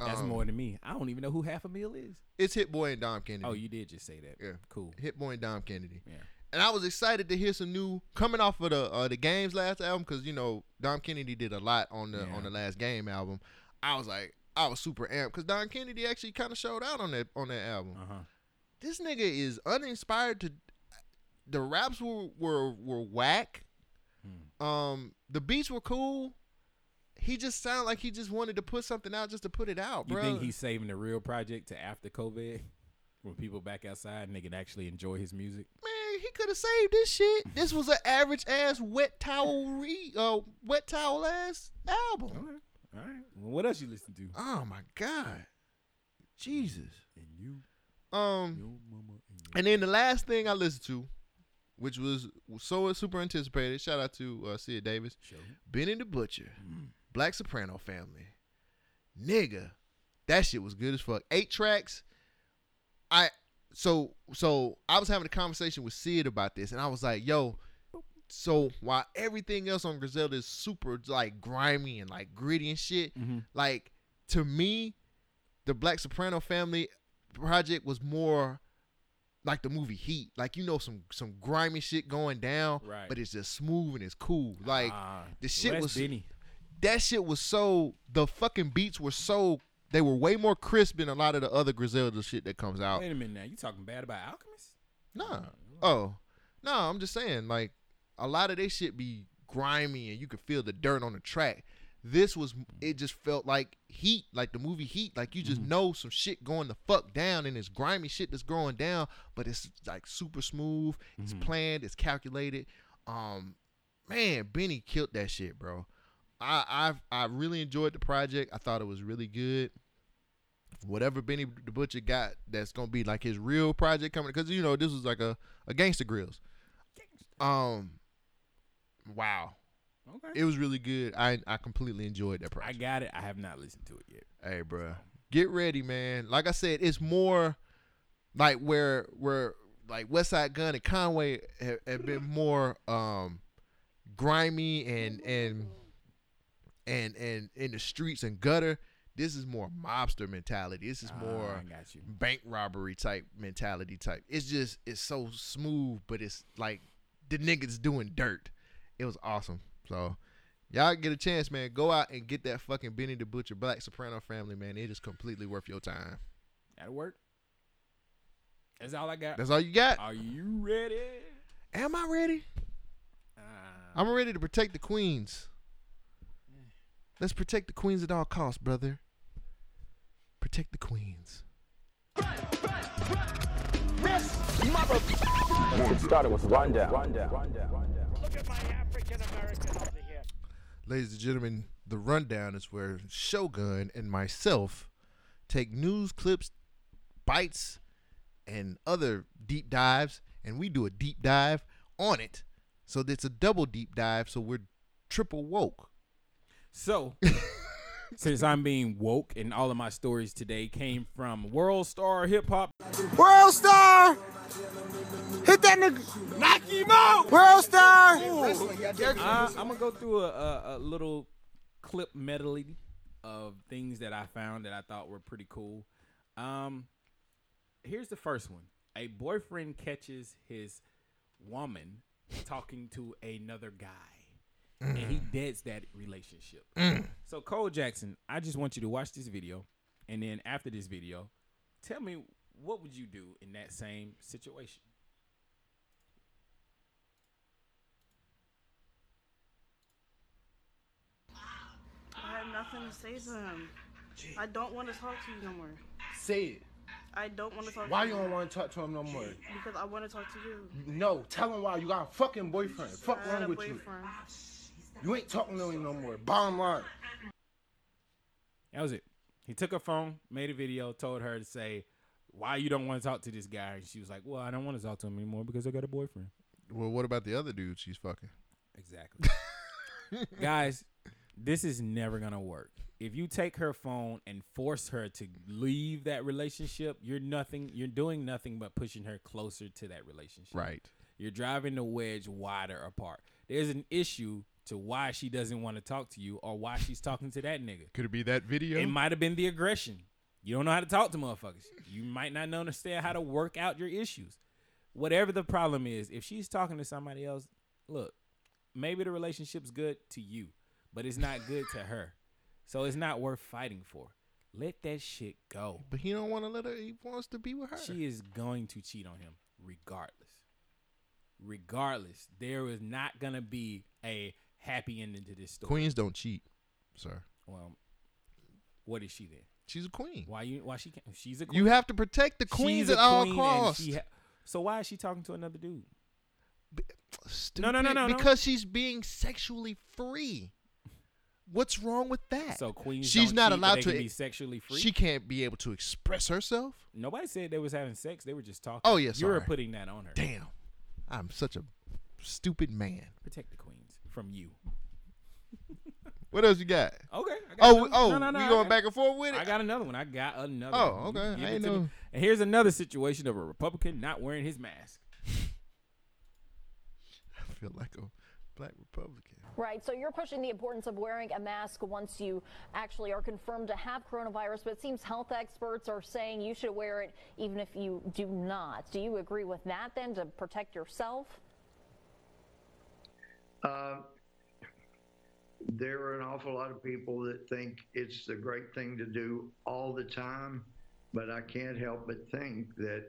Speaker 2: That's
Speaker 1: Um,
Speaker 2: more than me. I don't even know who Half a Meal is.
Speaker 1: It's Hit Boy and Dom Kennedy.
Speaker 2: Oh, you did just say that.
Speaker 1: Yeah.
Speaker 2: Cool.
Speaker 1: Hit Boy and Dom Kennedy.
Speaker 2: Yeah.
Speaker 1: And I was excited to hear some new coming off of the uh, the games last album because you know Dom Kennedy did a lot on the
Speaker 2: Yeah.
Speaker 1: on the last game album. I was like, I was super amped because Dom Kennedy actually kind of showed out on that on that album.
Speaker 2: Uh huh.
Speaker 1: This nigga is uninspired to. The raps were were were whack.
Speaker 2: Hmm.
Speaker 1: Um, the beats were cool. He just sounded like he just wanted to put something out just to put it out,
Speaker 2: You
Speaker 1: bro.
Speaker 2: think he's saving the real project to after COVID? (laughs) When people back outside and they can actually enjoy his music?
Speaker 1: man, he could have saved this shit. This was an average ass wet towel re uh, wet towel ass
Speaker 2: All
Speaker 1: album.
Speaker 2: right. All right. Well, what else you listen to?
Speaker 1: Oh my god, Jesus.
Speaker 2: And you,
Speaker 1: Um,
Speaker 2: your mama, and your
Speaker 1: and then the last thing I listened to, which was so super anticipated. Shout out to uh, Sid Davis,
Speaker 2: show. Mm.
Speaker 1: Benny the Butcher, Black Soprano Family, nigga. That shit was good as fuck. Eight tracks. I so so I was having a conversation with Sid about this, and I was like, "Yo, so while everything else on Griselda is super like grimy and like gritty and shit,
Speaker 2: Mm-hmm.
Speaker 1: like to me, the Black Soprano Family project was more like the movie Heat. Like you know some some grimy shit going down,
Speaker 2: Right.
Speaker 1: but it's just smooth and it's cool. Like
Speaker 2: Ah,
Speaker 1: the shit
Speaker 2: well, that's
Speaker 1: was
Speaker 2: Benny.
Speaker 1: that shit was so the fucking beats were so they were way more crisp than a lot of the other Griselda shit that comes out.
Speaker 2: Wait a minute now. You talking bad about Alchemist?
Speaker 1: Nah. Oh. No, I'm just saying, like, a lot of this shit be grimy and you could feel the dirt on the track. This was it just felt like heat, like the movie Heat. Like you just know some shit going the fuck down and it's grimy shit that's going down, but it's like super smooth, it's planned, it's calculated. Um man, Benny killed that shit, bro. I I I really enjoyed the project. I thought it was really good. whatever Benny the Butcher got that's gonna be like his real project coming because you know this was like a a gangster grills. Um, wow,
Speaker 2: Okay.
Speaker 1: it was really good. I I completely enjoyed that project.
Speaker 2: I got it. I have not listened to it yet.
Speaker 1: Hey, bruh. Get ready, man. Like I said, it's more like where where like West Side Gun and Conway have, have been more um grimy and and and and in the streets and gutter. This is more mobster mentality. This is
Speaker 2: Ah,
Speaker 1: more
Speaker 2: I got you.
Speaker 1: bank robbery type mentality type. It's just it's so smooth, but it's like the niggas doing dirt. It was awesome. So y'all get a chance, man. Go out and get that fucking Benny the Butcher Black Soprano family, man. It is completely worth your time.
Speaker 2: That'll work. That's all I got.
Speaker 1: That's all you got.
Speaker 2: Are you ready?
Speaker 1: Am I ready?
Speaker 2: Uh,
Speaker 1: I'm ready to protect the queens. Let's protect the queens at all costs, brother. Protect the queens. Ladies and gentlemen, the rundown is where Shogun and myself take news clips, bites, and other deep dives, and we do a deep dive on it. So it's a double deep dive, so we're triple woke.
Speaker 6: (laughs)
Speaker 2: so, since I'm being woke and all of my stories today came from world star hip hop
Speaker 6: World Star! Hit that nigga! Knock him out! World Star!
Speaker 2: Uh, I'm gonna go through a, a, a little clip medley of things that I found that I thought were pretty cool. Um, here's the first one: A boyfriend catches his woman talking to another guy, and he deads that relationship. So Cole Jackson, I just want you to watch this video, and then after this video, tell me what would you do in that same situation.
Speaker 7: I have nothing to say to him. I don't want to talk to you no more.
Speaker 8: Say it.
Speaker 7: I don't want to talk
Speaker 8: Why
Speaker 7: to
Speaker 8: you
Speaker 7: you.
Speaker 8: don't want to talk to him no more?
Speaker 7: Because I want to talk to you.
Speaker 8: No, tell him why. You got a fucking boyfriend. Fuck
Speaker 7: I had
Speaker 8: wrong
Speaker 7: a
Speaker 8: with you.
Speaker 7: boyfriend.
Speaker 8: You ain't talking to him no more. Bottom line.
Speaker 2: That was it. He took her phone, made a video, told her to say why you don't want to talk to this guy, and she was like, "Well, I don't want to talk to him anymore because I got a boyfriend."
Speaker 1: Well, what about the other dude she's fucking?
Speaker 2: Exactly. Guys, this is never gonna work. If you take her phone and force her to leave that relationship, you're nothing. You're doing nothing but pushing her closer to that relationship.
Speaker 1: Right.
Speaker 2: You're driving the wedge wider apart. There's an issue to why she doesn't want to talk to you or why she's talking to that nigga.
Speaker 1: Could it be that video?
Speaker 2: It might have been the aggression. You don't know how to talk to motherfuckers. You might not know- understand how to work out your issues. Whatever the problem is, if she's talking to somebody else, look, maybe the relationship's good to you, but it's not good to her. So it's not worth fighting for. Let that shit go.
Speaker 1: but he don't want to let her. He wants to be with her.
Speaker 2: She is going to cheat on him regardless. Regardless, there is not going to be a happy ending to this story.
Speaker 1: Queens don't cheat, sir.
Speaker 2: Well, what is she then?
Speaker 1: She's a queen.
Speaker 2: Why you why she can't? She's a queen.
Speaker 1: Hmm. You have to protect the queens
Speaker 2: She's
Speaker 1: at
Speaker 2: a
Speaker 1: all
Speaker 2: queen and
Speaker 1: costs.
Speaker 2: she ha- so why is she talking to another dude?
Speaker 1: Stupid.
Speaker 2: no, no, no, no.
Speaker 1: Because she's being sexually free. What's wrong with that?
Speaker 2: So queens.
Speaker 1: She's
Speaker 2: don't
Speaker 1: not
Speaker 2: cheat, but
Speaker 1: allowed
Speaker 2: they
Speaker 1: to e-,
Speaker 2: can be sexually free.
Speaker 1: She can't be able to express herself.
Speaker 2: Nobody said they was having sex. They were just talking.
Speaker 1: Oh, yeah,
Speaker 2: you were
Speaker 1: sorry.
Speaker 2: putting that on her.
Speaker 1: Damn, I'm such a stupid man.
Speaker 2: Protect the queens from you.
Speaker 1: What else you got?
Speaker 2: Okay. I got
Speaker 1: Oh,
Speaker 2: another-
Speaker 1: oh,
Speaker 2: no, no, no,
Speaker 1: we
Speaker 2: I
Speaker 1: going
Speaker 2: got-
Speaker 1: back and forth with it.
Speaker 2: I got another one. I got another.
Speaker 1: Oh,
Speaker 2: one. You
Speaker 1: okay.
Speaker 2: give
Speaker 1: I
Speaker 2: it
Speaker 1: ain't
Speaker 2: to me.
Speaker 1: know.
Speaker 2: And here's another situation of a Republican not wearing his mask.
Speaker 1: (laughs) I feel like a black Republican.
Speaker 9: Right, so you're pushing the importance of wearing a mask once you actually are confirmed to have coronavirus, but it seems health experts are saying you should wear it even if you do not. Do you agree with that then to protect yourself?
Speaker 10: Um, there are an awful lot of people that think it's the great thing to do all the time, but I can't help but think that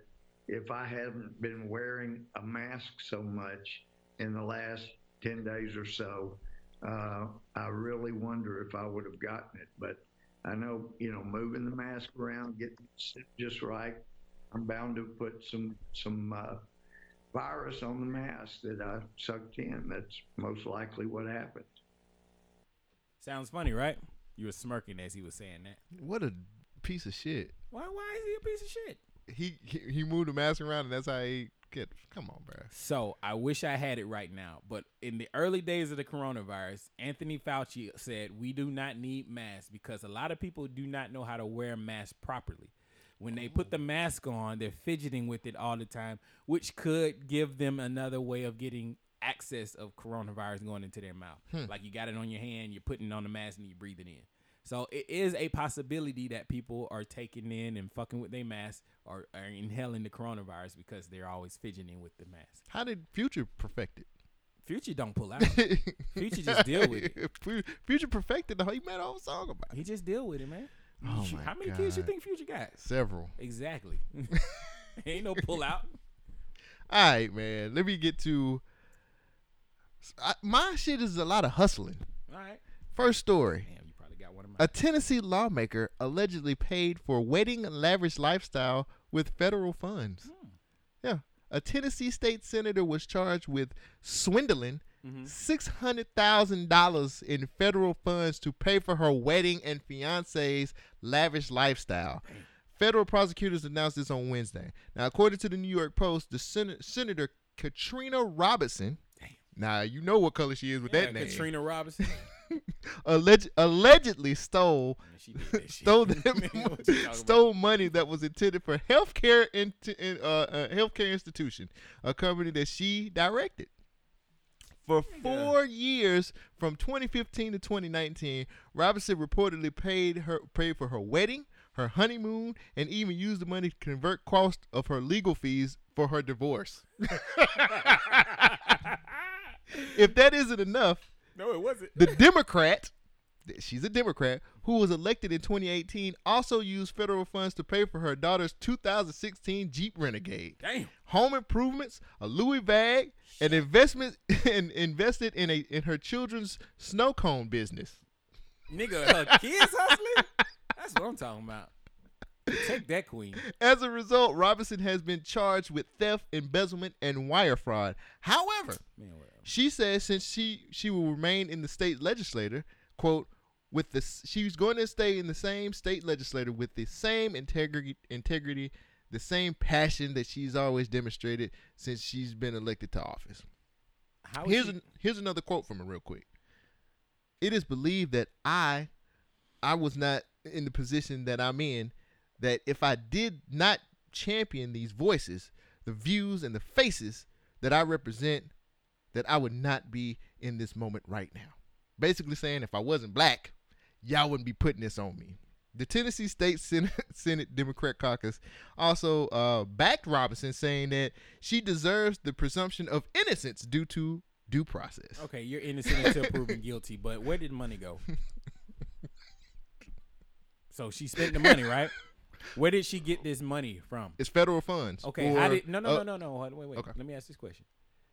Speaker 10: if I haven't been wearing a mask so much in the last 10 days or so, uh, I really wonder if I would have gotten it. But I know, you know, moving the mask around, getting it just right, I'm bound to put some, some, uh, virus on the mask that I sucked in. That's most likely what happened.
Speaker 2: Sounds funny, right? You were smirking as he was saying that.
Speaker 1: What a piece of shit.
Speaker 2: Why? Why is he a piece of shit?
Speaker 1: He he, he moved the mask around, and that's how he get. Come on, bro.
Speaker 2: So I wish I had it right now, but in the early days of the coronavirus, Anthony Fauci said we do not need masks because a lot of people do not know how to wear masks properly. When they put the mask on, they're fidgeting with it all the time, which could give them another way of getting access of coronavirus going into their mouth.
Speaker 11: Hmm.
Speaker 2: Like you got it on your hand, you're putting it on the mask, and you breathe it in. So it is a possibility that people are taking in and fucking with their mask or are inhaling the coronavirus because they're always fidgeting with the mask.
Speaker 1: How did Future perfect it?
Speaker 2: Future don't pull
Speaker 1: (laughs)
Speaker 2: out. Future just deal with it.
Speaker 1: Future perfected the whole. He made a whole song about it.
Speaker 2: He just deal with it, man.
Speaker 1: Oh
Speaker 2: Shoot,
Speaker 1: my
Speaker 2: How many kids you
Speaker 1: God.
Speaker 2: think Future got?
Speaker 1: Several. (laughs)
Speaker 2: Exactly. Ain't no pull out.
Speaker 1: All right, man. Let me get to. I, my shit is a lot of hustling.
Speaker 2: All right.
Speaker 1: First story.
Speaker 2: Damn, you probably got one of
Speaker 1: A Tennessee lawmaker allegedly paid for wedding lavish lifestyle with federal funds.
Speaker 2: Hmm.
Speaker 1: Yeah. A Tennessee state senator was charged with swindling
Speaker 2: Mhm.
Speaker 1: $600,000 in federal funds to pay for her wedding and fiance's lavish lifestyle. Federal prosecutors announced this on Wednesday. Now, according to the New York Post, the sen- Senator Katrina Robinson. Now, you know what color she is with
Speaker 2: Yeah,
Speaker 1: that name
Speaker 2: Uh, Katrina Robinson.
Speaker 1: alleged, allegedly stole (laughs) stole them, stole money that was intended for healthcare into in, uh, uh, healthcare institution, a company that she directed. For four years, from 2015 to 2019, Robinson reportedly paid her paid for her wedding, her honeymoon, and even used the money to convert cost of her legal fees for her divorce. (laughs) if that isn't enough,
Speaker 2: No, it wasn't.
Speaker 1: the Democrat, th- she's a Democrat, who was elected in 2018, also used federal funds to pay for her daughter's 2016 Jeep Renegade.
Speaker 2: Damn.
Speaker 1: Home improvements, a Louis bag, and investment (laughs) and invested in a in her children's snow cone business.
Speaker 2: Nigga, her kids hustling? That's what I'm talking about. Take that queen.
Speaker 1: As a result, Robinson has been charged with theft, embezzlement, and wire fraud. However, she says since she she will remain in the state legislature, quote, with the s- she's going to stay in the same state legislature with the same integrity integrity, the same passion that she's always demonstrated since she's been elected to office.
Speaker 2: How is
Speaker 1: here's
Speaker 2: she-
Speaker 1: an, here's another quote from her real quick. It is believed that I I was not in the position that I'm in that if I did not champion these voices, the views and the faces that I represent, that I would not be in this moment right now. Basically saying if I wasn't black, y'all wouldn't be putting this on me. The Tennessee State Senate, (laughs) Senate Democrat Caucus also uh, backed Robinson, saying that she deserves the presumption of innocence due to due process.
Speaker 2: Okay, you're innocent until proven guilty, but where did money go? So she spent the money, right? Where did she get this money from?
Speaker 1: It's federal funds.
Speaker 2: Okay, how
Speaker 1: or-
Speaker 2: did no no
Speaker 1: uh,
Speaker 2: no no no hold- wait wait. Let me ask this question.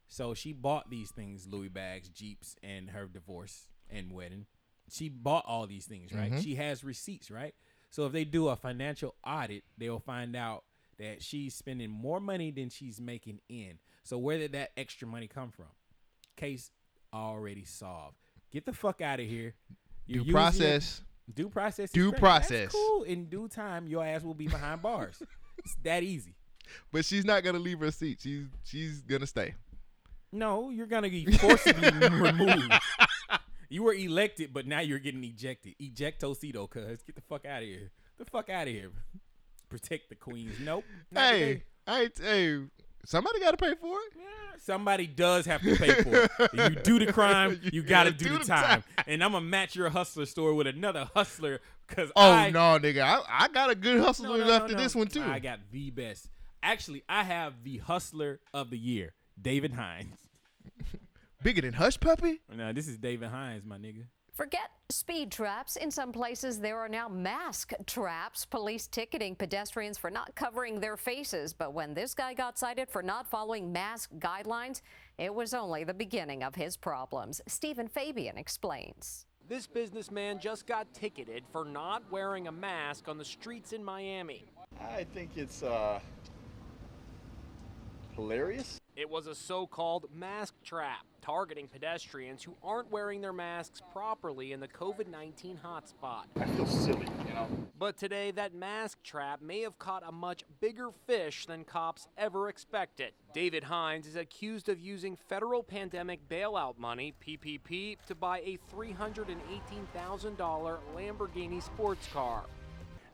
Speaker 2: So she bought these things, Louis bags, Jeeps, and her divorce and wedding. She bought all these things, right?
Speaker 1: Mm-hmm.
Speaker 11: Mhm.
Speaker 2: She has receipts, right? So if they do a financial audit, they'll find out that she's spending more money than she's making in. So where did that extra money come from? Case already solved. Get the fuck out of here. You're
Speaker 1: Due
Speaker 2: using it-
Speaker 1: process.
Speaker 2: Due process. is
Speaker 1: Due
Speaker 2: great. That's
Speaker 1: process.
Speaker 2: cool. In due time, your ass will be behind bars. it's that easy.
Speaker 1: But she's not gonna leave her seat. She's she's gonna stay.
Speaker 2: No, you're
Speaker 1: (laughs)
Speaker 2: gonna be forced to be removed. You were elected, but now you're getting ejected. Eject Tocido, cuz. Get the fuck out of here. The fuck out of here. Protect the queens. Nope. not
Speaker 1: Hey,
Speaker 2: today.
Speaker 1: I hey, somebody gotta pay for it.
Speaker 2: Somebody does have to pay for it. you do the
Speaker 1: (laughs)
Speaker 2: crime, you, gotta do, the time. And I'm gonna match your hustler story with another hustler, cuz
Speaker 1: Oh
Speaker 2: I,
Speaker 1: no, nigga, I, I got a good hustler
Speaker 2: No, no, no,
Speaker 1: after
Speaker 2: no.
Speaker 1: this one too.
Speaker 2: I got the best. Actually, I have the hustler of the year, David Hines.
Speaker 1: Bigger than Hush Puppy?
Speaker 2: No, this is David Hines, my nigga.
Speaker 9: Forget speed traps. In some places, there are now mask traps. Police ticketing pedestrians for not covering their faces. But when this guy got cited for not following mask guidelines, it was only the beginning of his problems. Stephen Fabian explains.
Speaker 8: This businessman just got ticketed for not wearing a mask on the streets in Miami.
Speaker 10: I think it's uh, hilarious.
Speaker 8: It was a so called mask trap targeting pedestrians who aren't wearing their masks properly in the COVID 19 hotspot. I feel silly, you know. But today, that mask trap may have caught a much bigger fish than cops ever expected. David Hines is accused of using federal pandemic bailout money, PPP, to buy a $318,000 Lamborghini sports car.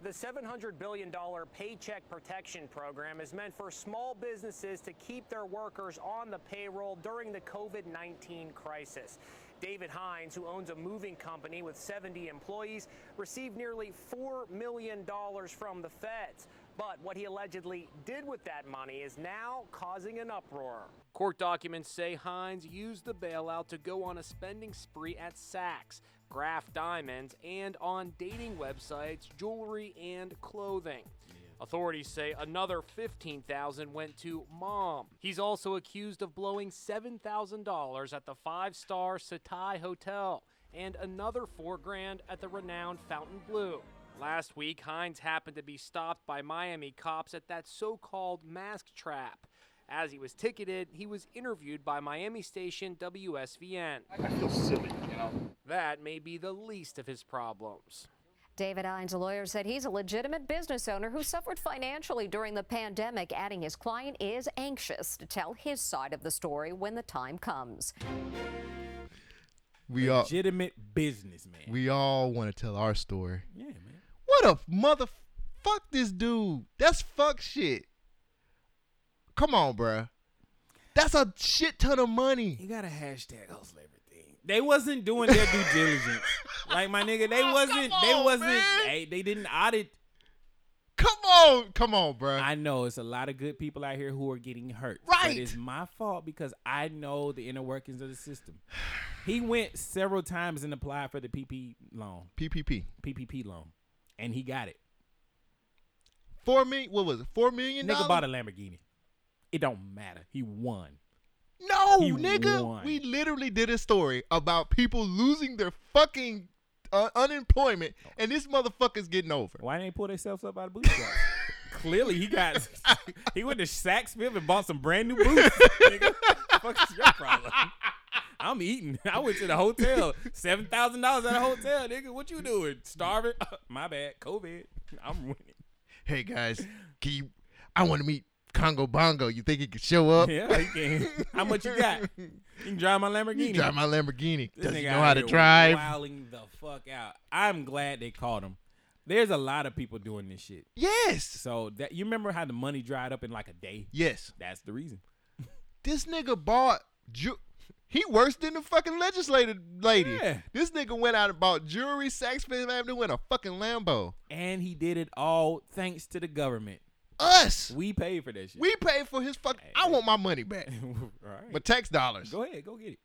Speaker 11: The $700 billion Paycheck Protection Program is meant for small businesses to keep their workers on the payroll during the COVID 19 crisis. David Hines, who owns a moving company with 70 employees, received nearly $4 million from the feds. But what he allegedly did with that money is now causing an uproar.
Speaker 8: Court documents say Hines used the bailout to go on a spending spree at Saks, Graph Diamonds, and on dating websites, jewelry, and clothing. Authorities say another 15,000 went to mom. He's also accused of blowing $7,000 at the five-star Satay Hotel and another 4 grand at the renowned Fountain Blue. Last week, Hines happened to be stopped by Miami cops at that so-called mask trap. As he was ticketed, he was interviewed by Miami station WSVN. I feel silly, you know. That may be the least of his problems.
Speaker 9: David Hines' lawyer said he's a legitimate business owner who suffered financially during the pandemic, adding his client is anxious to tell his side of the story when the time comes.
Speaker 1: We all
Speaker 2: legitimate business, man.
Speaker 1: We all want to tell our story.
Speaker 2: Yeah, man.
Speaker 1: What a mother fuck this dude. That's fuck shit. Come on, bruh. That's a shit ton of money.
Speaker 2: You gotta hashtag hustle everything. They wasn't doing their due diligence. Like my nigga,
Speaker 1: (laughs)
Speaker 2: they wasn't they
Speaker 1: Oh, on,
Speaker 2: wasn't
Speaker 1: man.
Speaker 2: they, they didn't audit
Speaker 1: Come on, come on, bruh.
Speaker 2: I know it's a lot of good people out here who are getting hurt.
Speaker 1: Right.
Speaker 2: But it's my fault because I know the inner workings of the system. He went several times and applied for the PP loan.
Speaker 1: PPP.
Speaker 2: PPP loan. And he got it.
Speaker 1: Four million. What was it? Four million.
Speaker 2: Nigga
Speaker 1: dollars?
Speaker 2: bought a Lamborghini. It don't matter. He won.
Speaker 1: No,
Speaker 2: He
Speaker 1: nigga.
Speaker 2: won.
Speaker 1: We literally did a story about people losing their fucking uh, unemployment, and this motherfucker's getting over.
Speaker 2: Why didn't they pull themselves up out of bootstraps? (laughs) Clearly, he (laughs) got he went to Saks Fifth and bought some brand new boots. nigga. Fuck's your problem? I'm eating. I went to the hotel. Seven thousand dollars at a hotel, nigga. What you doing? Starving? (laughs) My bad. COVID. I'm winning.
Speaker 1: Hey guys, can you? I want to meet Congo Bongo. You think he could show up?
Speaker 2: (laughs) Yeah, he can. How much you got? You can drive my Lamborghini.
Speaker 1: You drive my Lamborghini.
Speaker 2: This
Speaker 1: Does he
Speaker 2: nigga
Speaker 1: know
Speaker 2: out
Speaker 1: how to
Speaker 2: here
Speaker 1: drive?
Speaker 2: Wilding the fuck out. I'm glad they caught him. There's a lot of people doing this shit.
Speaker 1: Yes.
Speaker 2: So that you remember how the money dried up in like a day?
Speaker 1: Yes.
Speaker 2: That's the reason.
Speaker 1: This nigga bought. Ju- he worse than the fucking legislator lady.
Speaker 2: Yeah.
Speaker 1: This nigga went out and bought jewelry, Saks Fifth Avenue, with a fucking Lambo.
Speaker 2: And he did it all thanks to the government.
Speaker 1: Us.
Speaker 2: We paid for that shit.
Speaker 1: We paid for his fucking. I want my money back.
Speaker 2: (laughs) right.
Speaker 1: My tax dollars.
Speaker 2: Go ahead, go
Speaker 1: (laughs)
Speaker 2: get it.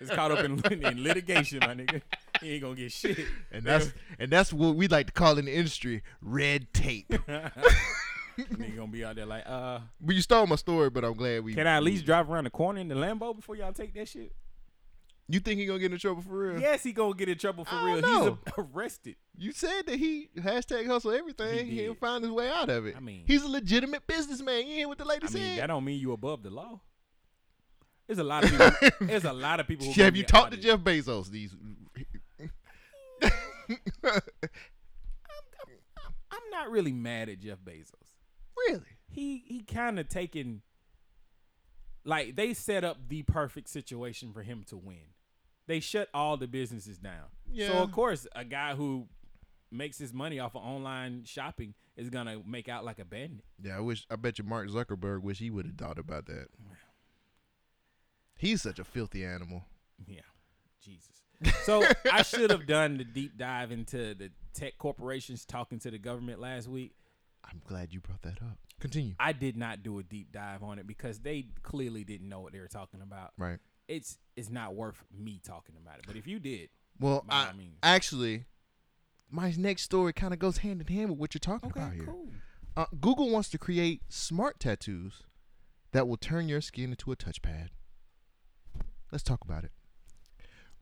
Speaker 2: It's caught up in, in litigation, my nigga. He ain't gonna get shit.
Speaker 1: And
Speaker 2: (laughs)
Speaker 1: that's and that's what we like to call in the industry red
Speaker 2: (laughs)
Speaker 1: tape.
Speaker 2: nigga gonna be out there like, uh,
Speaker 1: But you stole my story, but I'm glad we.
Speaker 2: can I at least drive around the corner in the Lambo before y'all take that shit?
Speaker 1: You think he gonna get in trouble for real?
Speaker 2: Yes, he gonna get in trouble for
Speaker 1: I
Speaker 2: real.
Speaker 1: don't know.
Speaker 2: He's a- arrested.
Speaker 1: You said that he hashtag hustle everything. He,
Speaker 2: He
Speaker 1: didn't
Speaker 2: did.
Speaker 1: find his way out of it.
Speaker 2: I mean-
Speaker 1: he's a legitimate businessman. You hear what the lady
Speaker 2: I mean, that
Speaker 1: said?
Speaker 2: don't mean you above the law. There's
Speaker 1: (laughs)
Speaker 2: a lot of people. there's a lot of people. Who
Speaker 1: Have
Speaker 2: gonna
Speaker 1: you
Speaker 2: get
Speaker 1: talked to
Speaker 2: audited.
Speaker 1: Jeff Bezos? These. (laughs)
Speaker 2: I'm not really mad at Jeff Bezos.
Speaker 1: Really?
Speaker 2: He he kind of taken like they set up the perfect situation for him to win. They shut all the businesses down. So
Speaker 1: Yeah.
Speaker 2: of course, a guy who makes his money off of online shopping is going to make out like a bandit.
Speaker 1: Yeah, I wish. I bet you Mark Zuckerberg wish he would have thought about that. He's such a filthy animal.
Speaker 2: Yeah. Jesus. So I should have done the deep dive into the tech corporations talking to the government last week.
Speaker 1: I'm glad you brought that up. Continue.
Speaker 2: I did not do a deep dive on it because they clearly didn't know what they were talking about.
Speaker 1: Right.
Speaker 2: It's it's not worth me talking about it. But if you did,
Speaker 1: Well,
Speaker 2: by
Speaker 1: I,
Speaker 2: all means.
Speaker 1: actually, my next story kind of goes hand in hand with what you're talking about here. Uh, Google wants to create smart tattoos that will turn your skin into a touchpad. Let's talk about it.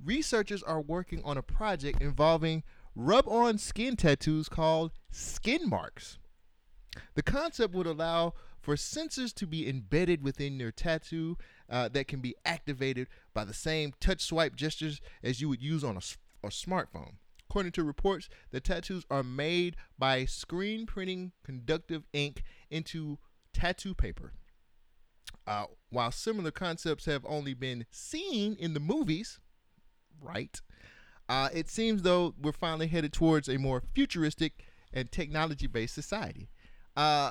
Speaker 1: Researchers are working on a project involving rub on skin tattoos called skin marks. The concept would allow for sensors to be embedded within your tattoo uh, that can be activated by the same touch swipe gestures as you would use on a, s- a smartphone. According to reports, the tattoos are made by screen printing conductive ink into tattoo paper. Uh, while similar concepts have only been seen in the movies, right? Uh, it seems though we're finally headed towards a more futuristic and technology-based society. Uh,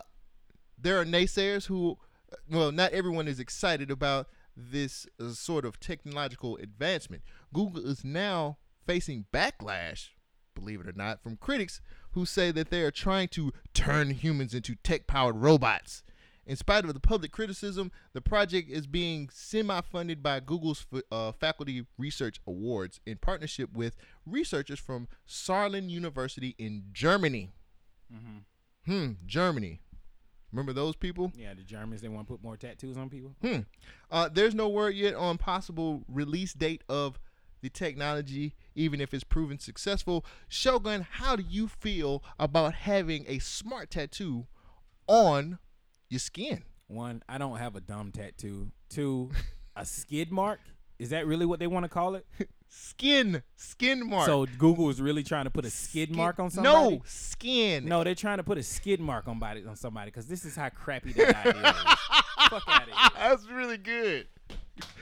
Speaker 1: there are naysayers who, uh, well, not everyone is excited about this uh, sort of technological advancement. Google is now facing backlash, believe it or not, from critics who say that they are trying to turn humans into tech-powered robots. In spite of the public criticism, the project is being semi funded by Google's f- uh, Faculty Research Awards in partnership with researchers from Saarland University in Germany. Hmm, Germany. Remember those people?
Speaker 2: Yeah, the Germans they want to put more tattoos on people.
Speaker 1: Hmm. Uh, there's no word yet on possible release date of the technology, even if it's proven successful. Shogun, how do you feel about having a smart tattoo on your skin?
Speaker 2: One, I don't have a dumb tattoo. Two, a skid mark. Is that really what they want to call it?
Speaker 1: skin, skin mark.
Speaker 2: So Google is really trying to put a skid,
Speaker 1: Skid-
Speaker 2: mark on
Speaker 1: No,
Speaker 2: somebody.
Speaker 1: skin.
Speaker 2: No, they're trying to put a skid mark on body on somebody because this is how crappy that idea is. Fuck out of here.
Speaker 1: That's really good.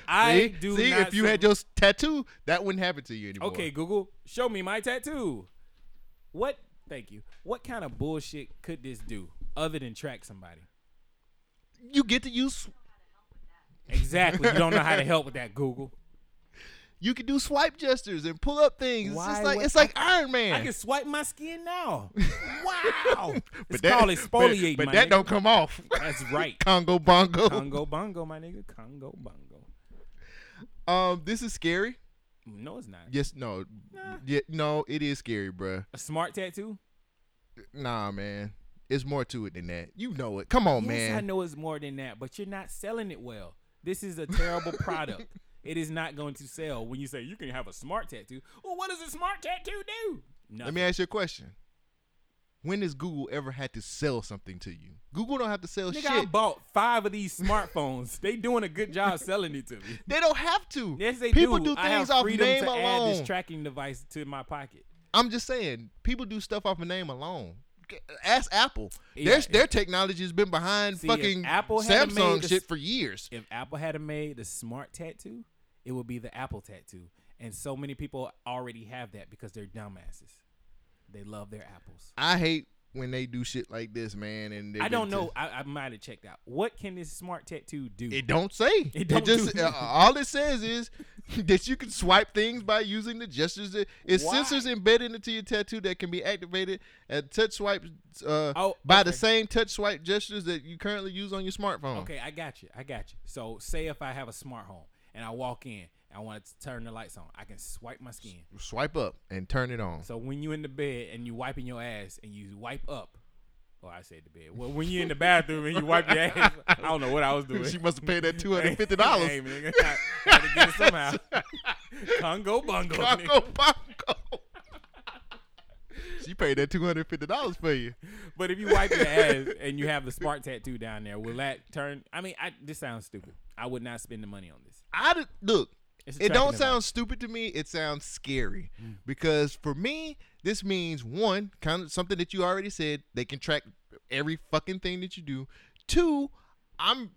Speaker 2: I
Speaker 1: see?
Speaker 2: do
Speaker 1: see
Speaker 2: not
Speaker 1: if you had your s- tattoo, that wouldn't happen to you anymore.
Speaker 2: Okay, Google, show me my tattoo. What? Thank you. What kind of bullshit could this do other than track somebody?
Speaker 1: you get to use.
Speaker 2: Exactly. You don't know how to help with that, Google.
Speaker 1: You can do swipe gestures and pull up things.
Speaker 2: Why
Speaker 1: it's just like
Speaker 2: would-
Speaker 1: it's like
Speaker 2: I-
Speaker 1: Iron Man.
Speaker 2: I can swipe my
Speaker 1: (laughs)
Speaker 2: skin now. Wow. it's
Speaker 1: that-
Speaker 2: called
Speaker 1: but-
Speaker 2: exfoliating.
Speaker 1: but
Speaker 2: my
Speaker 1: that
Speaker 2: nigga.
Speaker 1: don't come off.
Speaker 2: (laughs) That's
Speaker 1: (laughs)
Speaker 2: right.
Speaker 1: Congo bongo.
Speaker 2: Congo bongo, my nigga. Congo bongo.
Speaker 1: Um, this is scary.
Speaker 2: No, it's not.
Speaker 1: Yes, no, yeah, no, it is scary, bruh.
Speaker 2: A smart tattoo?
Speaker 1: Nah, man, it's more to it than that. You know it. Come on,
Speaker 2: yes,
Speaker 1: Oh, man.
Speaker 2: I know it's more than that, but you're not selling it well. This is a terrible
Speaker 1: (laughs)
Speaker 2: product. It is not going to sell when you say you can have a smart tattoo. Well, what does a smart tattoo do?
Speaker 1: Let me ask you a question. When has Google ever had to sell something to you? Google don't have to sell
Speaker 2: Nigga,
Speaker 1: shit.
Speaker 2: I bought five of these smartphones. they doing a good job selling it to me.
Speaker 1: (laughs) They don't have to.
Speaker 2: Yes, they
Speaker 1: People do
Speaker 2: do. I have
Speaker 1: things off
Speaker 2: freedom
Speaker 1: name
Speaker 2: to add
Speaker 1: alone.
Speaker 2: this tracking device to my pocket.
Speaker 1: I'm just saying, people do stuff off a name alone. G- Ask Apple.
Speaker 2: Yeah,
Speaker 1: Their their technology has been behind
Speaker 2: See, if
Speaker 1: fucking
Speaker 2: Apple had made
Speaker 1: Samsung
Speaker 2: the-
Speaker 1: shit for years.
Speaker 2: If Apple had made the smart tattoo, it would be the Apple tattoo. And so many people already have that because they're dumbasses. They love their apples.
Speaker 1: I hate when they do shit like this, man. And they
Speaker 2: I
Speaker 1: get
Speaker 2: don't
Speaker 1: to-
Speaker 2: know. I, I might have checked out. What can this smart tattoo do?
Speaker 1: It don't say. It,
Speaker 2: don't
Speaker 1: just
Speaker 2: do-
Speaker 1: uh, all it says is (laughs) that you can swipe things by using the gestures. That, it's
Speaker 2: Why?
Speaker 1: sensors embedded into your tattoo that can be activated at touch swipe uh,
Speaker 2: Oh,
Speaker 1: by the
Speaker 2: okay.
Speaker 1: same touch swipe gestures that you currently use on your smartphone.
Speaker 2: Okay, I got you. I got you. So say if I have a smart home and I walk in and I want to turn the lights on, I can swipe my skin.
Speaker 1: Swipe up and turn it on.
Speaker 2: So when you in the bed and you wiping your ass and you wipe up, or I said the bed. Well, when you in the bathroom and you wipe your ass, I don't know what I was
Speaker 1: (laughs)
Speaker 2: doing.
Speaker 1: (laughs) She must have paid
Speaker 2: (laughs)
Speaker 1: that $250.
Speaker 2: Hey, nigga, I- I had to get it somehow. (laughs) Congo bongo. nigga.
Speaker 1: Congo bongo. (laughs) she paid that two hundred fifty dollars for you.
Speaker 2: But if you wipe your ass and you have the smart tattoo down there, will that turn? I mean, I, this sounds stupid. I would not spend the money on this.
Speaker 1: I d- look.
Speaker 2: It's a
Speaker 1: It don't
Speaker 2: tracking
Speaker 1: sound stupid to me. It sounds scary because for me, this means one, kind of something that you already said. They can track every fucking thing that you do. Two, I'm,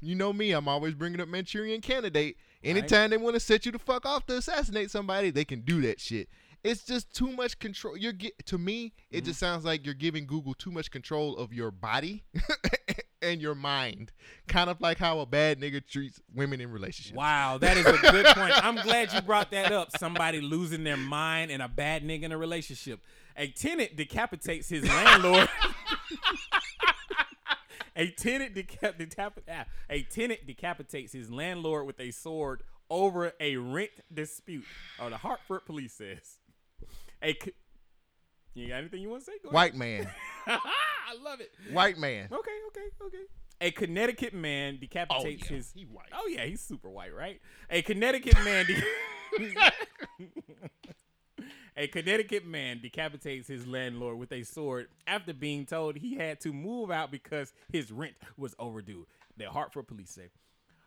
Speaker 1: you know me. I'm always bringing up Manchurian Candidate. Anytime they want to set you the fuck off to assassinate somebody, they can do that shit. It's just too much control. You're get to me. It just sounds like you're giving Google too much control of your body (laughs) and your mind, kind of like how a bad nigga treats women in relationships.
Speaker 2: Wow, that is a good point. I'm glad you brought that up. Somebody losing their mind and a bad nigga in a relationship. A tenant decapitates his landlord. a tenant decap- decap- ah, a tenant decapitates his landlord with a sword over a rent dispute. Or the Hartford police says. A c- you got anything you want to say? Go
Speaker 1: White
Speaker 2: ahead. (laughs)
Speaker 1: man.
Speaker 2: I love it.
Speaker 1: White man.
Speaker 2: Okay, okay, okay. A Connecticut man decapitates
Speaker 1: yeah,
Speaker 2: his.
Speaker 1: he white.
Speaker 2: Oh yeah, he's super white, right? A Connecticut man. De- (laughs) A Connecticut man decapitates his landlord with a sword after being told he had to move out because his rent was overdue. The Hartford police say.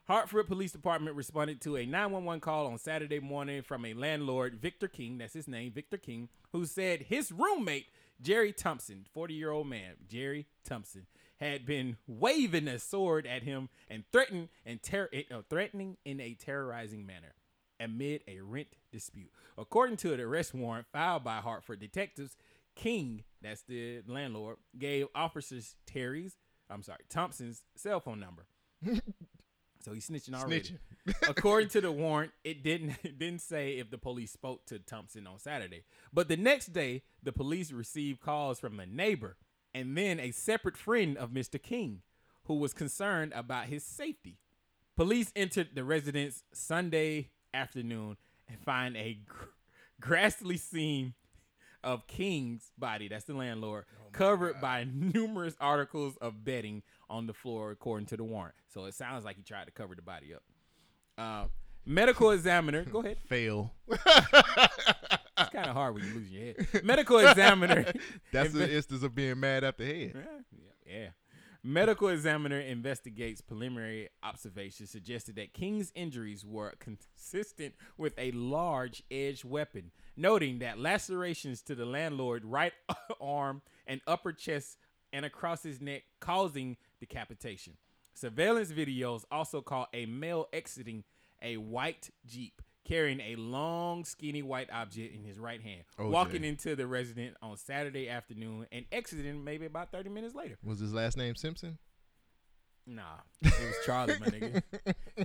Speaker 2: Hartford Police Department responded to a 911 call on Saturday morning from a landlord, Victor King, that's his name, Victor King, who said his roommate, Jerry Thompson, 40 year old man, Jerry Thompson, had been waving a sword at him and threatened and ter- uh, threatening in a terrorizing manner amid a rent dispute. According to an arrest warrant filed by Hartford detectives, King, that's the landlord, gave officers Terry's, I'm sorry, Thompson's cell phone number. so he's snitching already.
Speaker 1: Snitching.
Speaker 2: According to the warrant, it didn't (laughs) it didn't say if the police spoke to Thompson on Saturday. But the next day, the police received calls from a neighbor and then a separate friend of Mr. King who was concerned about his safety. Police entered the residence Sunday afternoon and find a gr- (laughs) grassly seam of King's body, that's the landlord, covered by (laughs) numerous articles of bedding on the floor, according to the warrant. So it sounds like he tried to cover the body up. Uh, medical examiner, go ahead.
Speaker 1: Fail.
Speaker 2: It's kind of hard when you lose your head. Medical examiner.
Speaker 1: That's
Speaker 2: (laughs) inve-
Speaker 1: an instance of being mad at the head.
Speaker 2: yeah, yeah. Medical examiner investigates preliminary observations suggested that King's injuries were consistent with a large edged weapon, noting that lacerations to the landlord right (laughs) arm and upper chest and across his neck causing decapitation. Surveillance videos also caught a male exiting a white Jeep carrying a long skinny white object in his right hand,
Speaker 1: OJ.
Speaker 2: walking into the resident on Saturday afternoon and exiting maybe about 30 minutes later.
Speaker 1: Was his last name Simpson?
Speaker 2: Nah, it was Charlie, my nigga.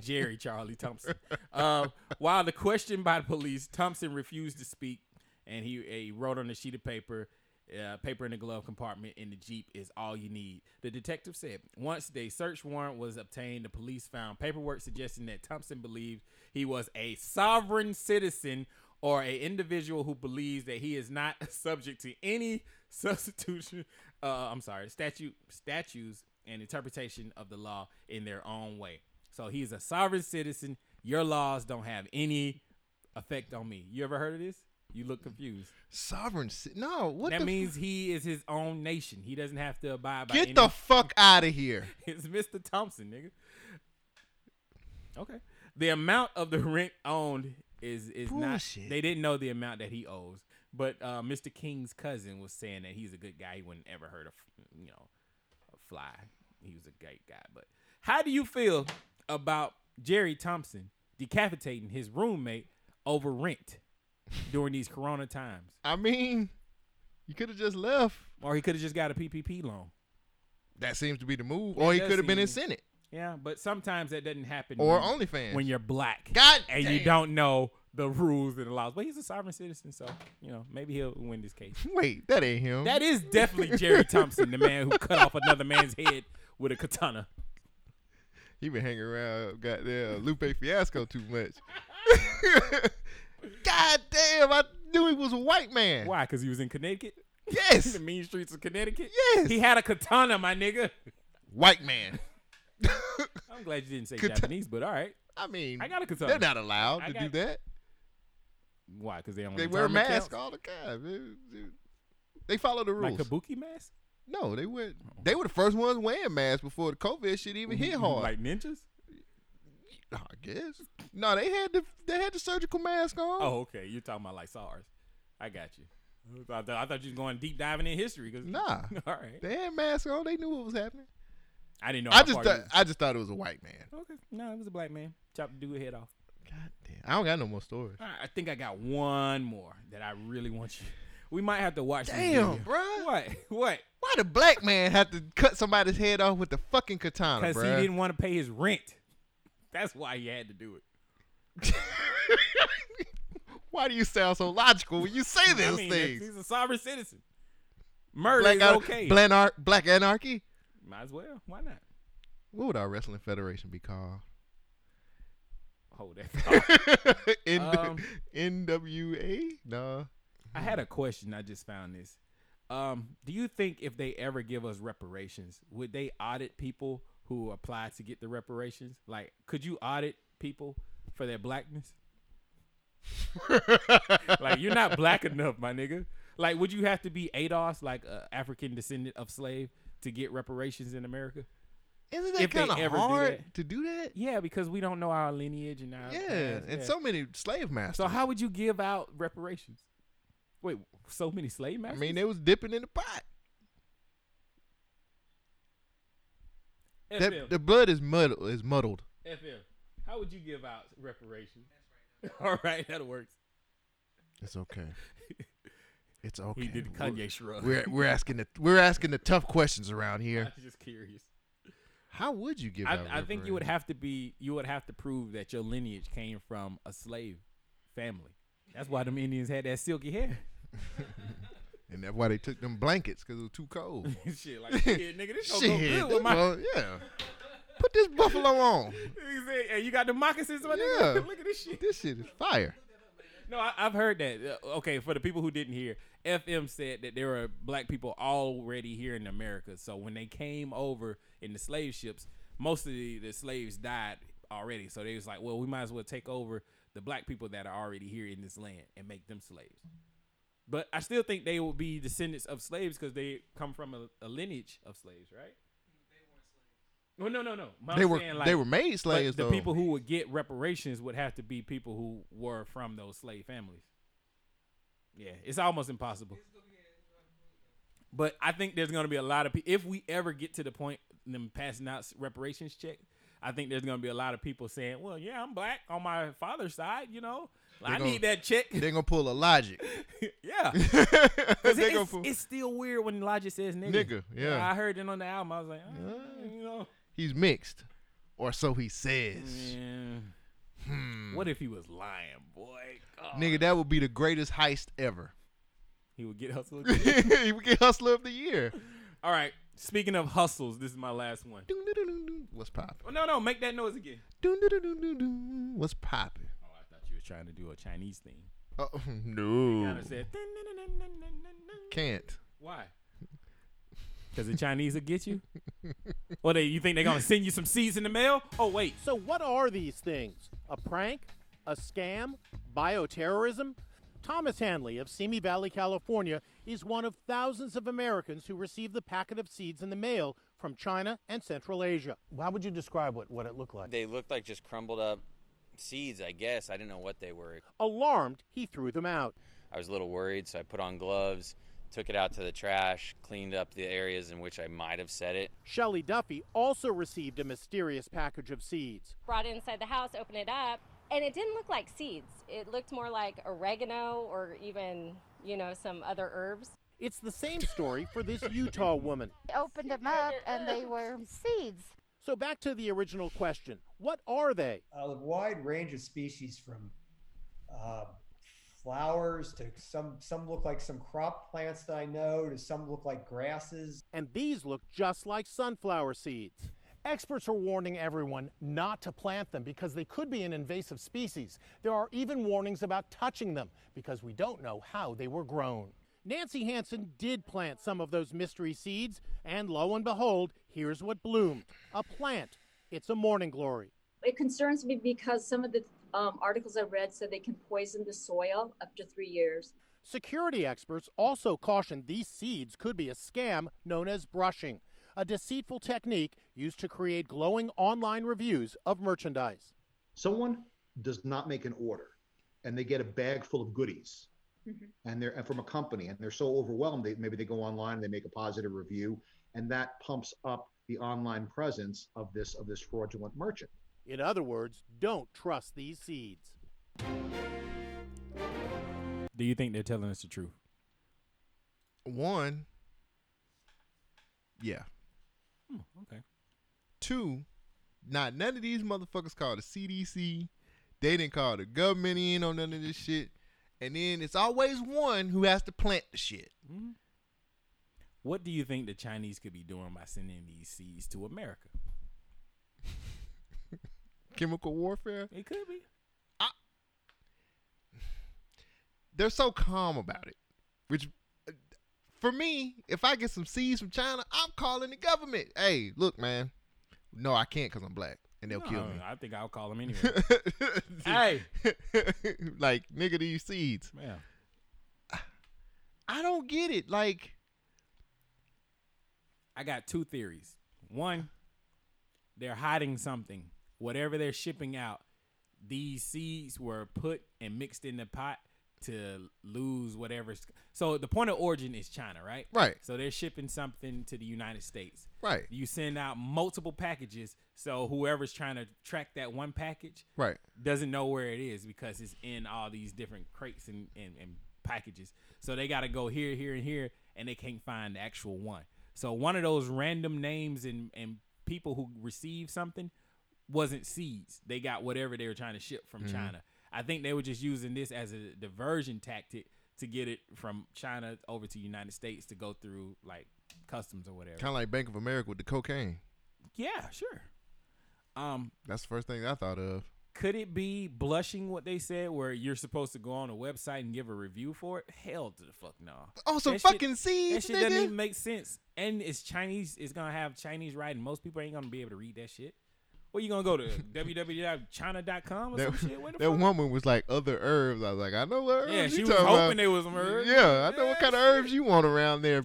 Speaker 2: Jerry Charlie Thompson. Uh, while the question by the police, Thompson refused to speak, and he, he wrote on a sheet of paper, uh, "Paper in the glove compartment in the jeep is all you need." The detective said. Once the search warrant was obtained, the police found paperwork suggesting that Thompson believed he was a sovereign citizen or a individual who believes that he is not (laughs) subject to any substitution uh, I'm sorry, statute statues and interpretation of the law in their own way. So he's a sovereign citizen. Your laws don't have any effect on me. You ever heard of this? You look confused.
Speaker 1: Sovereign. ci- No, what
Speaker 2: that
Speaker 1: the
Speaker 2: means he is his own nation. He doesn't have to abide by
Speaker 1: Get
Speaker 2: any-
Speaker 1: the fuck out of here.
Speaker 2: (laughs) It's Mr. Thompson, nigga. Okay. The amount of the rent owned is is
Speaker 1: Bullshit.
Speaker 2: not. They didn't know the amount that he owes, but uh, Mr. King's cousin was saying that he's a good guy. He wouldn't ever hurt a f- you know a fly. He was a great guy. But how do you feel about Jerry Thompson decapitating his roommate over rent during these Corona times?
Speaker 1: I mean, you could have just left.
Speaker 2: Or he could have just got a PPP loan.
Speaker 1: That seems to be the move.
Speaker 2: That
Speaker 1: or he
Speaker 2: does
Speaker 1: could have been in
Speaker 2: seem-
Speaker 1: Senate.
Speaker 2: Yeah, but sometimes that doesn't happen.
Speaker 1: Or
Speaker 2: when-
Speaker 1: OnlyFans.
Speaker 2: Mm. when you're black.
Speaker 1: God
Speaker 2: and you
Speaker 1: damn.
Speaker 2: don't know the rules and the laws. But he's a sovereign citizen, so you know maybe he'll win this case.
Speaker 1: (laughs) Wait, that ain't him.
Speaker 2: That is
Speaker 1: (laughs)
Speaker 2: definitely Jerry Thompson, the man who cut off another man's head with a katana.
Speaker 1: He been hanging around goddamn Lupe Fiasco too
Speaker 2: (laughs)
Speaker 1: much. God damn, I knew he was a white man.
Speaker 2: Why? Because he was in Connecticut.
Speaker 1: Yes.
Speaker 2: (laughs) the mean streets of Connecticut.
Speaker 1: Yes.
Speaker 2: he had a katana, my nigga.
Speaker 1: White man.
Speaker 2: I'm glad you didn't say
Speaker 1: Kata-
Speaker 2: Japanese, but all right.
Speaker 1: I mean,
Speaker 2: I got a katana.
Speaker 1: they're not allowed
Speaker 2: I
Speaker 1: to do
Speaker 2: got-
Speaker 1: that.
Speaker 2: Why? Because they don't.
Speaker 1: They wear masks all the time. They- they- They follow the rules.
Speaker 2: Like kabuki mask.
Speaker 1: no, they were they were the first ones wearing masks before the COVID shit even hit hard.
Speaker 2: Like ninjas.
Speaker 1: I guess. No, they had the they had the surgical mask on.
Speaker 2: Oh, okay. You're talking about like SARS. I got you. I thought, I thought you was going deep diving in history. Cause,
Speaker 1: Nah.
Speaker 2: (laughs) All right.
Speaker 1: They had masks on. They knew what was happening.
Speaker 2: I didn't know.
Speaker 1: I
Speaker 2: how
Speaker 1: just
Speaker 2: far you
Speaker 1: thought, I just thought it was a white man.
Speaker 2: was- okay. No, it was a black man. Chopped the dude head off.
Speaker 1: I don't got no more stories.
Speaker 2: All right, I think I got one more that I really want you. We might have to watch. this
Speaker 1: Damn,
Speaker 2: video.
Speaker 1: bruh.
Speaker 2: What? What?
Speaker 1: Why the black man had to cut somebody's head off with the fucking katana,
Speaker 2: Because he
Speaker 1: bruh?
Speaker 2: didn't want to pay his rent. That's why he had to do it.
Speaker 1: (laughs) Why do you sound so logical when you say
Speaker 2: I
Speaker 1: those
Speaker 2: mean, that's-
Speaker 1: things?
Speaker 2: He's a sovereign citizen. Murder
Speaker 1: Black,
Speaker 2: is
Speaker 1: ar-
Speaker 2: okay.
Speaker 1: blanar- black anarchy.
Speaker 2: Might as well. Why not?
Speaker 1: What would our wrestling federation be called? (laughs)
Speaker 2: Hold that.
Speaker 1: N-
Speaker 2: Um,
Speaker 1: NWA? Nah.
Speaker 2: I had a question. I just found this. Um, do you think if they ever give us reparations, would they audit people
Speaker 1: (laughs)
Speaker 2: who apply to get the reparations? Like, could you audit people for their blackness? like you're not black enough, my nigga. Like, would you have to be ADOS, like uh, African descendant of slave, to get reparations in America?
Speaker 1: Isn't that
Speaker 2: If they
Speaker 1: kind of
Speaker 2: ever do
Speaker 1: hard
Speaker 2: that.
Speaker 1: to do that?
Speaker 2: Yeah, because we don't know our lineage and our
Speaker 1: Yeah,
Speaker 2: past.
Speaker 1: and
Speaker 2: Yeah.
Speaker 1: so many slave masters.
Speaker 2: So how would you give out reparations? Wait, so many slave
Speaker 1: I
Speaker 2: masters?
Speaker 1: mean, they
Speaker 2: (laughs)
Speaker 1: was dipping in the pot. That,
Speaker 2: FM.
Speaker 1: the blood is muddled. Is muddled.
Speaker 2: FM, how would you give out reparations? (laughs) All right, that works.
Speaker 1: It's okay.
Speaker 2: (laughs)
Speaker 1: It's okay.
Speaker 2: did
Speaker 1: We're-
Speaker 2: Kanye shrug.
Speaker 1: We're we're asking the we're asking the tough questions around here.
Speaker 2: I'm just curious.
Speaker 1: How would you give
Speaker 2: I,
Speaker 1: out
Speaker 2: I think you would
Speaker 1: reparations?
Speaker 2: have to be you would have to prove that your lineage came from a slave family. That's why them Indians had that silky hair.
Speaker 1: And that's why they took them blankets because it was too
Speaker 2: (laughs)
Speaker 1: (laughs) cold.
Speaker 2: (laughs) Shit, like, shit, nigga, this gonna go good
Speaker 1: Shit,
Speaker 2: with
Speaker 1: this
Speaker 2: my-
Speaker 1: bu- yeah. Put this buffalo on.
Speaker 2: (laughs) He said, hey, you got the moccasins, my
Speaker 1: Yeah.
Speaker 2: nigga. Look at this shit.
Speaker 1: This shit is fire.
Speaker 2: No, I, I've heard that. Uh, Okay, for the people who didn't hear, FM said that there are black people already here in America. So when they came over in the slave ships, most of the, the slaves died already. So they was like, well, we might as well take over the black people that are already here in this land and make them slaves. But I still think they will be descendants of slaves because they come from a, a lineage of slaves, right? Well, no, no, no. But
Speaker 1: They
Speaker 2: I'm
Speaker 1: were-
Speaker 2: saying,
Speaker 1: they
Speaker 2: like,
Speaker 1: were made
Speaker 2: but
Speaker 1: slaves,
Speaker 2: The
Speaker 1: though.
Speaker 2: people who would get reparations would have to be people who were from those slave families. Yeah, it's almost impossible. But I think there's going to be a lot of people. If we ever get to the point them passing out s- reparations check, I think there's going to be a lot of people saying, "Well, yeah, I'm black on my father's side, you know. I
Speaker 1: They gonna-
Speaker 2: need that check."
Speaker 1: They're gonna pull a logic.
Speaker 2: (laughs) yeah, (laughs) 'Cause
Speaker 1: They gonna
Speaker 2: it's,
Speaker 1: pull-
Speaker 2: it's still weird when Logic says nigga.
Speaker 1: Nigga, yeah.
Speaker 2: I heard it on the album. I was like, "Ah, you know,
Speaker 1: He's mixed, or so he says. Hmm.
Speaker 2: what if he was lying, boy? God.
Speaker 1: Nigga, that would be the greatest heist (laughs) ever.
Speaker 2: He would get hustled. (laughs)
Speaker 1: he would get hustler of the year.
Speaker 2: All right. Speaking of hustles, this is my last one.
Speaker 1: What's poppin'?
Speaker 2: Oh, no, no, make that noise again. Oh,
Speaker 1: What's poppin'?
Speaker 2: You were trying to do a Chinese thing.
Speaker 1: Oh no.
Speaker 2: Kinda said, "Dun, dun, dun, dun."
Speaker 1: Can't.
Speaker 2: Why? Because the Chinese will get (laughs) you? Or they, you think they're going to send you some seeds in the mail? Oh, wait.
Speaker 10: So, what are these things? A prank? A scam? Bioterrorism? Thomas Hanley of Simi Valley, California, is one of thousands of Americans who receive the packet of seeds in the mail from China and Central Asia. How would you describe what, what it looked like?
Speaker 12: They looked like just crumbled up seeds, I guess. I didn't know what they were.
Speaker 10: Alarmed, he threw them out.
Speaker 12: I was a little worried, so I put on gloves, took it out to the trash, cleaned up the areas in which I might have set it.
Speaker 10: Shelley Duffy also received a mysterious package of seeds.
Speaker 13: brought it inside the house, opened it up, and it didn't look like seeds. It looked more like oregano or even, you know, some other herbs.
Speaker 10: It's the same story for this Utah woman.
Speaker 14: opened them up and they were seeds.
Speaker 10: So, back to the original question what are they?
Speaker 15: a wide range of species from uh, flowers to some some look like some crop plants that I know to some look like grasses.
Speaker 10: And these look just like sunflower seeds.
Speaker 15: Experts
Speaker 10: are warning everyone not to plant them because they could be an invasive species. There are even warnings about touching them because we don't know how they were grown. Nancy Hansen did plant some of those mystery seeds, and lo and behold, here's what bloomed a plant. It's a morning glory.
Speaker 16: It concerns me because some of the um, articles I read said they can poison the soil up to three years.
Speaker 10: Security experts also caution these seeds could be a scam known as brushing, a deceitful technique used to create glowing online reviews of merchandise.
Speaker 17: someone does not make an order and they get a bag full of goodies and they're and from a company and they're so overwhelmed they maybe they go online and they make a positive review and that pumps up the online presence of this of this fraudulent merchant
Speaker 10: In other words, don't trust these seeds.
Speaker 2: Do you think they're telling us the truth?
Speaker 1: One. Yeah.
Speaker 2: Hmm, okay.
Speaker 1: Two. Not none of these motherfuckers called the CDC. They didn't call the government in on none of this shit. And then it's always one who has to plant the shit.
Speaker 2: What do you think the Chinese could be doing by sending these seeds to America?
Speaker 1: Chemical warfare.
Speaker 2: It could be.
Speaker 1: They're so calm about it, which uh, for me, if I get some seeds from China, I'm calling the government. Hey, look, man. No, I can't because I'm black. and they'll kill
Speaker 2: No,
Speaker 1: me. (laughs)
Speaker 2: I think I'll call him anyway. hey,
Speaker 1: like nigga, these seeds.
Speaker 2: Man.
Speaker 1: I don't get it. Like,
Speaker 2: I got two theories. One, they're hiding something. Whatever they're shipping out, these seeds were put and mixed in the pot to lose whatever. So the point of origin is China, right?
Speaker 1: Right.
Speaker 2: So they're shipping something to the United States.
Speaker 1: Right.
Speaker 2: You send out multiple packages, so whoever's trying to track that one package
Speaker 1: Right.
Speaker 2: doesn't know where it is because it's in all these different crates and, and, and packages. So they got to go here, here, and here, and they can't find the actual one. So one of those random names and, and people who received something wasn't seeds. They got whatever they were trying to ship from
Speaker 1: Mhm.
Speaker 2: China. I think they were just using this as a diversion tactic to get it from China over to United States to go through like customs or whatever.
Speaker 1: kind of like Bank of America with the cocaine.
Speaker 2: Yeah, sure. Um,
Speaker 1: That's the first thing I thought of.
Speaker 2: could it be blushing what they said where you're supposed to go on a website and give a review for it? Hell to the fuck no.
Speaker 1: Oh, some
Speaker 2: That
Speaker 1: fucking
Speaker 2: shit,
Speaker 1: seeds,
Speaker 2: That shit doesn't
Speaker 1: nigga.
Speaker 2: even make sense. And it's Chinese, it's gonna have Chinese writing. Most people ain't gonna be able to read that shit. Where you gonna
Speaker 1: (laughs)
Speaker 2: go to www.china.com or
Speaker 1: That,
Speaker 2: some shit? Where the
Speaker 1: that
Speaker 2: fuck?
Speaker 1: woman was like other herbs. I was like, I know what herbs.
Speaker 2: Yeah,
Speaker 1: you
Speaker 2: she was
Speaker 1: talking
Speaker 2: hoping
Speaker 1: about.
Speaker 2: they was some herbs.
Speaker 1: Yeah, I know what kind of herbs you want around there.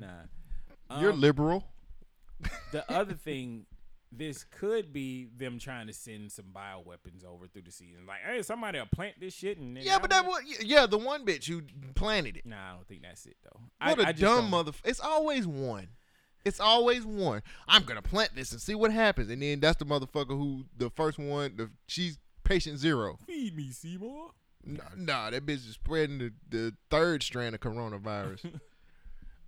Speaker 1: You're
Speaker 2: Um,
Speaker 1: liberal.
Speaker 2: the other thing, this could be them trying to send some bioweapons over through the season. Like, hey, somebody will plant this shit and
Speaker 1: Yeah, but that was yeah the one bitch who planted it.
Speaker 2: Nah, I don't think that's it though.
Speaker 1: What a
Speaker 2: a
Speaker 1: dumb motherfucker! It's always one. It's always one. I'm gonna plant this and see what happens, and then that's the motherfucker who the first one. The, she's patient zero.
Speaker 2: Feed me, Seymour.
Speaker 1: N- Nah, that bitch is spreading the, the third strand of coronavirus.
Speaker 2: (laughs)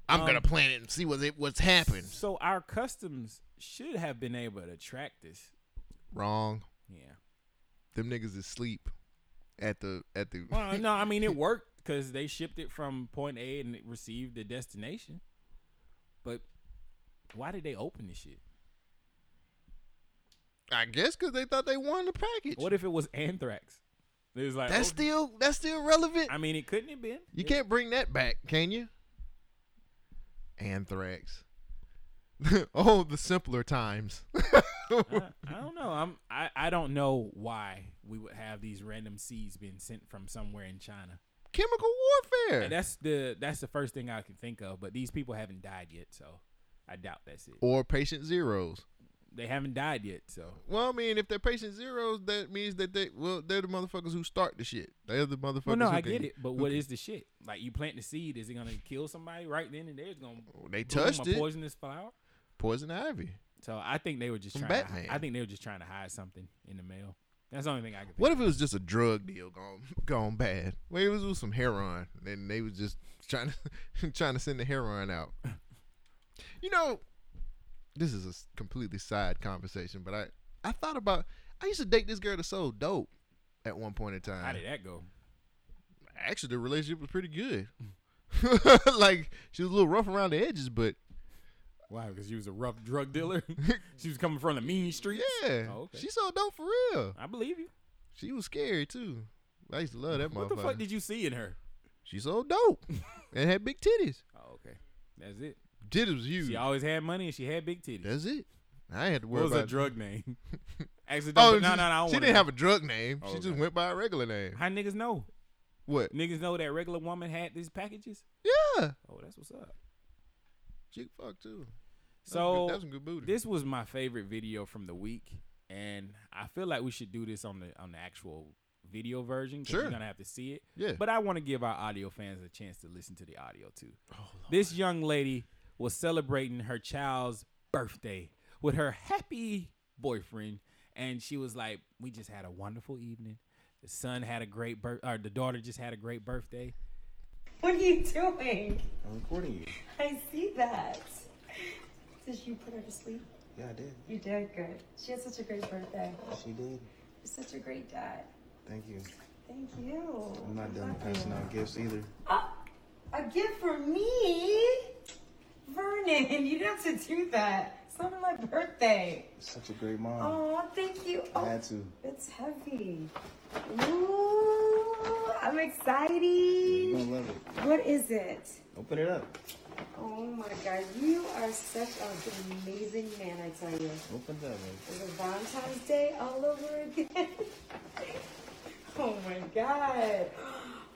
Speaker 1: I'm
Speaker 2: Um,
Speaker 1: gonna plant it and see what it, what's happened.
Speaker 2: So our customs should have been able to track this.
Speaker 1: Wrong.
Speaker 2: Yeah.
Speaker 1: Them niggas is sleep at the at the.
Speaker 2: Well, no, I mean it worked because they shipped it from point A and it received the destination. But why did they open this shit?
Speaker 1: (laughs) I guess because they thought they won the package.
Speaker 2: What if it was anthrax? It was like
Speaker 1: That's
Speaker 2: oh,
Speaker 1: still that's still relevant.
Speaker 2: I mean, it couldn't have been.
Speaker 1: You can't bring that back, can you? Anthrax. (laughs) oh, the simpler times. (laughs)
Speaker 2: I don't know. I'm I, I don't know why we would have these random seeds being sent from somewhere in China.
Speaker 1: Chemical warfare.
Speaker 2: And that's the that's the first thing I can think of. But these people haven't died yet, so I doubt that's it.
Speaker 1: or patient zeros.
Speaker 2: They haven't died yet, so
Speaker 1: Well, I mean, if they're patient zeros, that means that they well, they're the motherfuckers who start the shit. They're the motherfuckers.
Speaker 2: Well, no,
Speaker 1: who
Speaker 2: I
Speaker 1: can-
Speaker 2: get it, but
Speaker 1: who
Speaker 2: what
Speaker 1: can-
Speaker 2: is the shit? Like you plant the seed, is it gonna kill somebody right then and there? It's gonna
Speaker 1: they
Speaker 2: bloom
Speaker 1: touched
Speaker 2: a
Speaker 1: it.
Speaker 2: poisonous flower.
Speaker 1: poison ivy?
Speaker 2: So I think they were just
Speaker 1: From
Speaker 2: trying. To,
Speaker 1: Batman.
Speaker 2: hi- I think they were just trying to hide something in the mail. That's the only thing I could.
Speaker 1: What if it was just a drug deal gone (laughs) gone bad? Well, it was with some heroin, and they was just (laughs) trying to trying to send the heroin out. You know, this is a s- completely side conversation, but I I thought about I used to date this girl that sold dope at one point in time.
Speaker 2: How did that go?
Speaker 1: Actually, the relationship was pretty good. (laughs) like she was a little rough around the edges, but
Speaker 2: Why? Because she was a rough
Speaker 1: (laughs)
Speaker 2: drug dealer. (laughs) she was coming from the mean streets.
Speaker 1: yeah,
Speaker 2: Oh, okay.
Speaker 1: she sold dope for real.
Speaker 2: I believe you.
Speaker 1: She was scary too. I used to love that
Speaker 2: What
Speaker 1: motherfucker.
Speaker 2: the fuck did you see in her?
Speaker 1: She sold dope and had big titties.
Speaker 2: Oh, okay. That's it.
Speaker 1: Titties was huge.
Speaker 2: She always had money and she had big titties.
Speaker 1: That's it. I ain't had to worry
Speaker 2: What was
Speaker 1: about
Speaker 2: her
Speaker 1: (laughs)
Speaker 2: drug name? Actually,
Speaker 1: Oh,
Speaker 2: don't, no, no, no. I don't
Speaker 1: she
Speaker 2: wanna
Speaker 1: didn't
Speaker 2: know.
Speaker 1: have a drug name.
Speaker 2: Oh,
Speaker 1: she
Speaker 2: okay.
Speaker 1: just went by a regular name.
Speaker 2: How niggas know? (laughs)
Speaker 1: What?
Speaker 2: Niggas know that regular woman had these packages.
Speaker 1: Yeah.
Speaker 2: Oh, that's what's up.
Speaker 1: She fucked too. That's
Speaker 2: So
Speaker 1: good- that's some good booty.
Speaker 2: This was my favorite video from the week, and I feel like we should do this on the on the actual video version. 'cause
Speaker 1: Sure.
Speaker 2: you're gonna have to see it.
Speaker 1: Yeah.
Speaker 2: but I want to give our audio fans a chance to listen to the audio too.
Speaker 1: Oh,
Speaker 2: This young lady was celebrating her child's birthday with her happy boyfriend, and she was like, "We just had a wonderful evening. The son had a great birth, or the daughter just had a great birthday."
Speaker 7: What are you doing?
Speaker 18: I'm recording you.
Speaker 7: I see that. Did you put her to sleep?
Speaker 18: Yeah, I did.
Speaker 7: You did good. She had such a great birthday.
Speaker 18: She did.
Speaker 7: You're such a great dad.
Speaker 18: Thank you.
Speaker 7: Thank you.
Speaker 18: I'm not done passing out gifts either.
Speaker 7: Uh, A gift for me? Vernon, you didn't have to do that. It's not my birthday.
Speaker 18: Such a great mom.
Speaker 7: Oh, thank you.
Speaker 18: I
Speaker 7: Oh,
Speaker 18: had to.
Speaker 7: it's heavy. Ooh, I'm excited.
Speaker 18: You're gonna love it.
Speaker 7: What is it?
Speaker 18: Open it up.
Speaker 7: Oh my God, you are such an amazing man, I tell you.
Speaker 18: Open that way.
Speaker 7: It was Valentine's Day all over again. oh my God.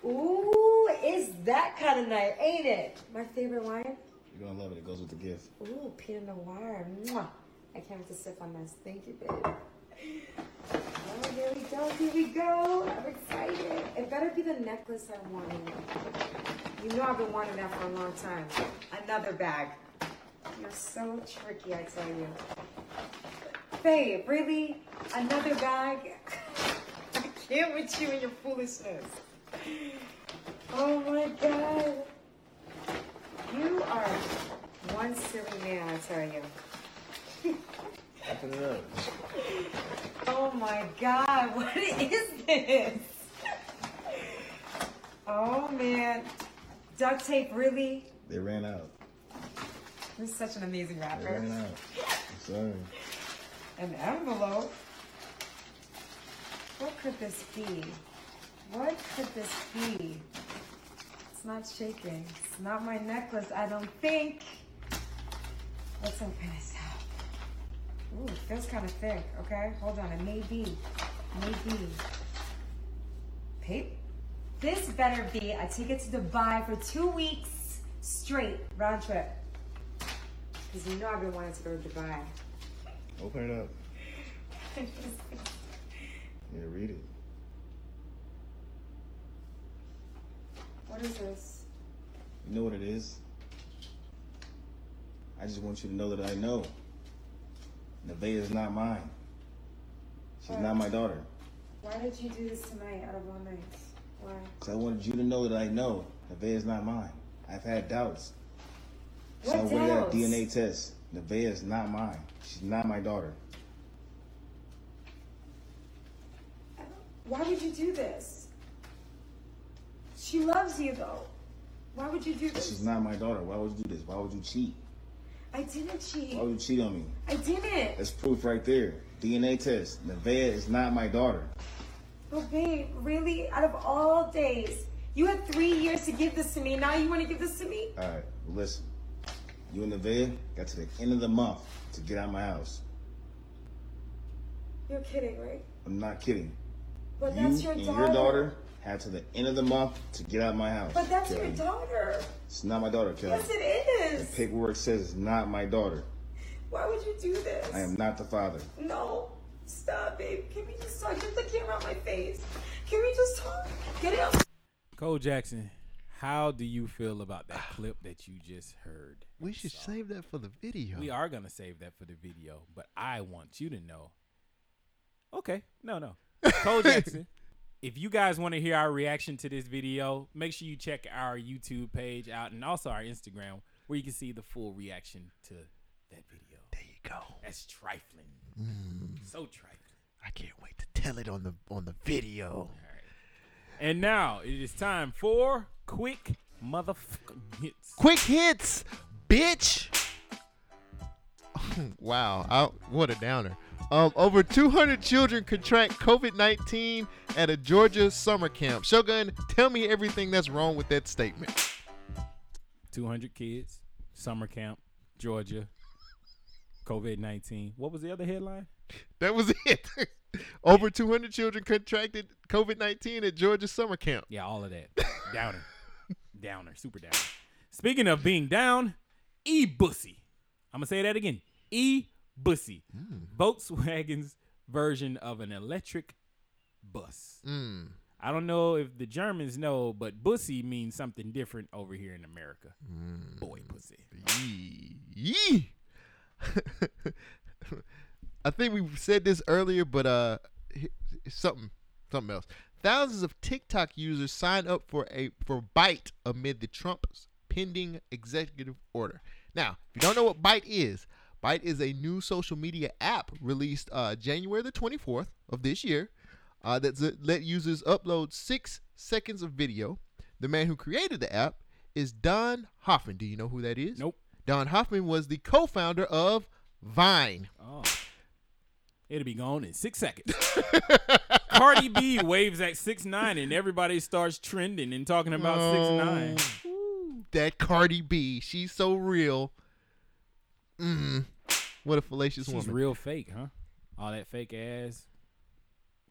Speaker 7: Ooh, it's that kind of night, ain't it? My favorite wine?
Speaker 18: You're gonna love it. It goes with the gift.
Speaker 7: Ooh, Pinot Noir. Mwah. I can't wait to sip on this. Thank you, babe. Oh, here we go, here we go. I'm excited. It better be the necklace I wanted. You know I've been wanting that for a long time. Another bag. You're so tricky, I tell you. Babe, really? Another bag? (laughs) I can't with you and your foolishness. Oh my god. You are one silly man, I tell you.
Speaker 18: Open it up.
Speaker 7: (laughs) Oh my god, (laughs) what is this? Oh man. Duct tape, really?
Speaker 18: They ran out.
Speaker 7: You're such an amazing
Speaker 18: They
Speaker 7: rapper.
Speaker 18: ran out. I'm sorry.
Speaker 7: An envelope? What could this be? What could this be? It's not shaking. It's not my necklace, I don't think. (laughs) Let's open this up. Ooh, it feels kind of thick, okay? Hold on, it may be. Maybe. Pape? This better be a ticket to Dubai for two weeks straight, round trip. Because you know I've been wanting to go to Dubai.
Speaker 18: Open it up. Yeah, read it.
Speaker 7: what is this?
Speaker 18: You know what it is? I just want you to know that I know. Nevaeh is not mine. She's not my daughter.
Speaker 7: Why did you do this tonight out of all nights? Why?
Speaker 18: Because I wanted you to know that I know Nevaeh is not mine. I've had doubts. So I
Speaker 7: What
Speaker 18: went to that
Speaker 7: doubts?
Speaker 18: DNA test. Nevaeh is not mine. She's not my daughter.
Speaker 7: Why would you do this? She loves you though. Why would you do this?
Speaker 18: She's not my daughter. Why would you do this? Why would you cheat?
Speaker 7: I didn't cheat.
Speaker 18: Why would you cheat on me?
Speaker 7: I didn't.
Speaker 18: That's proof right there. DNA test. Nevaeh is not my daughter.
Speaker 7: But babe, really, out of all days, you had three years to give this to me. Now you want to give this to me?
Speaker 18: All right, well, listen. You and Nevaeh got to the end of the month to get out of my house.
Speaker 7: You're kidding, right?
Speaker 18: I'm not kidding.
Speaker 7: But
Speaker 18: you
Speaker 7: that's your
Speaker 18: and
Speaker 7: daughter.
Speaker 18: your daughter have to the end of the month to get out of my house.
Speaker 7: But that's your
Speaker 18: Kelly.
Speaker 7: daughter.
Speaker 18: It's not my daughter, Kelly.
Speaker 7: Yes, it
Speaker 18: The
Speaker 7: is.
Speaker 18: paperwork says it's not my daughter.
Speaker 7: Why would you do this?
Speaker 18: I am not the father.
Speaker 7: No. Stop, babe. Can we just talk? Get the camera on my face. Can we just talk? Get it out.
Speaker 2: Cole Jackson, how do you feel about that (sighs) clip that you just heard?
Speaker 1: We should save that for the video.
Speaker 2: We are gonna save that for the video, but I want you to know. Okay, no, no, Cole Jackson. If you guys want to hear our reaction to this video, make sure you check our YouTube page out and also our Instagram, where you can see the full reaction to that video. There
Speaker 1: you go.
Speaker 2: That's trifling.
Speaker 1: Mm.
Speaker 2: So trifling.
Speaker 1: I can't wait to tell it on the on the video.
Speaker 2: And now it is time for quick motherfucking hits.
Speaker 1: Quick hits, bitch. (laughs) wow, I, what a downer. Um, over 200 children contract COVID 19 at a Georgia summer camp. Shogun, tell me everything that's wrong with that statement.
Speaker 2: 200 kids, summer camp, Georgia, COVID 19. What was the other headline?
Speaker 1: That was (laughs) it. over 200 children contracted COVID 19 at Georgia summer camp.
Speaker 2: Yeah, all of that. (laughs) Downer. Downer. Super downer. Speaking of being down, E Bussy. I'm going to say that again. E Bussy. Volkswagen's version of an electric bus.
Speaker 1: Mm.
Speaker 2: I don't know if the Germans know, but bussy means something different over here in America. Boy, pussy.
Speaker 1: Yee. I think we said this earlier, but uh, h- something, something else. Thousands of TikTok users signed up for a for Byte amid the Trump's pending executive order. Now, if you don't know what Byte is, Byte is a new social media app released uh, January the 24th of this year uh, that z- let users upload six seconds of video. The man who created the app is Don Hoffman. Do you know who that is?
Speaker 2: Nope.
Speaker 1: Don Hoffman was the co-founder of Vine.
Speaker 2: Oh. It'll be gone in
Speaker 1: (laughs)
Speaker 2: six seconds. Cardi B
Speaker 1: Oh.
Speaker 2: waves at six nine, and everybody starts trending and talking about six nine.
Speaker 1: Um, that Cardi B. She's so real. Mm. What a fallacious
Speaker 2: She's
Speaker 1: woman.
Speaker 2: real fake, huh? All that fake ass,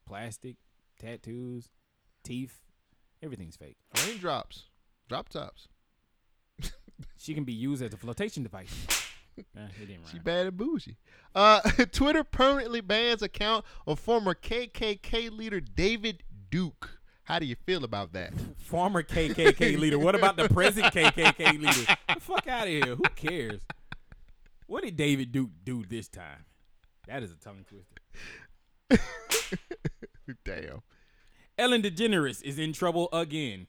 Speaker 2: plastic, tattoos, teeth, everything's fake.
Speaker 1: Raindrops, drop tops.
Speaker 2: she can be used as a
Speaker 1: (laughs)
Speaker 2: flotation device. Eh, it didn't
Speaker 1: She
Speaker 2: rhyme.
Speaker 1: bad and bougie. Uh, (laughs) Twitter permanently bans account of former KKK leader David Duke. How do you feel about that? (laughs)
Speaker 2: Former KKK leader. What about the present KKK leader? Get the fuck out of here. Who cares? What did David Duke do this time? That is a tongue twister.
Speaker 1: Damn.
Speaker 2: Ellen DeGeneres is in trouble
Speaker 1: (laughs)
Speaker 2: again.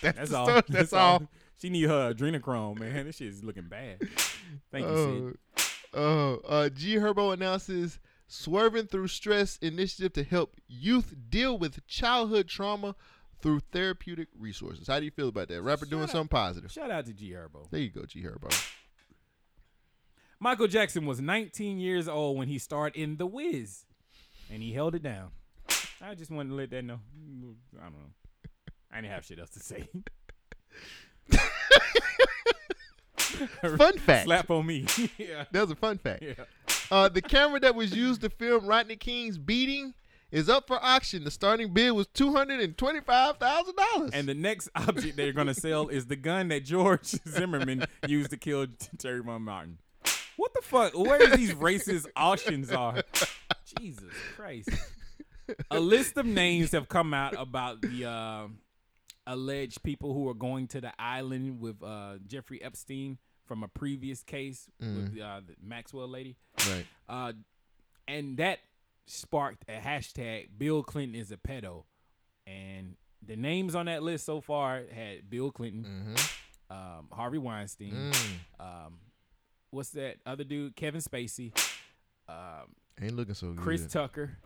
Speaker 2: that's,
Speaker 1: the
Speaker 2: all.
Speaker 1: story. That's all.
Speaker 2: She need her adrenochrome, man. This shit is looking bad. Thank you, Sid.
Speaker 1: Oh, oh, uh, G Herbo announces Swerving Through Stress initiative to help youth deal with childhood trauma through therapeutic resources. How do you feel about that? Rapper doing
Speaker 2: Shout out-
Speaker 1: something positive.
Speaker 2: Shout out to G Herbo.
Speaker 1: There you go, G
Speaker 2: (laughs)
Speaker 1: Herbo.
Speaker 2: Michael Jackson was 19 years old when he starred in The Wiz, and he held it down. I just wanted to let that know. I don't know. I didn't have shit else to say.
Speaker 1: Fun fact.
Speaker 2: Slap on me. (laughs) yeah.
Speaker 1: That was a fun fact.
Speaker 2: Yeah.
Speaker 1: Uh, the camera that was used to film Rodney King's beating is up for auction. The starting bid was two hundred and twenty-five thousand dollars.
Speaker 2: And the next (laughs) object they're gonna sell is the gun that George (laughs) Zimmerman used to kill Terry Von Martin. What the fuck? Where is these racist auctions are? Jesus Christ. A list of names have come out about the uh, alleged people who are going to the island with uh, Jeffrey Epstein from a previous case with uh, the Maxwell lady.
Speaker 1: Right.
Speaker 2: Uh, and that sparked a hashtag Bill Clinton is a pedo. And the names on that list so far had Bill Clinton, um, Harvey Weinstein,
Speaker 1: Mm.
Speaker 2: um, what's that other dude? Kevin Spacey, um,
Speaker 1: Ain't looking so good.
Speaker 2: Chris Tucker.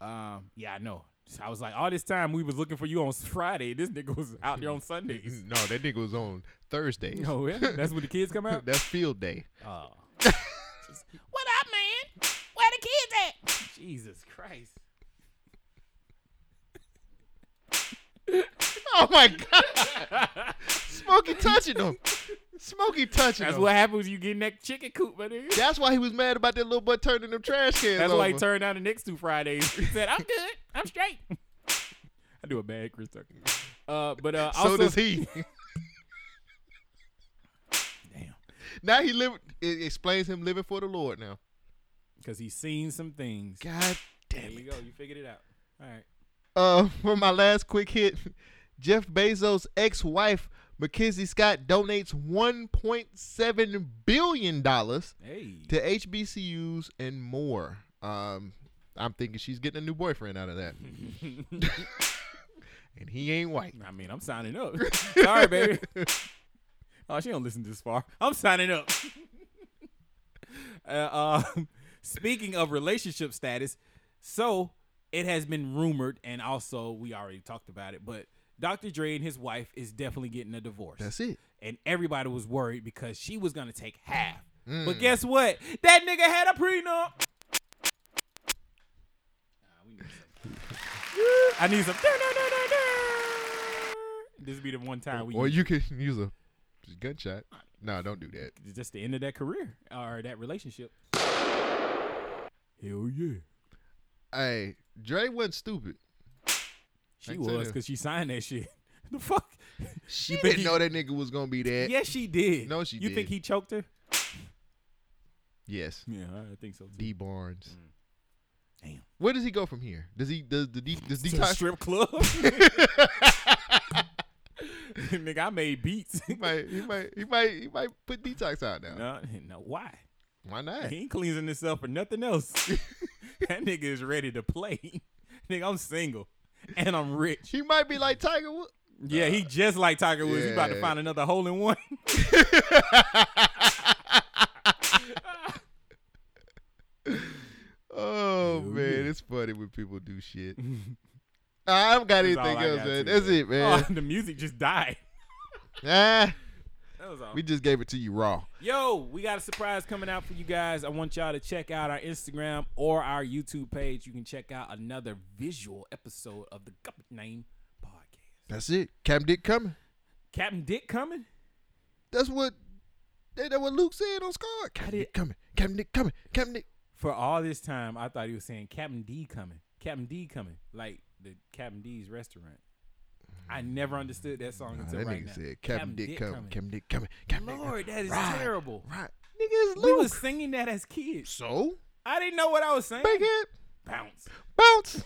Speaker 2: Um, yeah, I know. I was like, all this time we was looking for you on Friday. This nigga was out there on Sundays.
Speaker 1: No, that nigga was on Thursday.
Speaker 2: Oh, yeah? That's when the kids come
Speaker 1: (laughs)
Speaker 2: out?
Speaker 1: That's field day.
Speaker 2: Oh.
Speaker 3: What up, man? Where the kids at?
Speaker 2: Jesus Christ.
Speaker 1: Oh my god.
Speaker 2: (laughs)
Speaker 1: Smokey touching him. Smokey touching
Speaker 2: That's
Speaker 1: him.
Speaker 2: what happens. You getting that chicken coop, my nigga.
Speaker 1: That's why he was mad about that little boy turning them trash cans.
Speaker 2: That's why he
Speaker 1: over.
Speaker 2: turned down the next two Fridays. He said, "I'm good. I'm straight." (laughs) I do a bad Chris Tucker. Uh, but uh,
Speaker 1: So
Speaker 2: also,
Speaker 1: does he. (laughs) Now he live. It explains him living for the Lord now.
Speaker 2: Because he's seen some things.
Speaker 1: God
Speaker 2: there you go. You figured it out. All right.
Speaker 1: Uh, (laughs) for my last quick hit, (laughs) Jeff Bezos' ex-wife Mackenzie Scott donates 1.7 billion dollars
Speaker 2: Hey.
Speaker 1: to HBCUs and more. Um, I'm thinking she's getting a new boyfriend out of (laughs) that, and he ain't white.
Speaker 2: I mean, I'm signing up. (laughs)
Speaker 1: (laughs)
Speaker 2: Sorry, baby. Oh, she don't listen this far. I'm signing up. (laughs) uh, um, speaking of relationship status, so it has been rumored, and also we already talked about it, but Dr. Dre and his wife is definitely getting a divorce.
Speaker 1: That's it.
Speaker 2: And everybody was worried because she was gonna take half. But
Speaker 1: Mm.
Speaker 2: guess what? That nigga had a prenup. I need some. This be the one time we
Speaker 1: Or you can use a gunshot. No, don't do that.
Speaker 2: just the end of that career or that relationship. Hell yeah.
Speaker 1: Hey, Dre wasn't stupid.
Speaker 2: She
Speaker 1: Ain't say
Speaker 2: was
Speaker 1: that.
Speaker 2: because she signed that shit. (laughs) The fuck?
Speaker 1: She
Speaker 2: You think
Speaker 1: didn't
Speaker 2: he-
Speaker 1: know that nigga was gonna be that.
Speaker 2: Yes, she did.
Speaker 1: No, she
Speaker 2: You
Speaker 1: did.
Speaker 2: think he choked her?
Speaker 1: Yes.
Speaker 2: Yeah, I think so. Too.
Speaker 1: D Barnes. Damn. Where does he go from here? Does he does the D, does
Speaker 2: To
Speaker 1: detox
Speaker 2: strip
Speaker 1: (laughs)
Speaker 2: club? (laughs) Nigga, I
Speaker 1: (laughs)
Speaker 2: made beats.
Speaker 1: he
Speaker 2: (laughs)
Speaker 1: might he might he might he might put detox out now.
Speaker 2: No, no, why?
Speaker 1: Why not?
Speaker 2: He ain't cleansing himself for nothing else. (laughs) that nigga is ready to play. (laughs) Nigga, I'm single and I'm rich.
Speaker 1: He might be like Tiger Woods.
Speaker 2: Yeah, he just like Tiger Woods. He about to
Speaker 1: yeah.
Speaker 2: find another hole in one.
Speaker 1: (laughs) Oh man, it's funny when people do
Speaker 2: (laughs)
Speaker 1: shit. I don't got
Speaker 2: That's
Speaker 1: anything
Speaker 2: all I
Speaker 1: else,
Speaker 2: got
Speaker 1: man.
Speaker 2: too,
Speaker 1: That's
Speaker 2: man.
Speaker 1: it, man.
Speaker 2: Oh, (laughs) the music just died.
Speaker 1: (laughs)
Speaker 2: (laughs)
Speaker 1: ah,
Speaker 2: That was all.
Speaker 1: we just gave it to you raw.
Speaker 2: Yo, we got a surprise coming out for you guys. I want y'all to check out our Instagram or our YouTube page. You can check out another visual episode of the Guppet Name.
Speaker 1: That's it. Cam Dick coming.
Speaker 2: Captain Dick coming?
Speaker 1: That's what that's what Luke said on Scar. Captain Dick coming. Captain Dick coming. Captain Dick.
Speaker 2: For all this time, I thought he was saying Captain D coming. Captain D coming. Like the Captain D's restaurant. I never understood that song
Speaker 1: Nah,
Speaker 2: until
Speaker 1: that
Speaker 2: right
Speaker 1: nigga
Speaker 2: now.
Speaker 1: said Captain Dick coming. Captain Dick coming. Captain Dick
Speaker 2: Lord,
Speaker 1: coming.
Speaker 2: that is
Speaker 1: Right,
Speaker 2: terrible. Right.
Speaker 1: Nigga, it's
Speaker 2: We
Speaker 1: Luke.
Speaker 2: was singing that as kids.
Speaker 1: So?
Speaker 2: I didn't know what I was saying.
Speaker 1: it.
Speaker 2: Bounce.
Speaker 1: Bounce.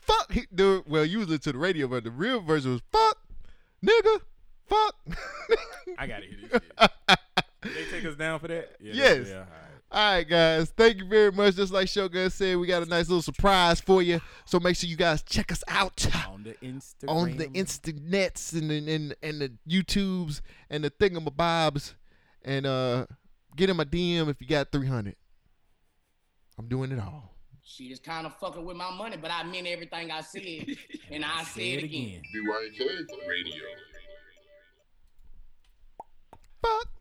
Speaker 1: Fuck. He, the, well, you was listening to the radio, but the real version was fuck, nigga, fuck. (laughs)
Speaker 2: I gotta hear this shit. they take us down for that? Yeah,
Speaker 1: yes.
Speaker 2: yeah, all right.
Speaker 1: All right, guys. Thank you very much. Just like Shogun said, we got a nice little surprise for you. So make sure you guys check us out
Speaker 2: On the Instagram.
Speaker 1: on the internets and and and, and the YouTubes and the thingamabobs, and uh, get in my DM if you got three hundred. I'm doing it all.
Speaker 4: She just kind of fucking with my money, but I meant everything I (laughs) said, and I say it again.
Speaker 5: BYK Radio.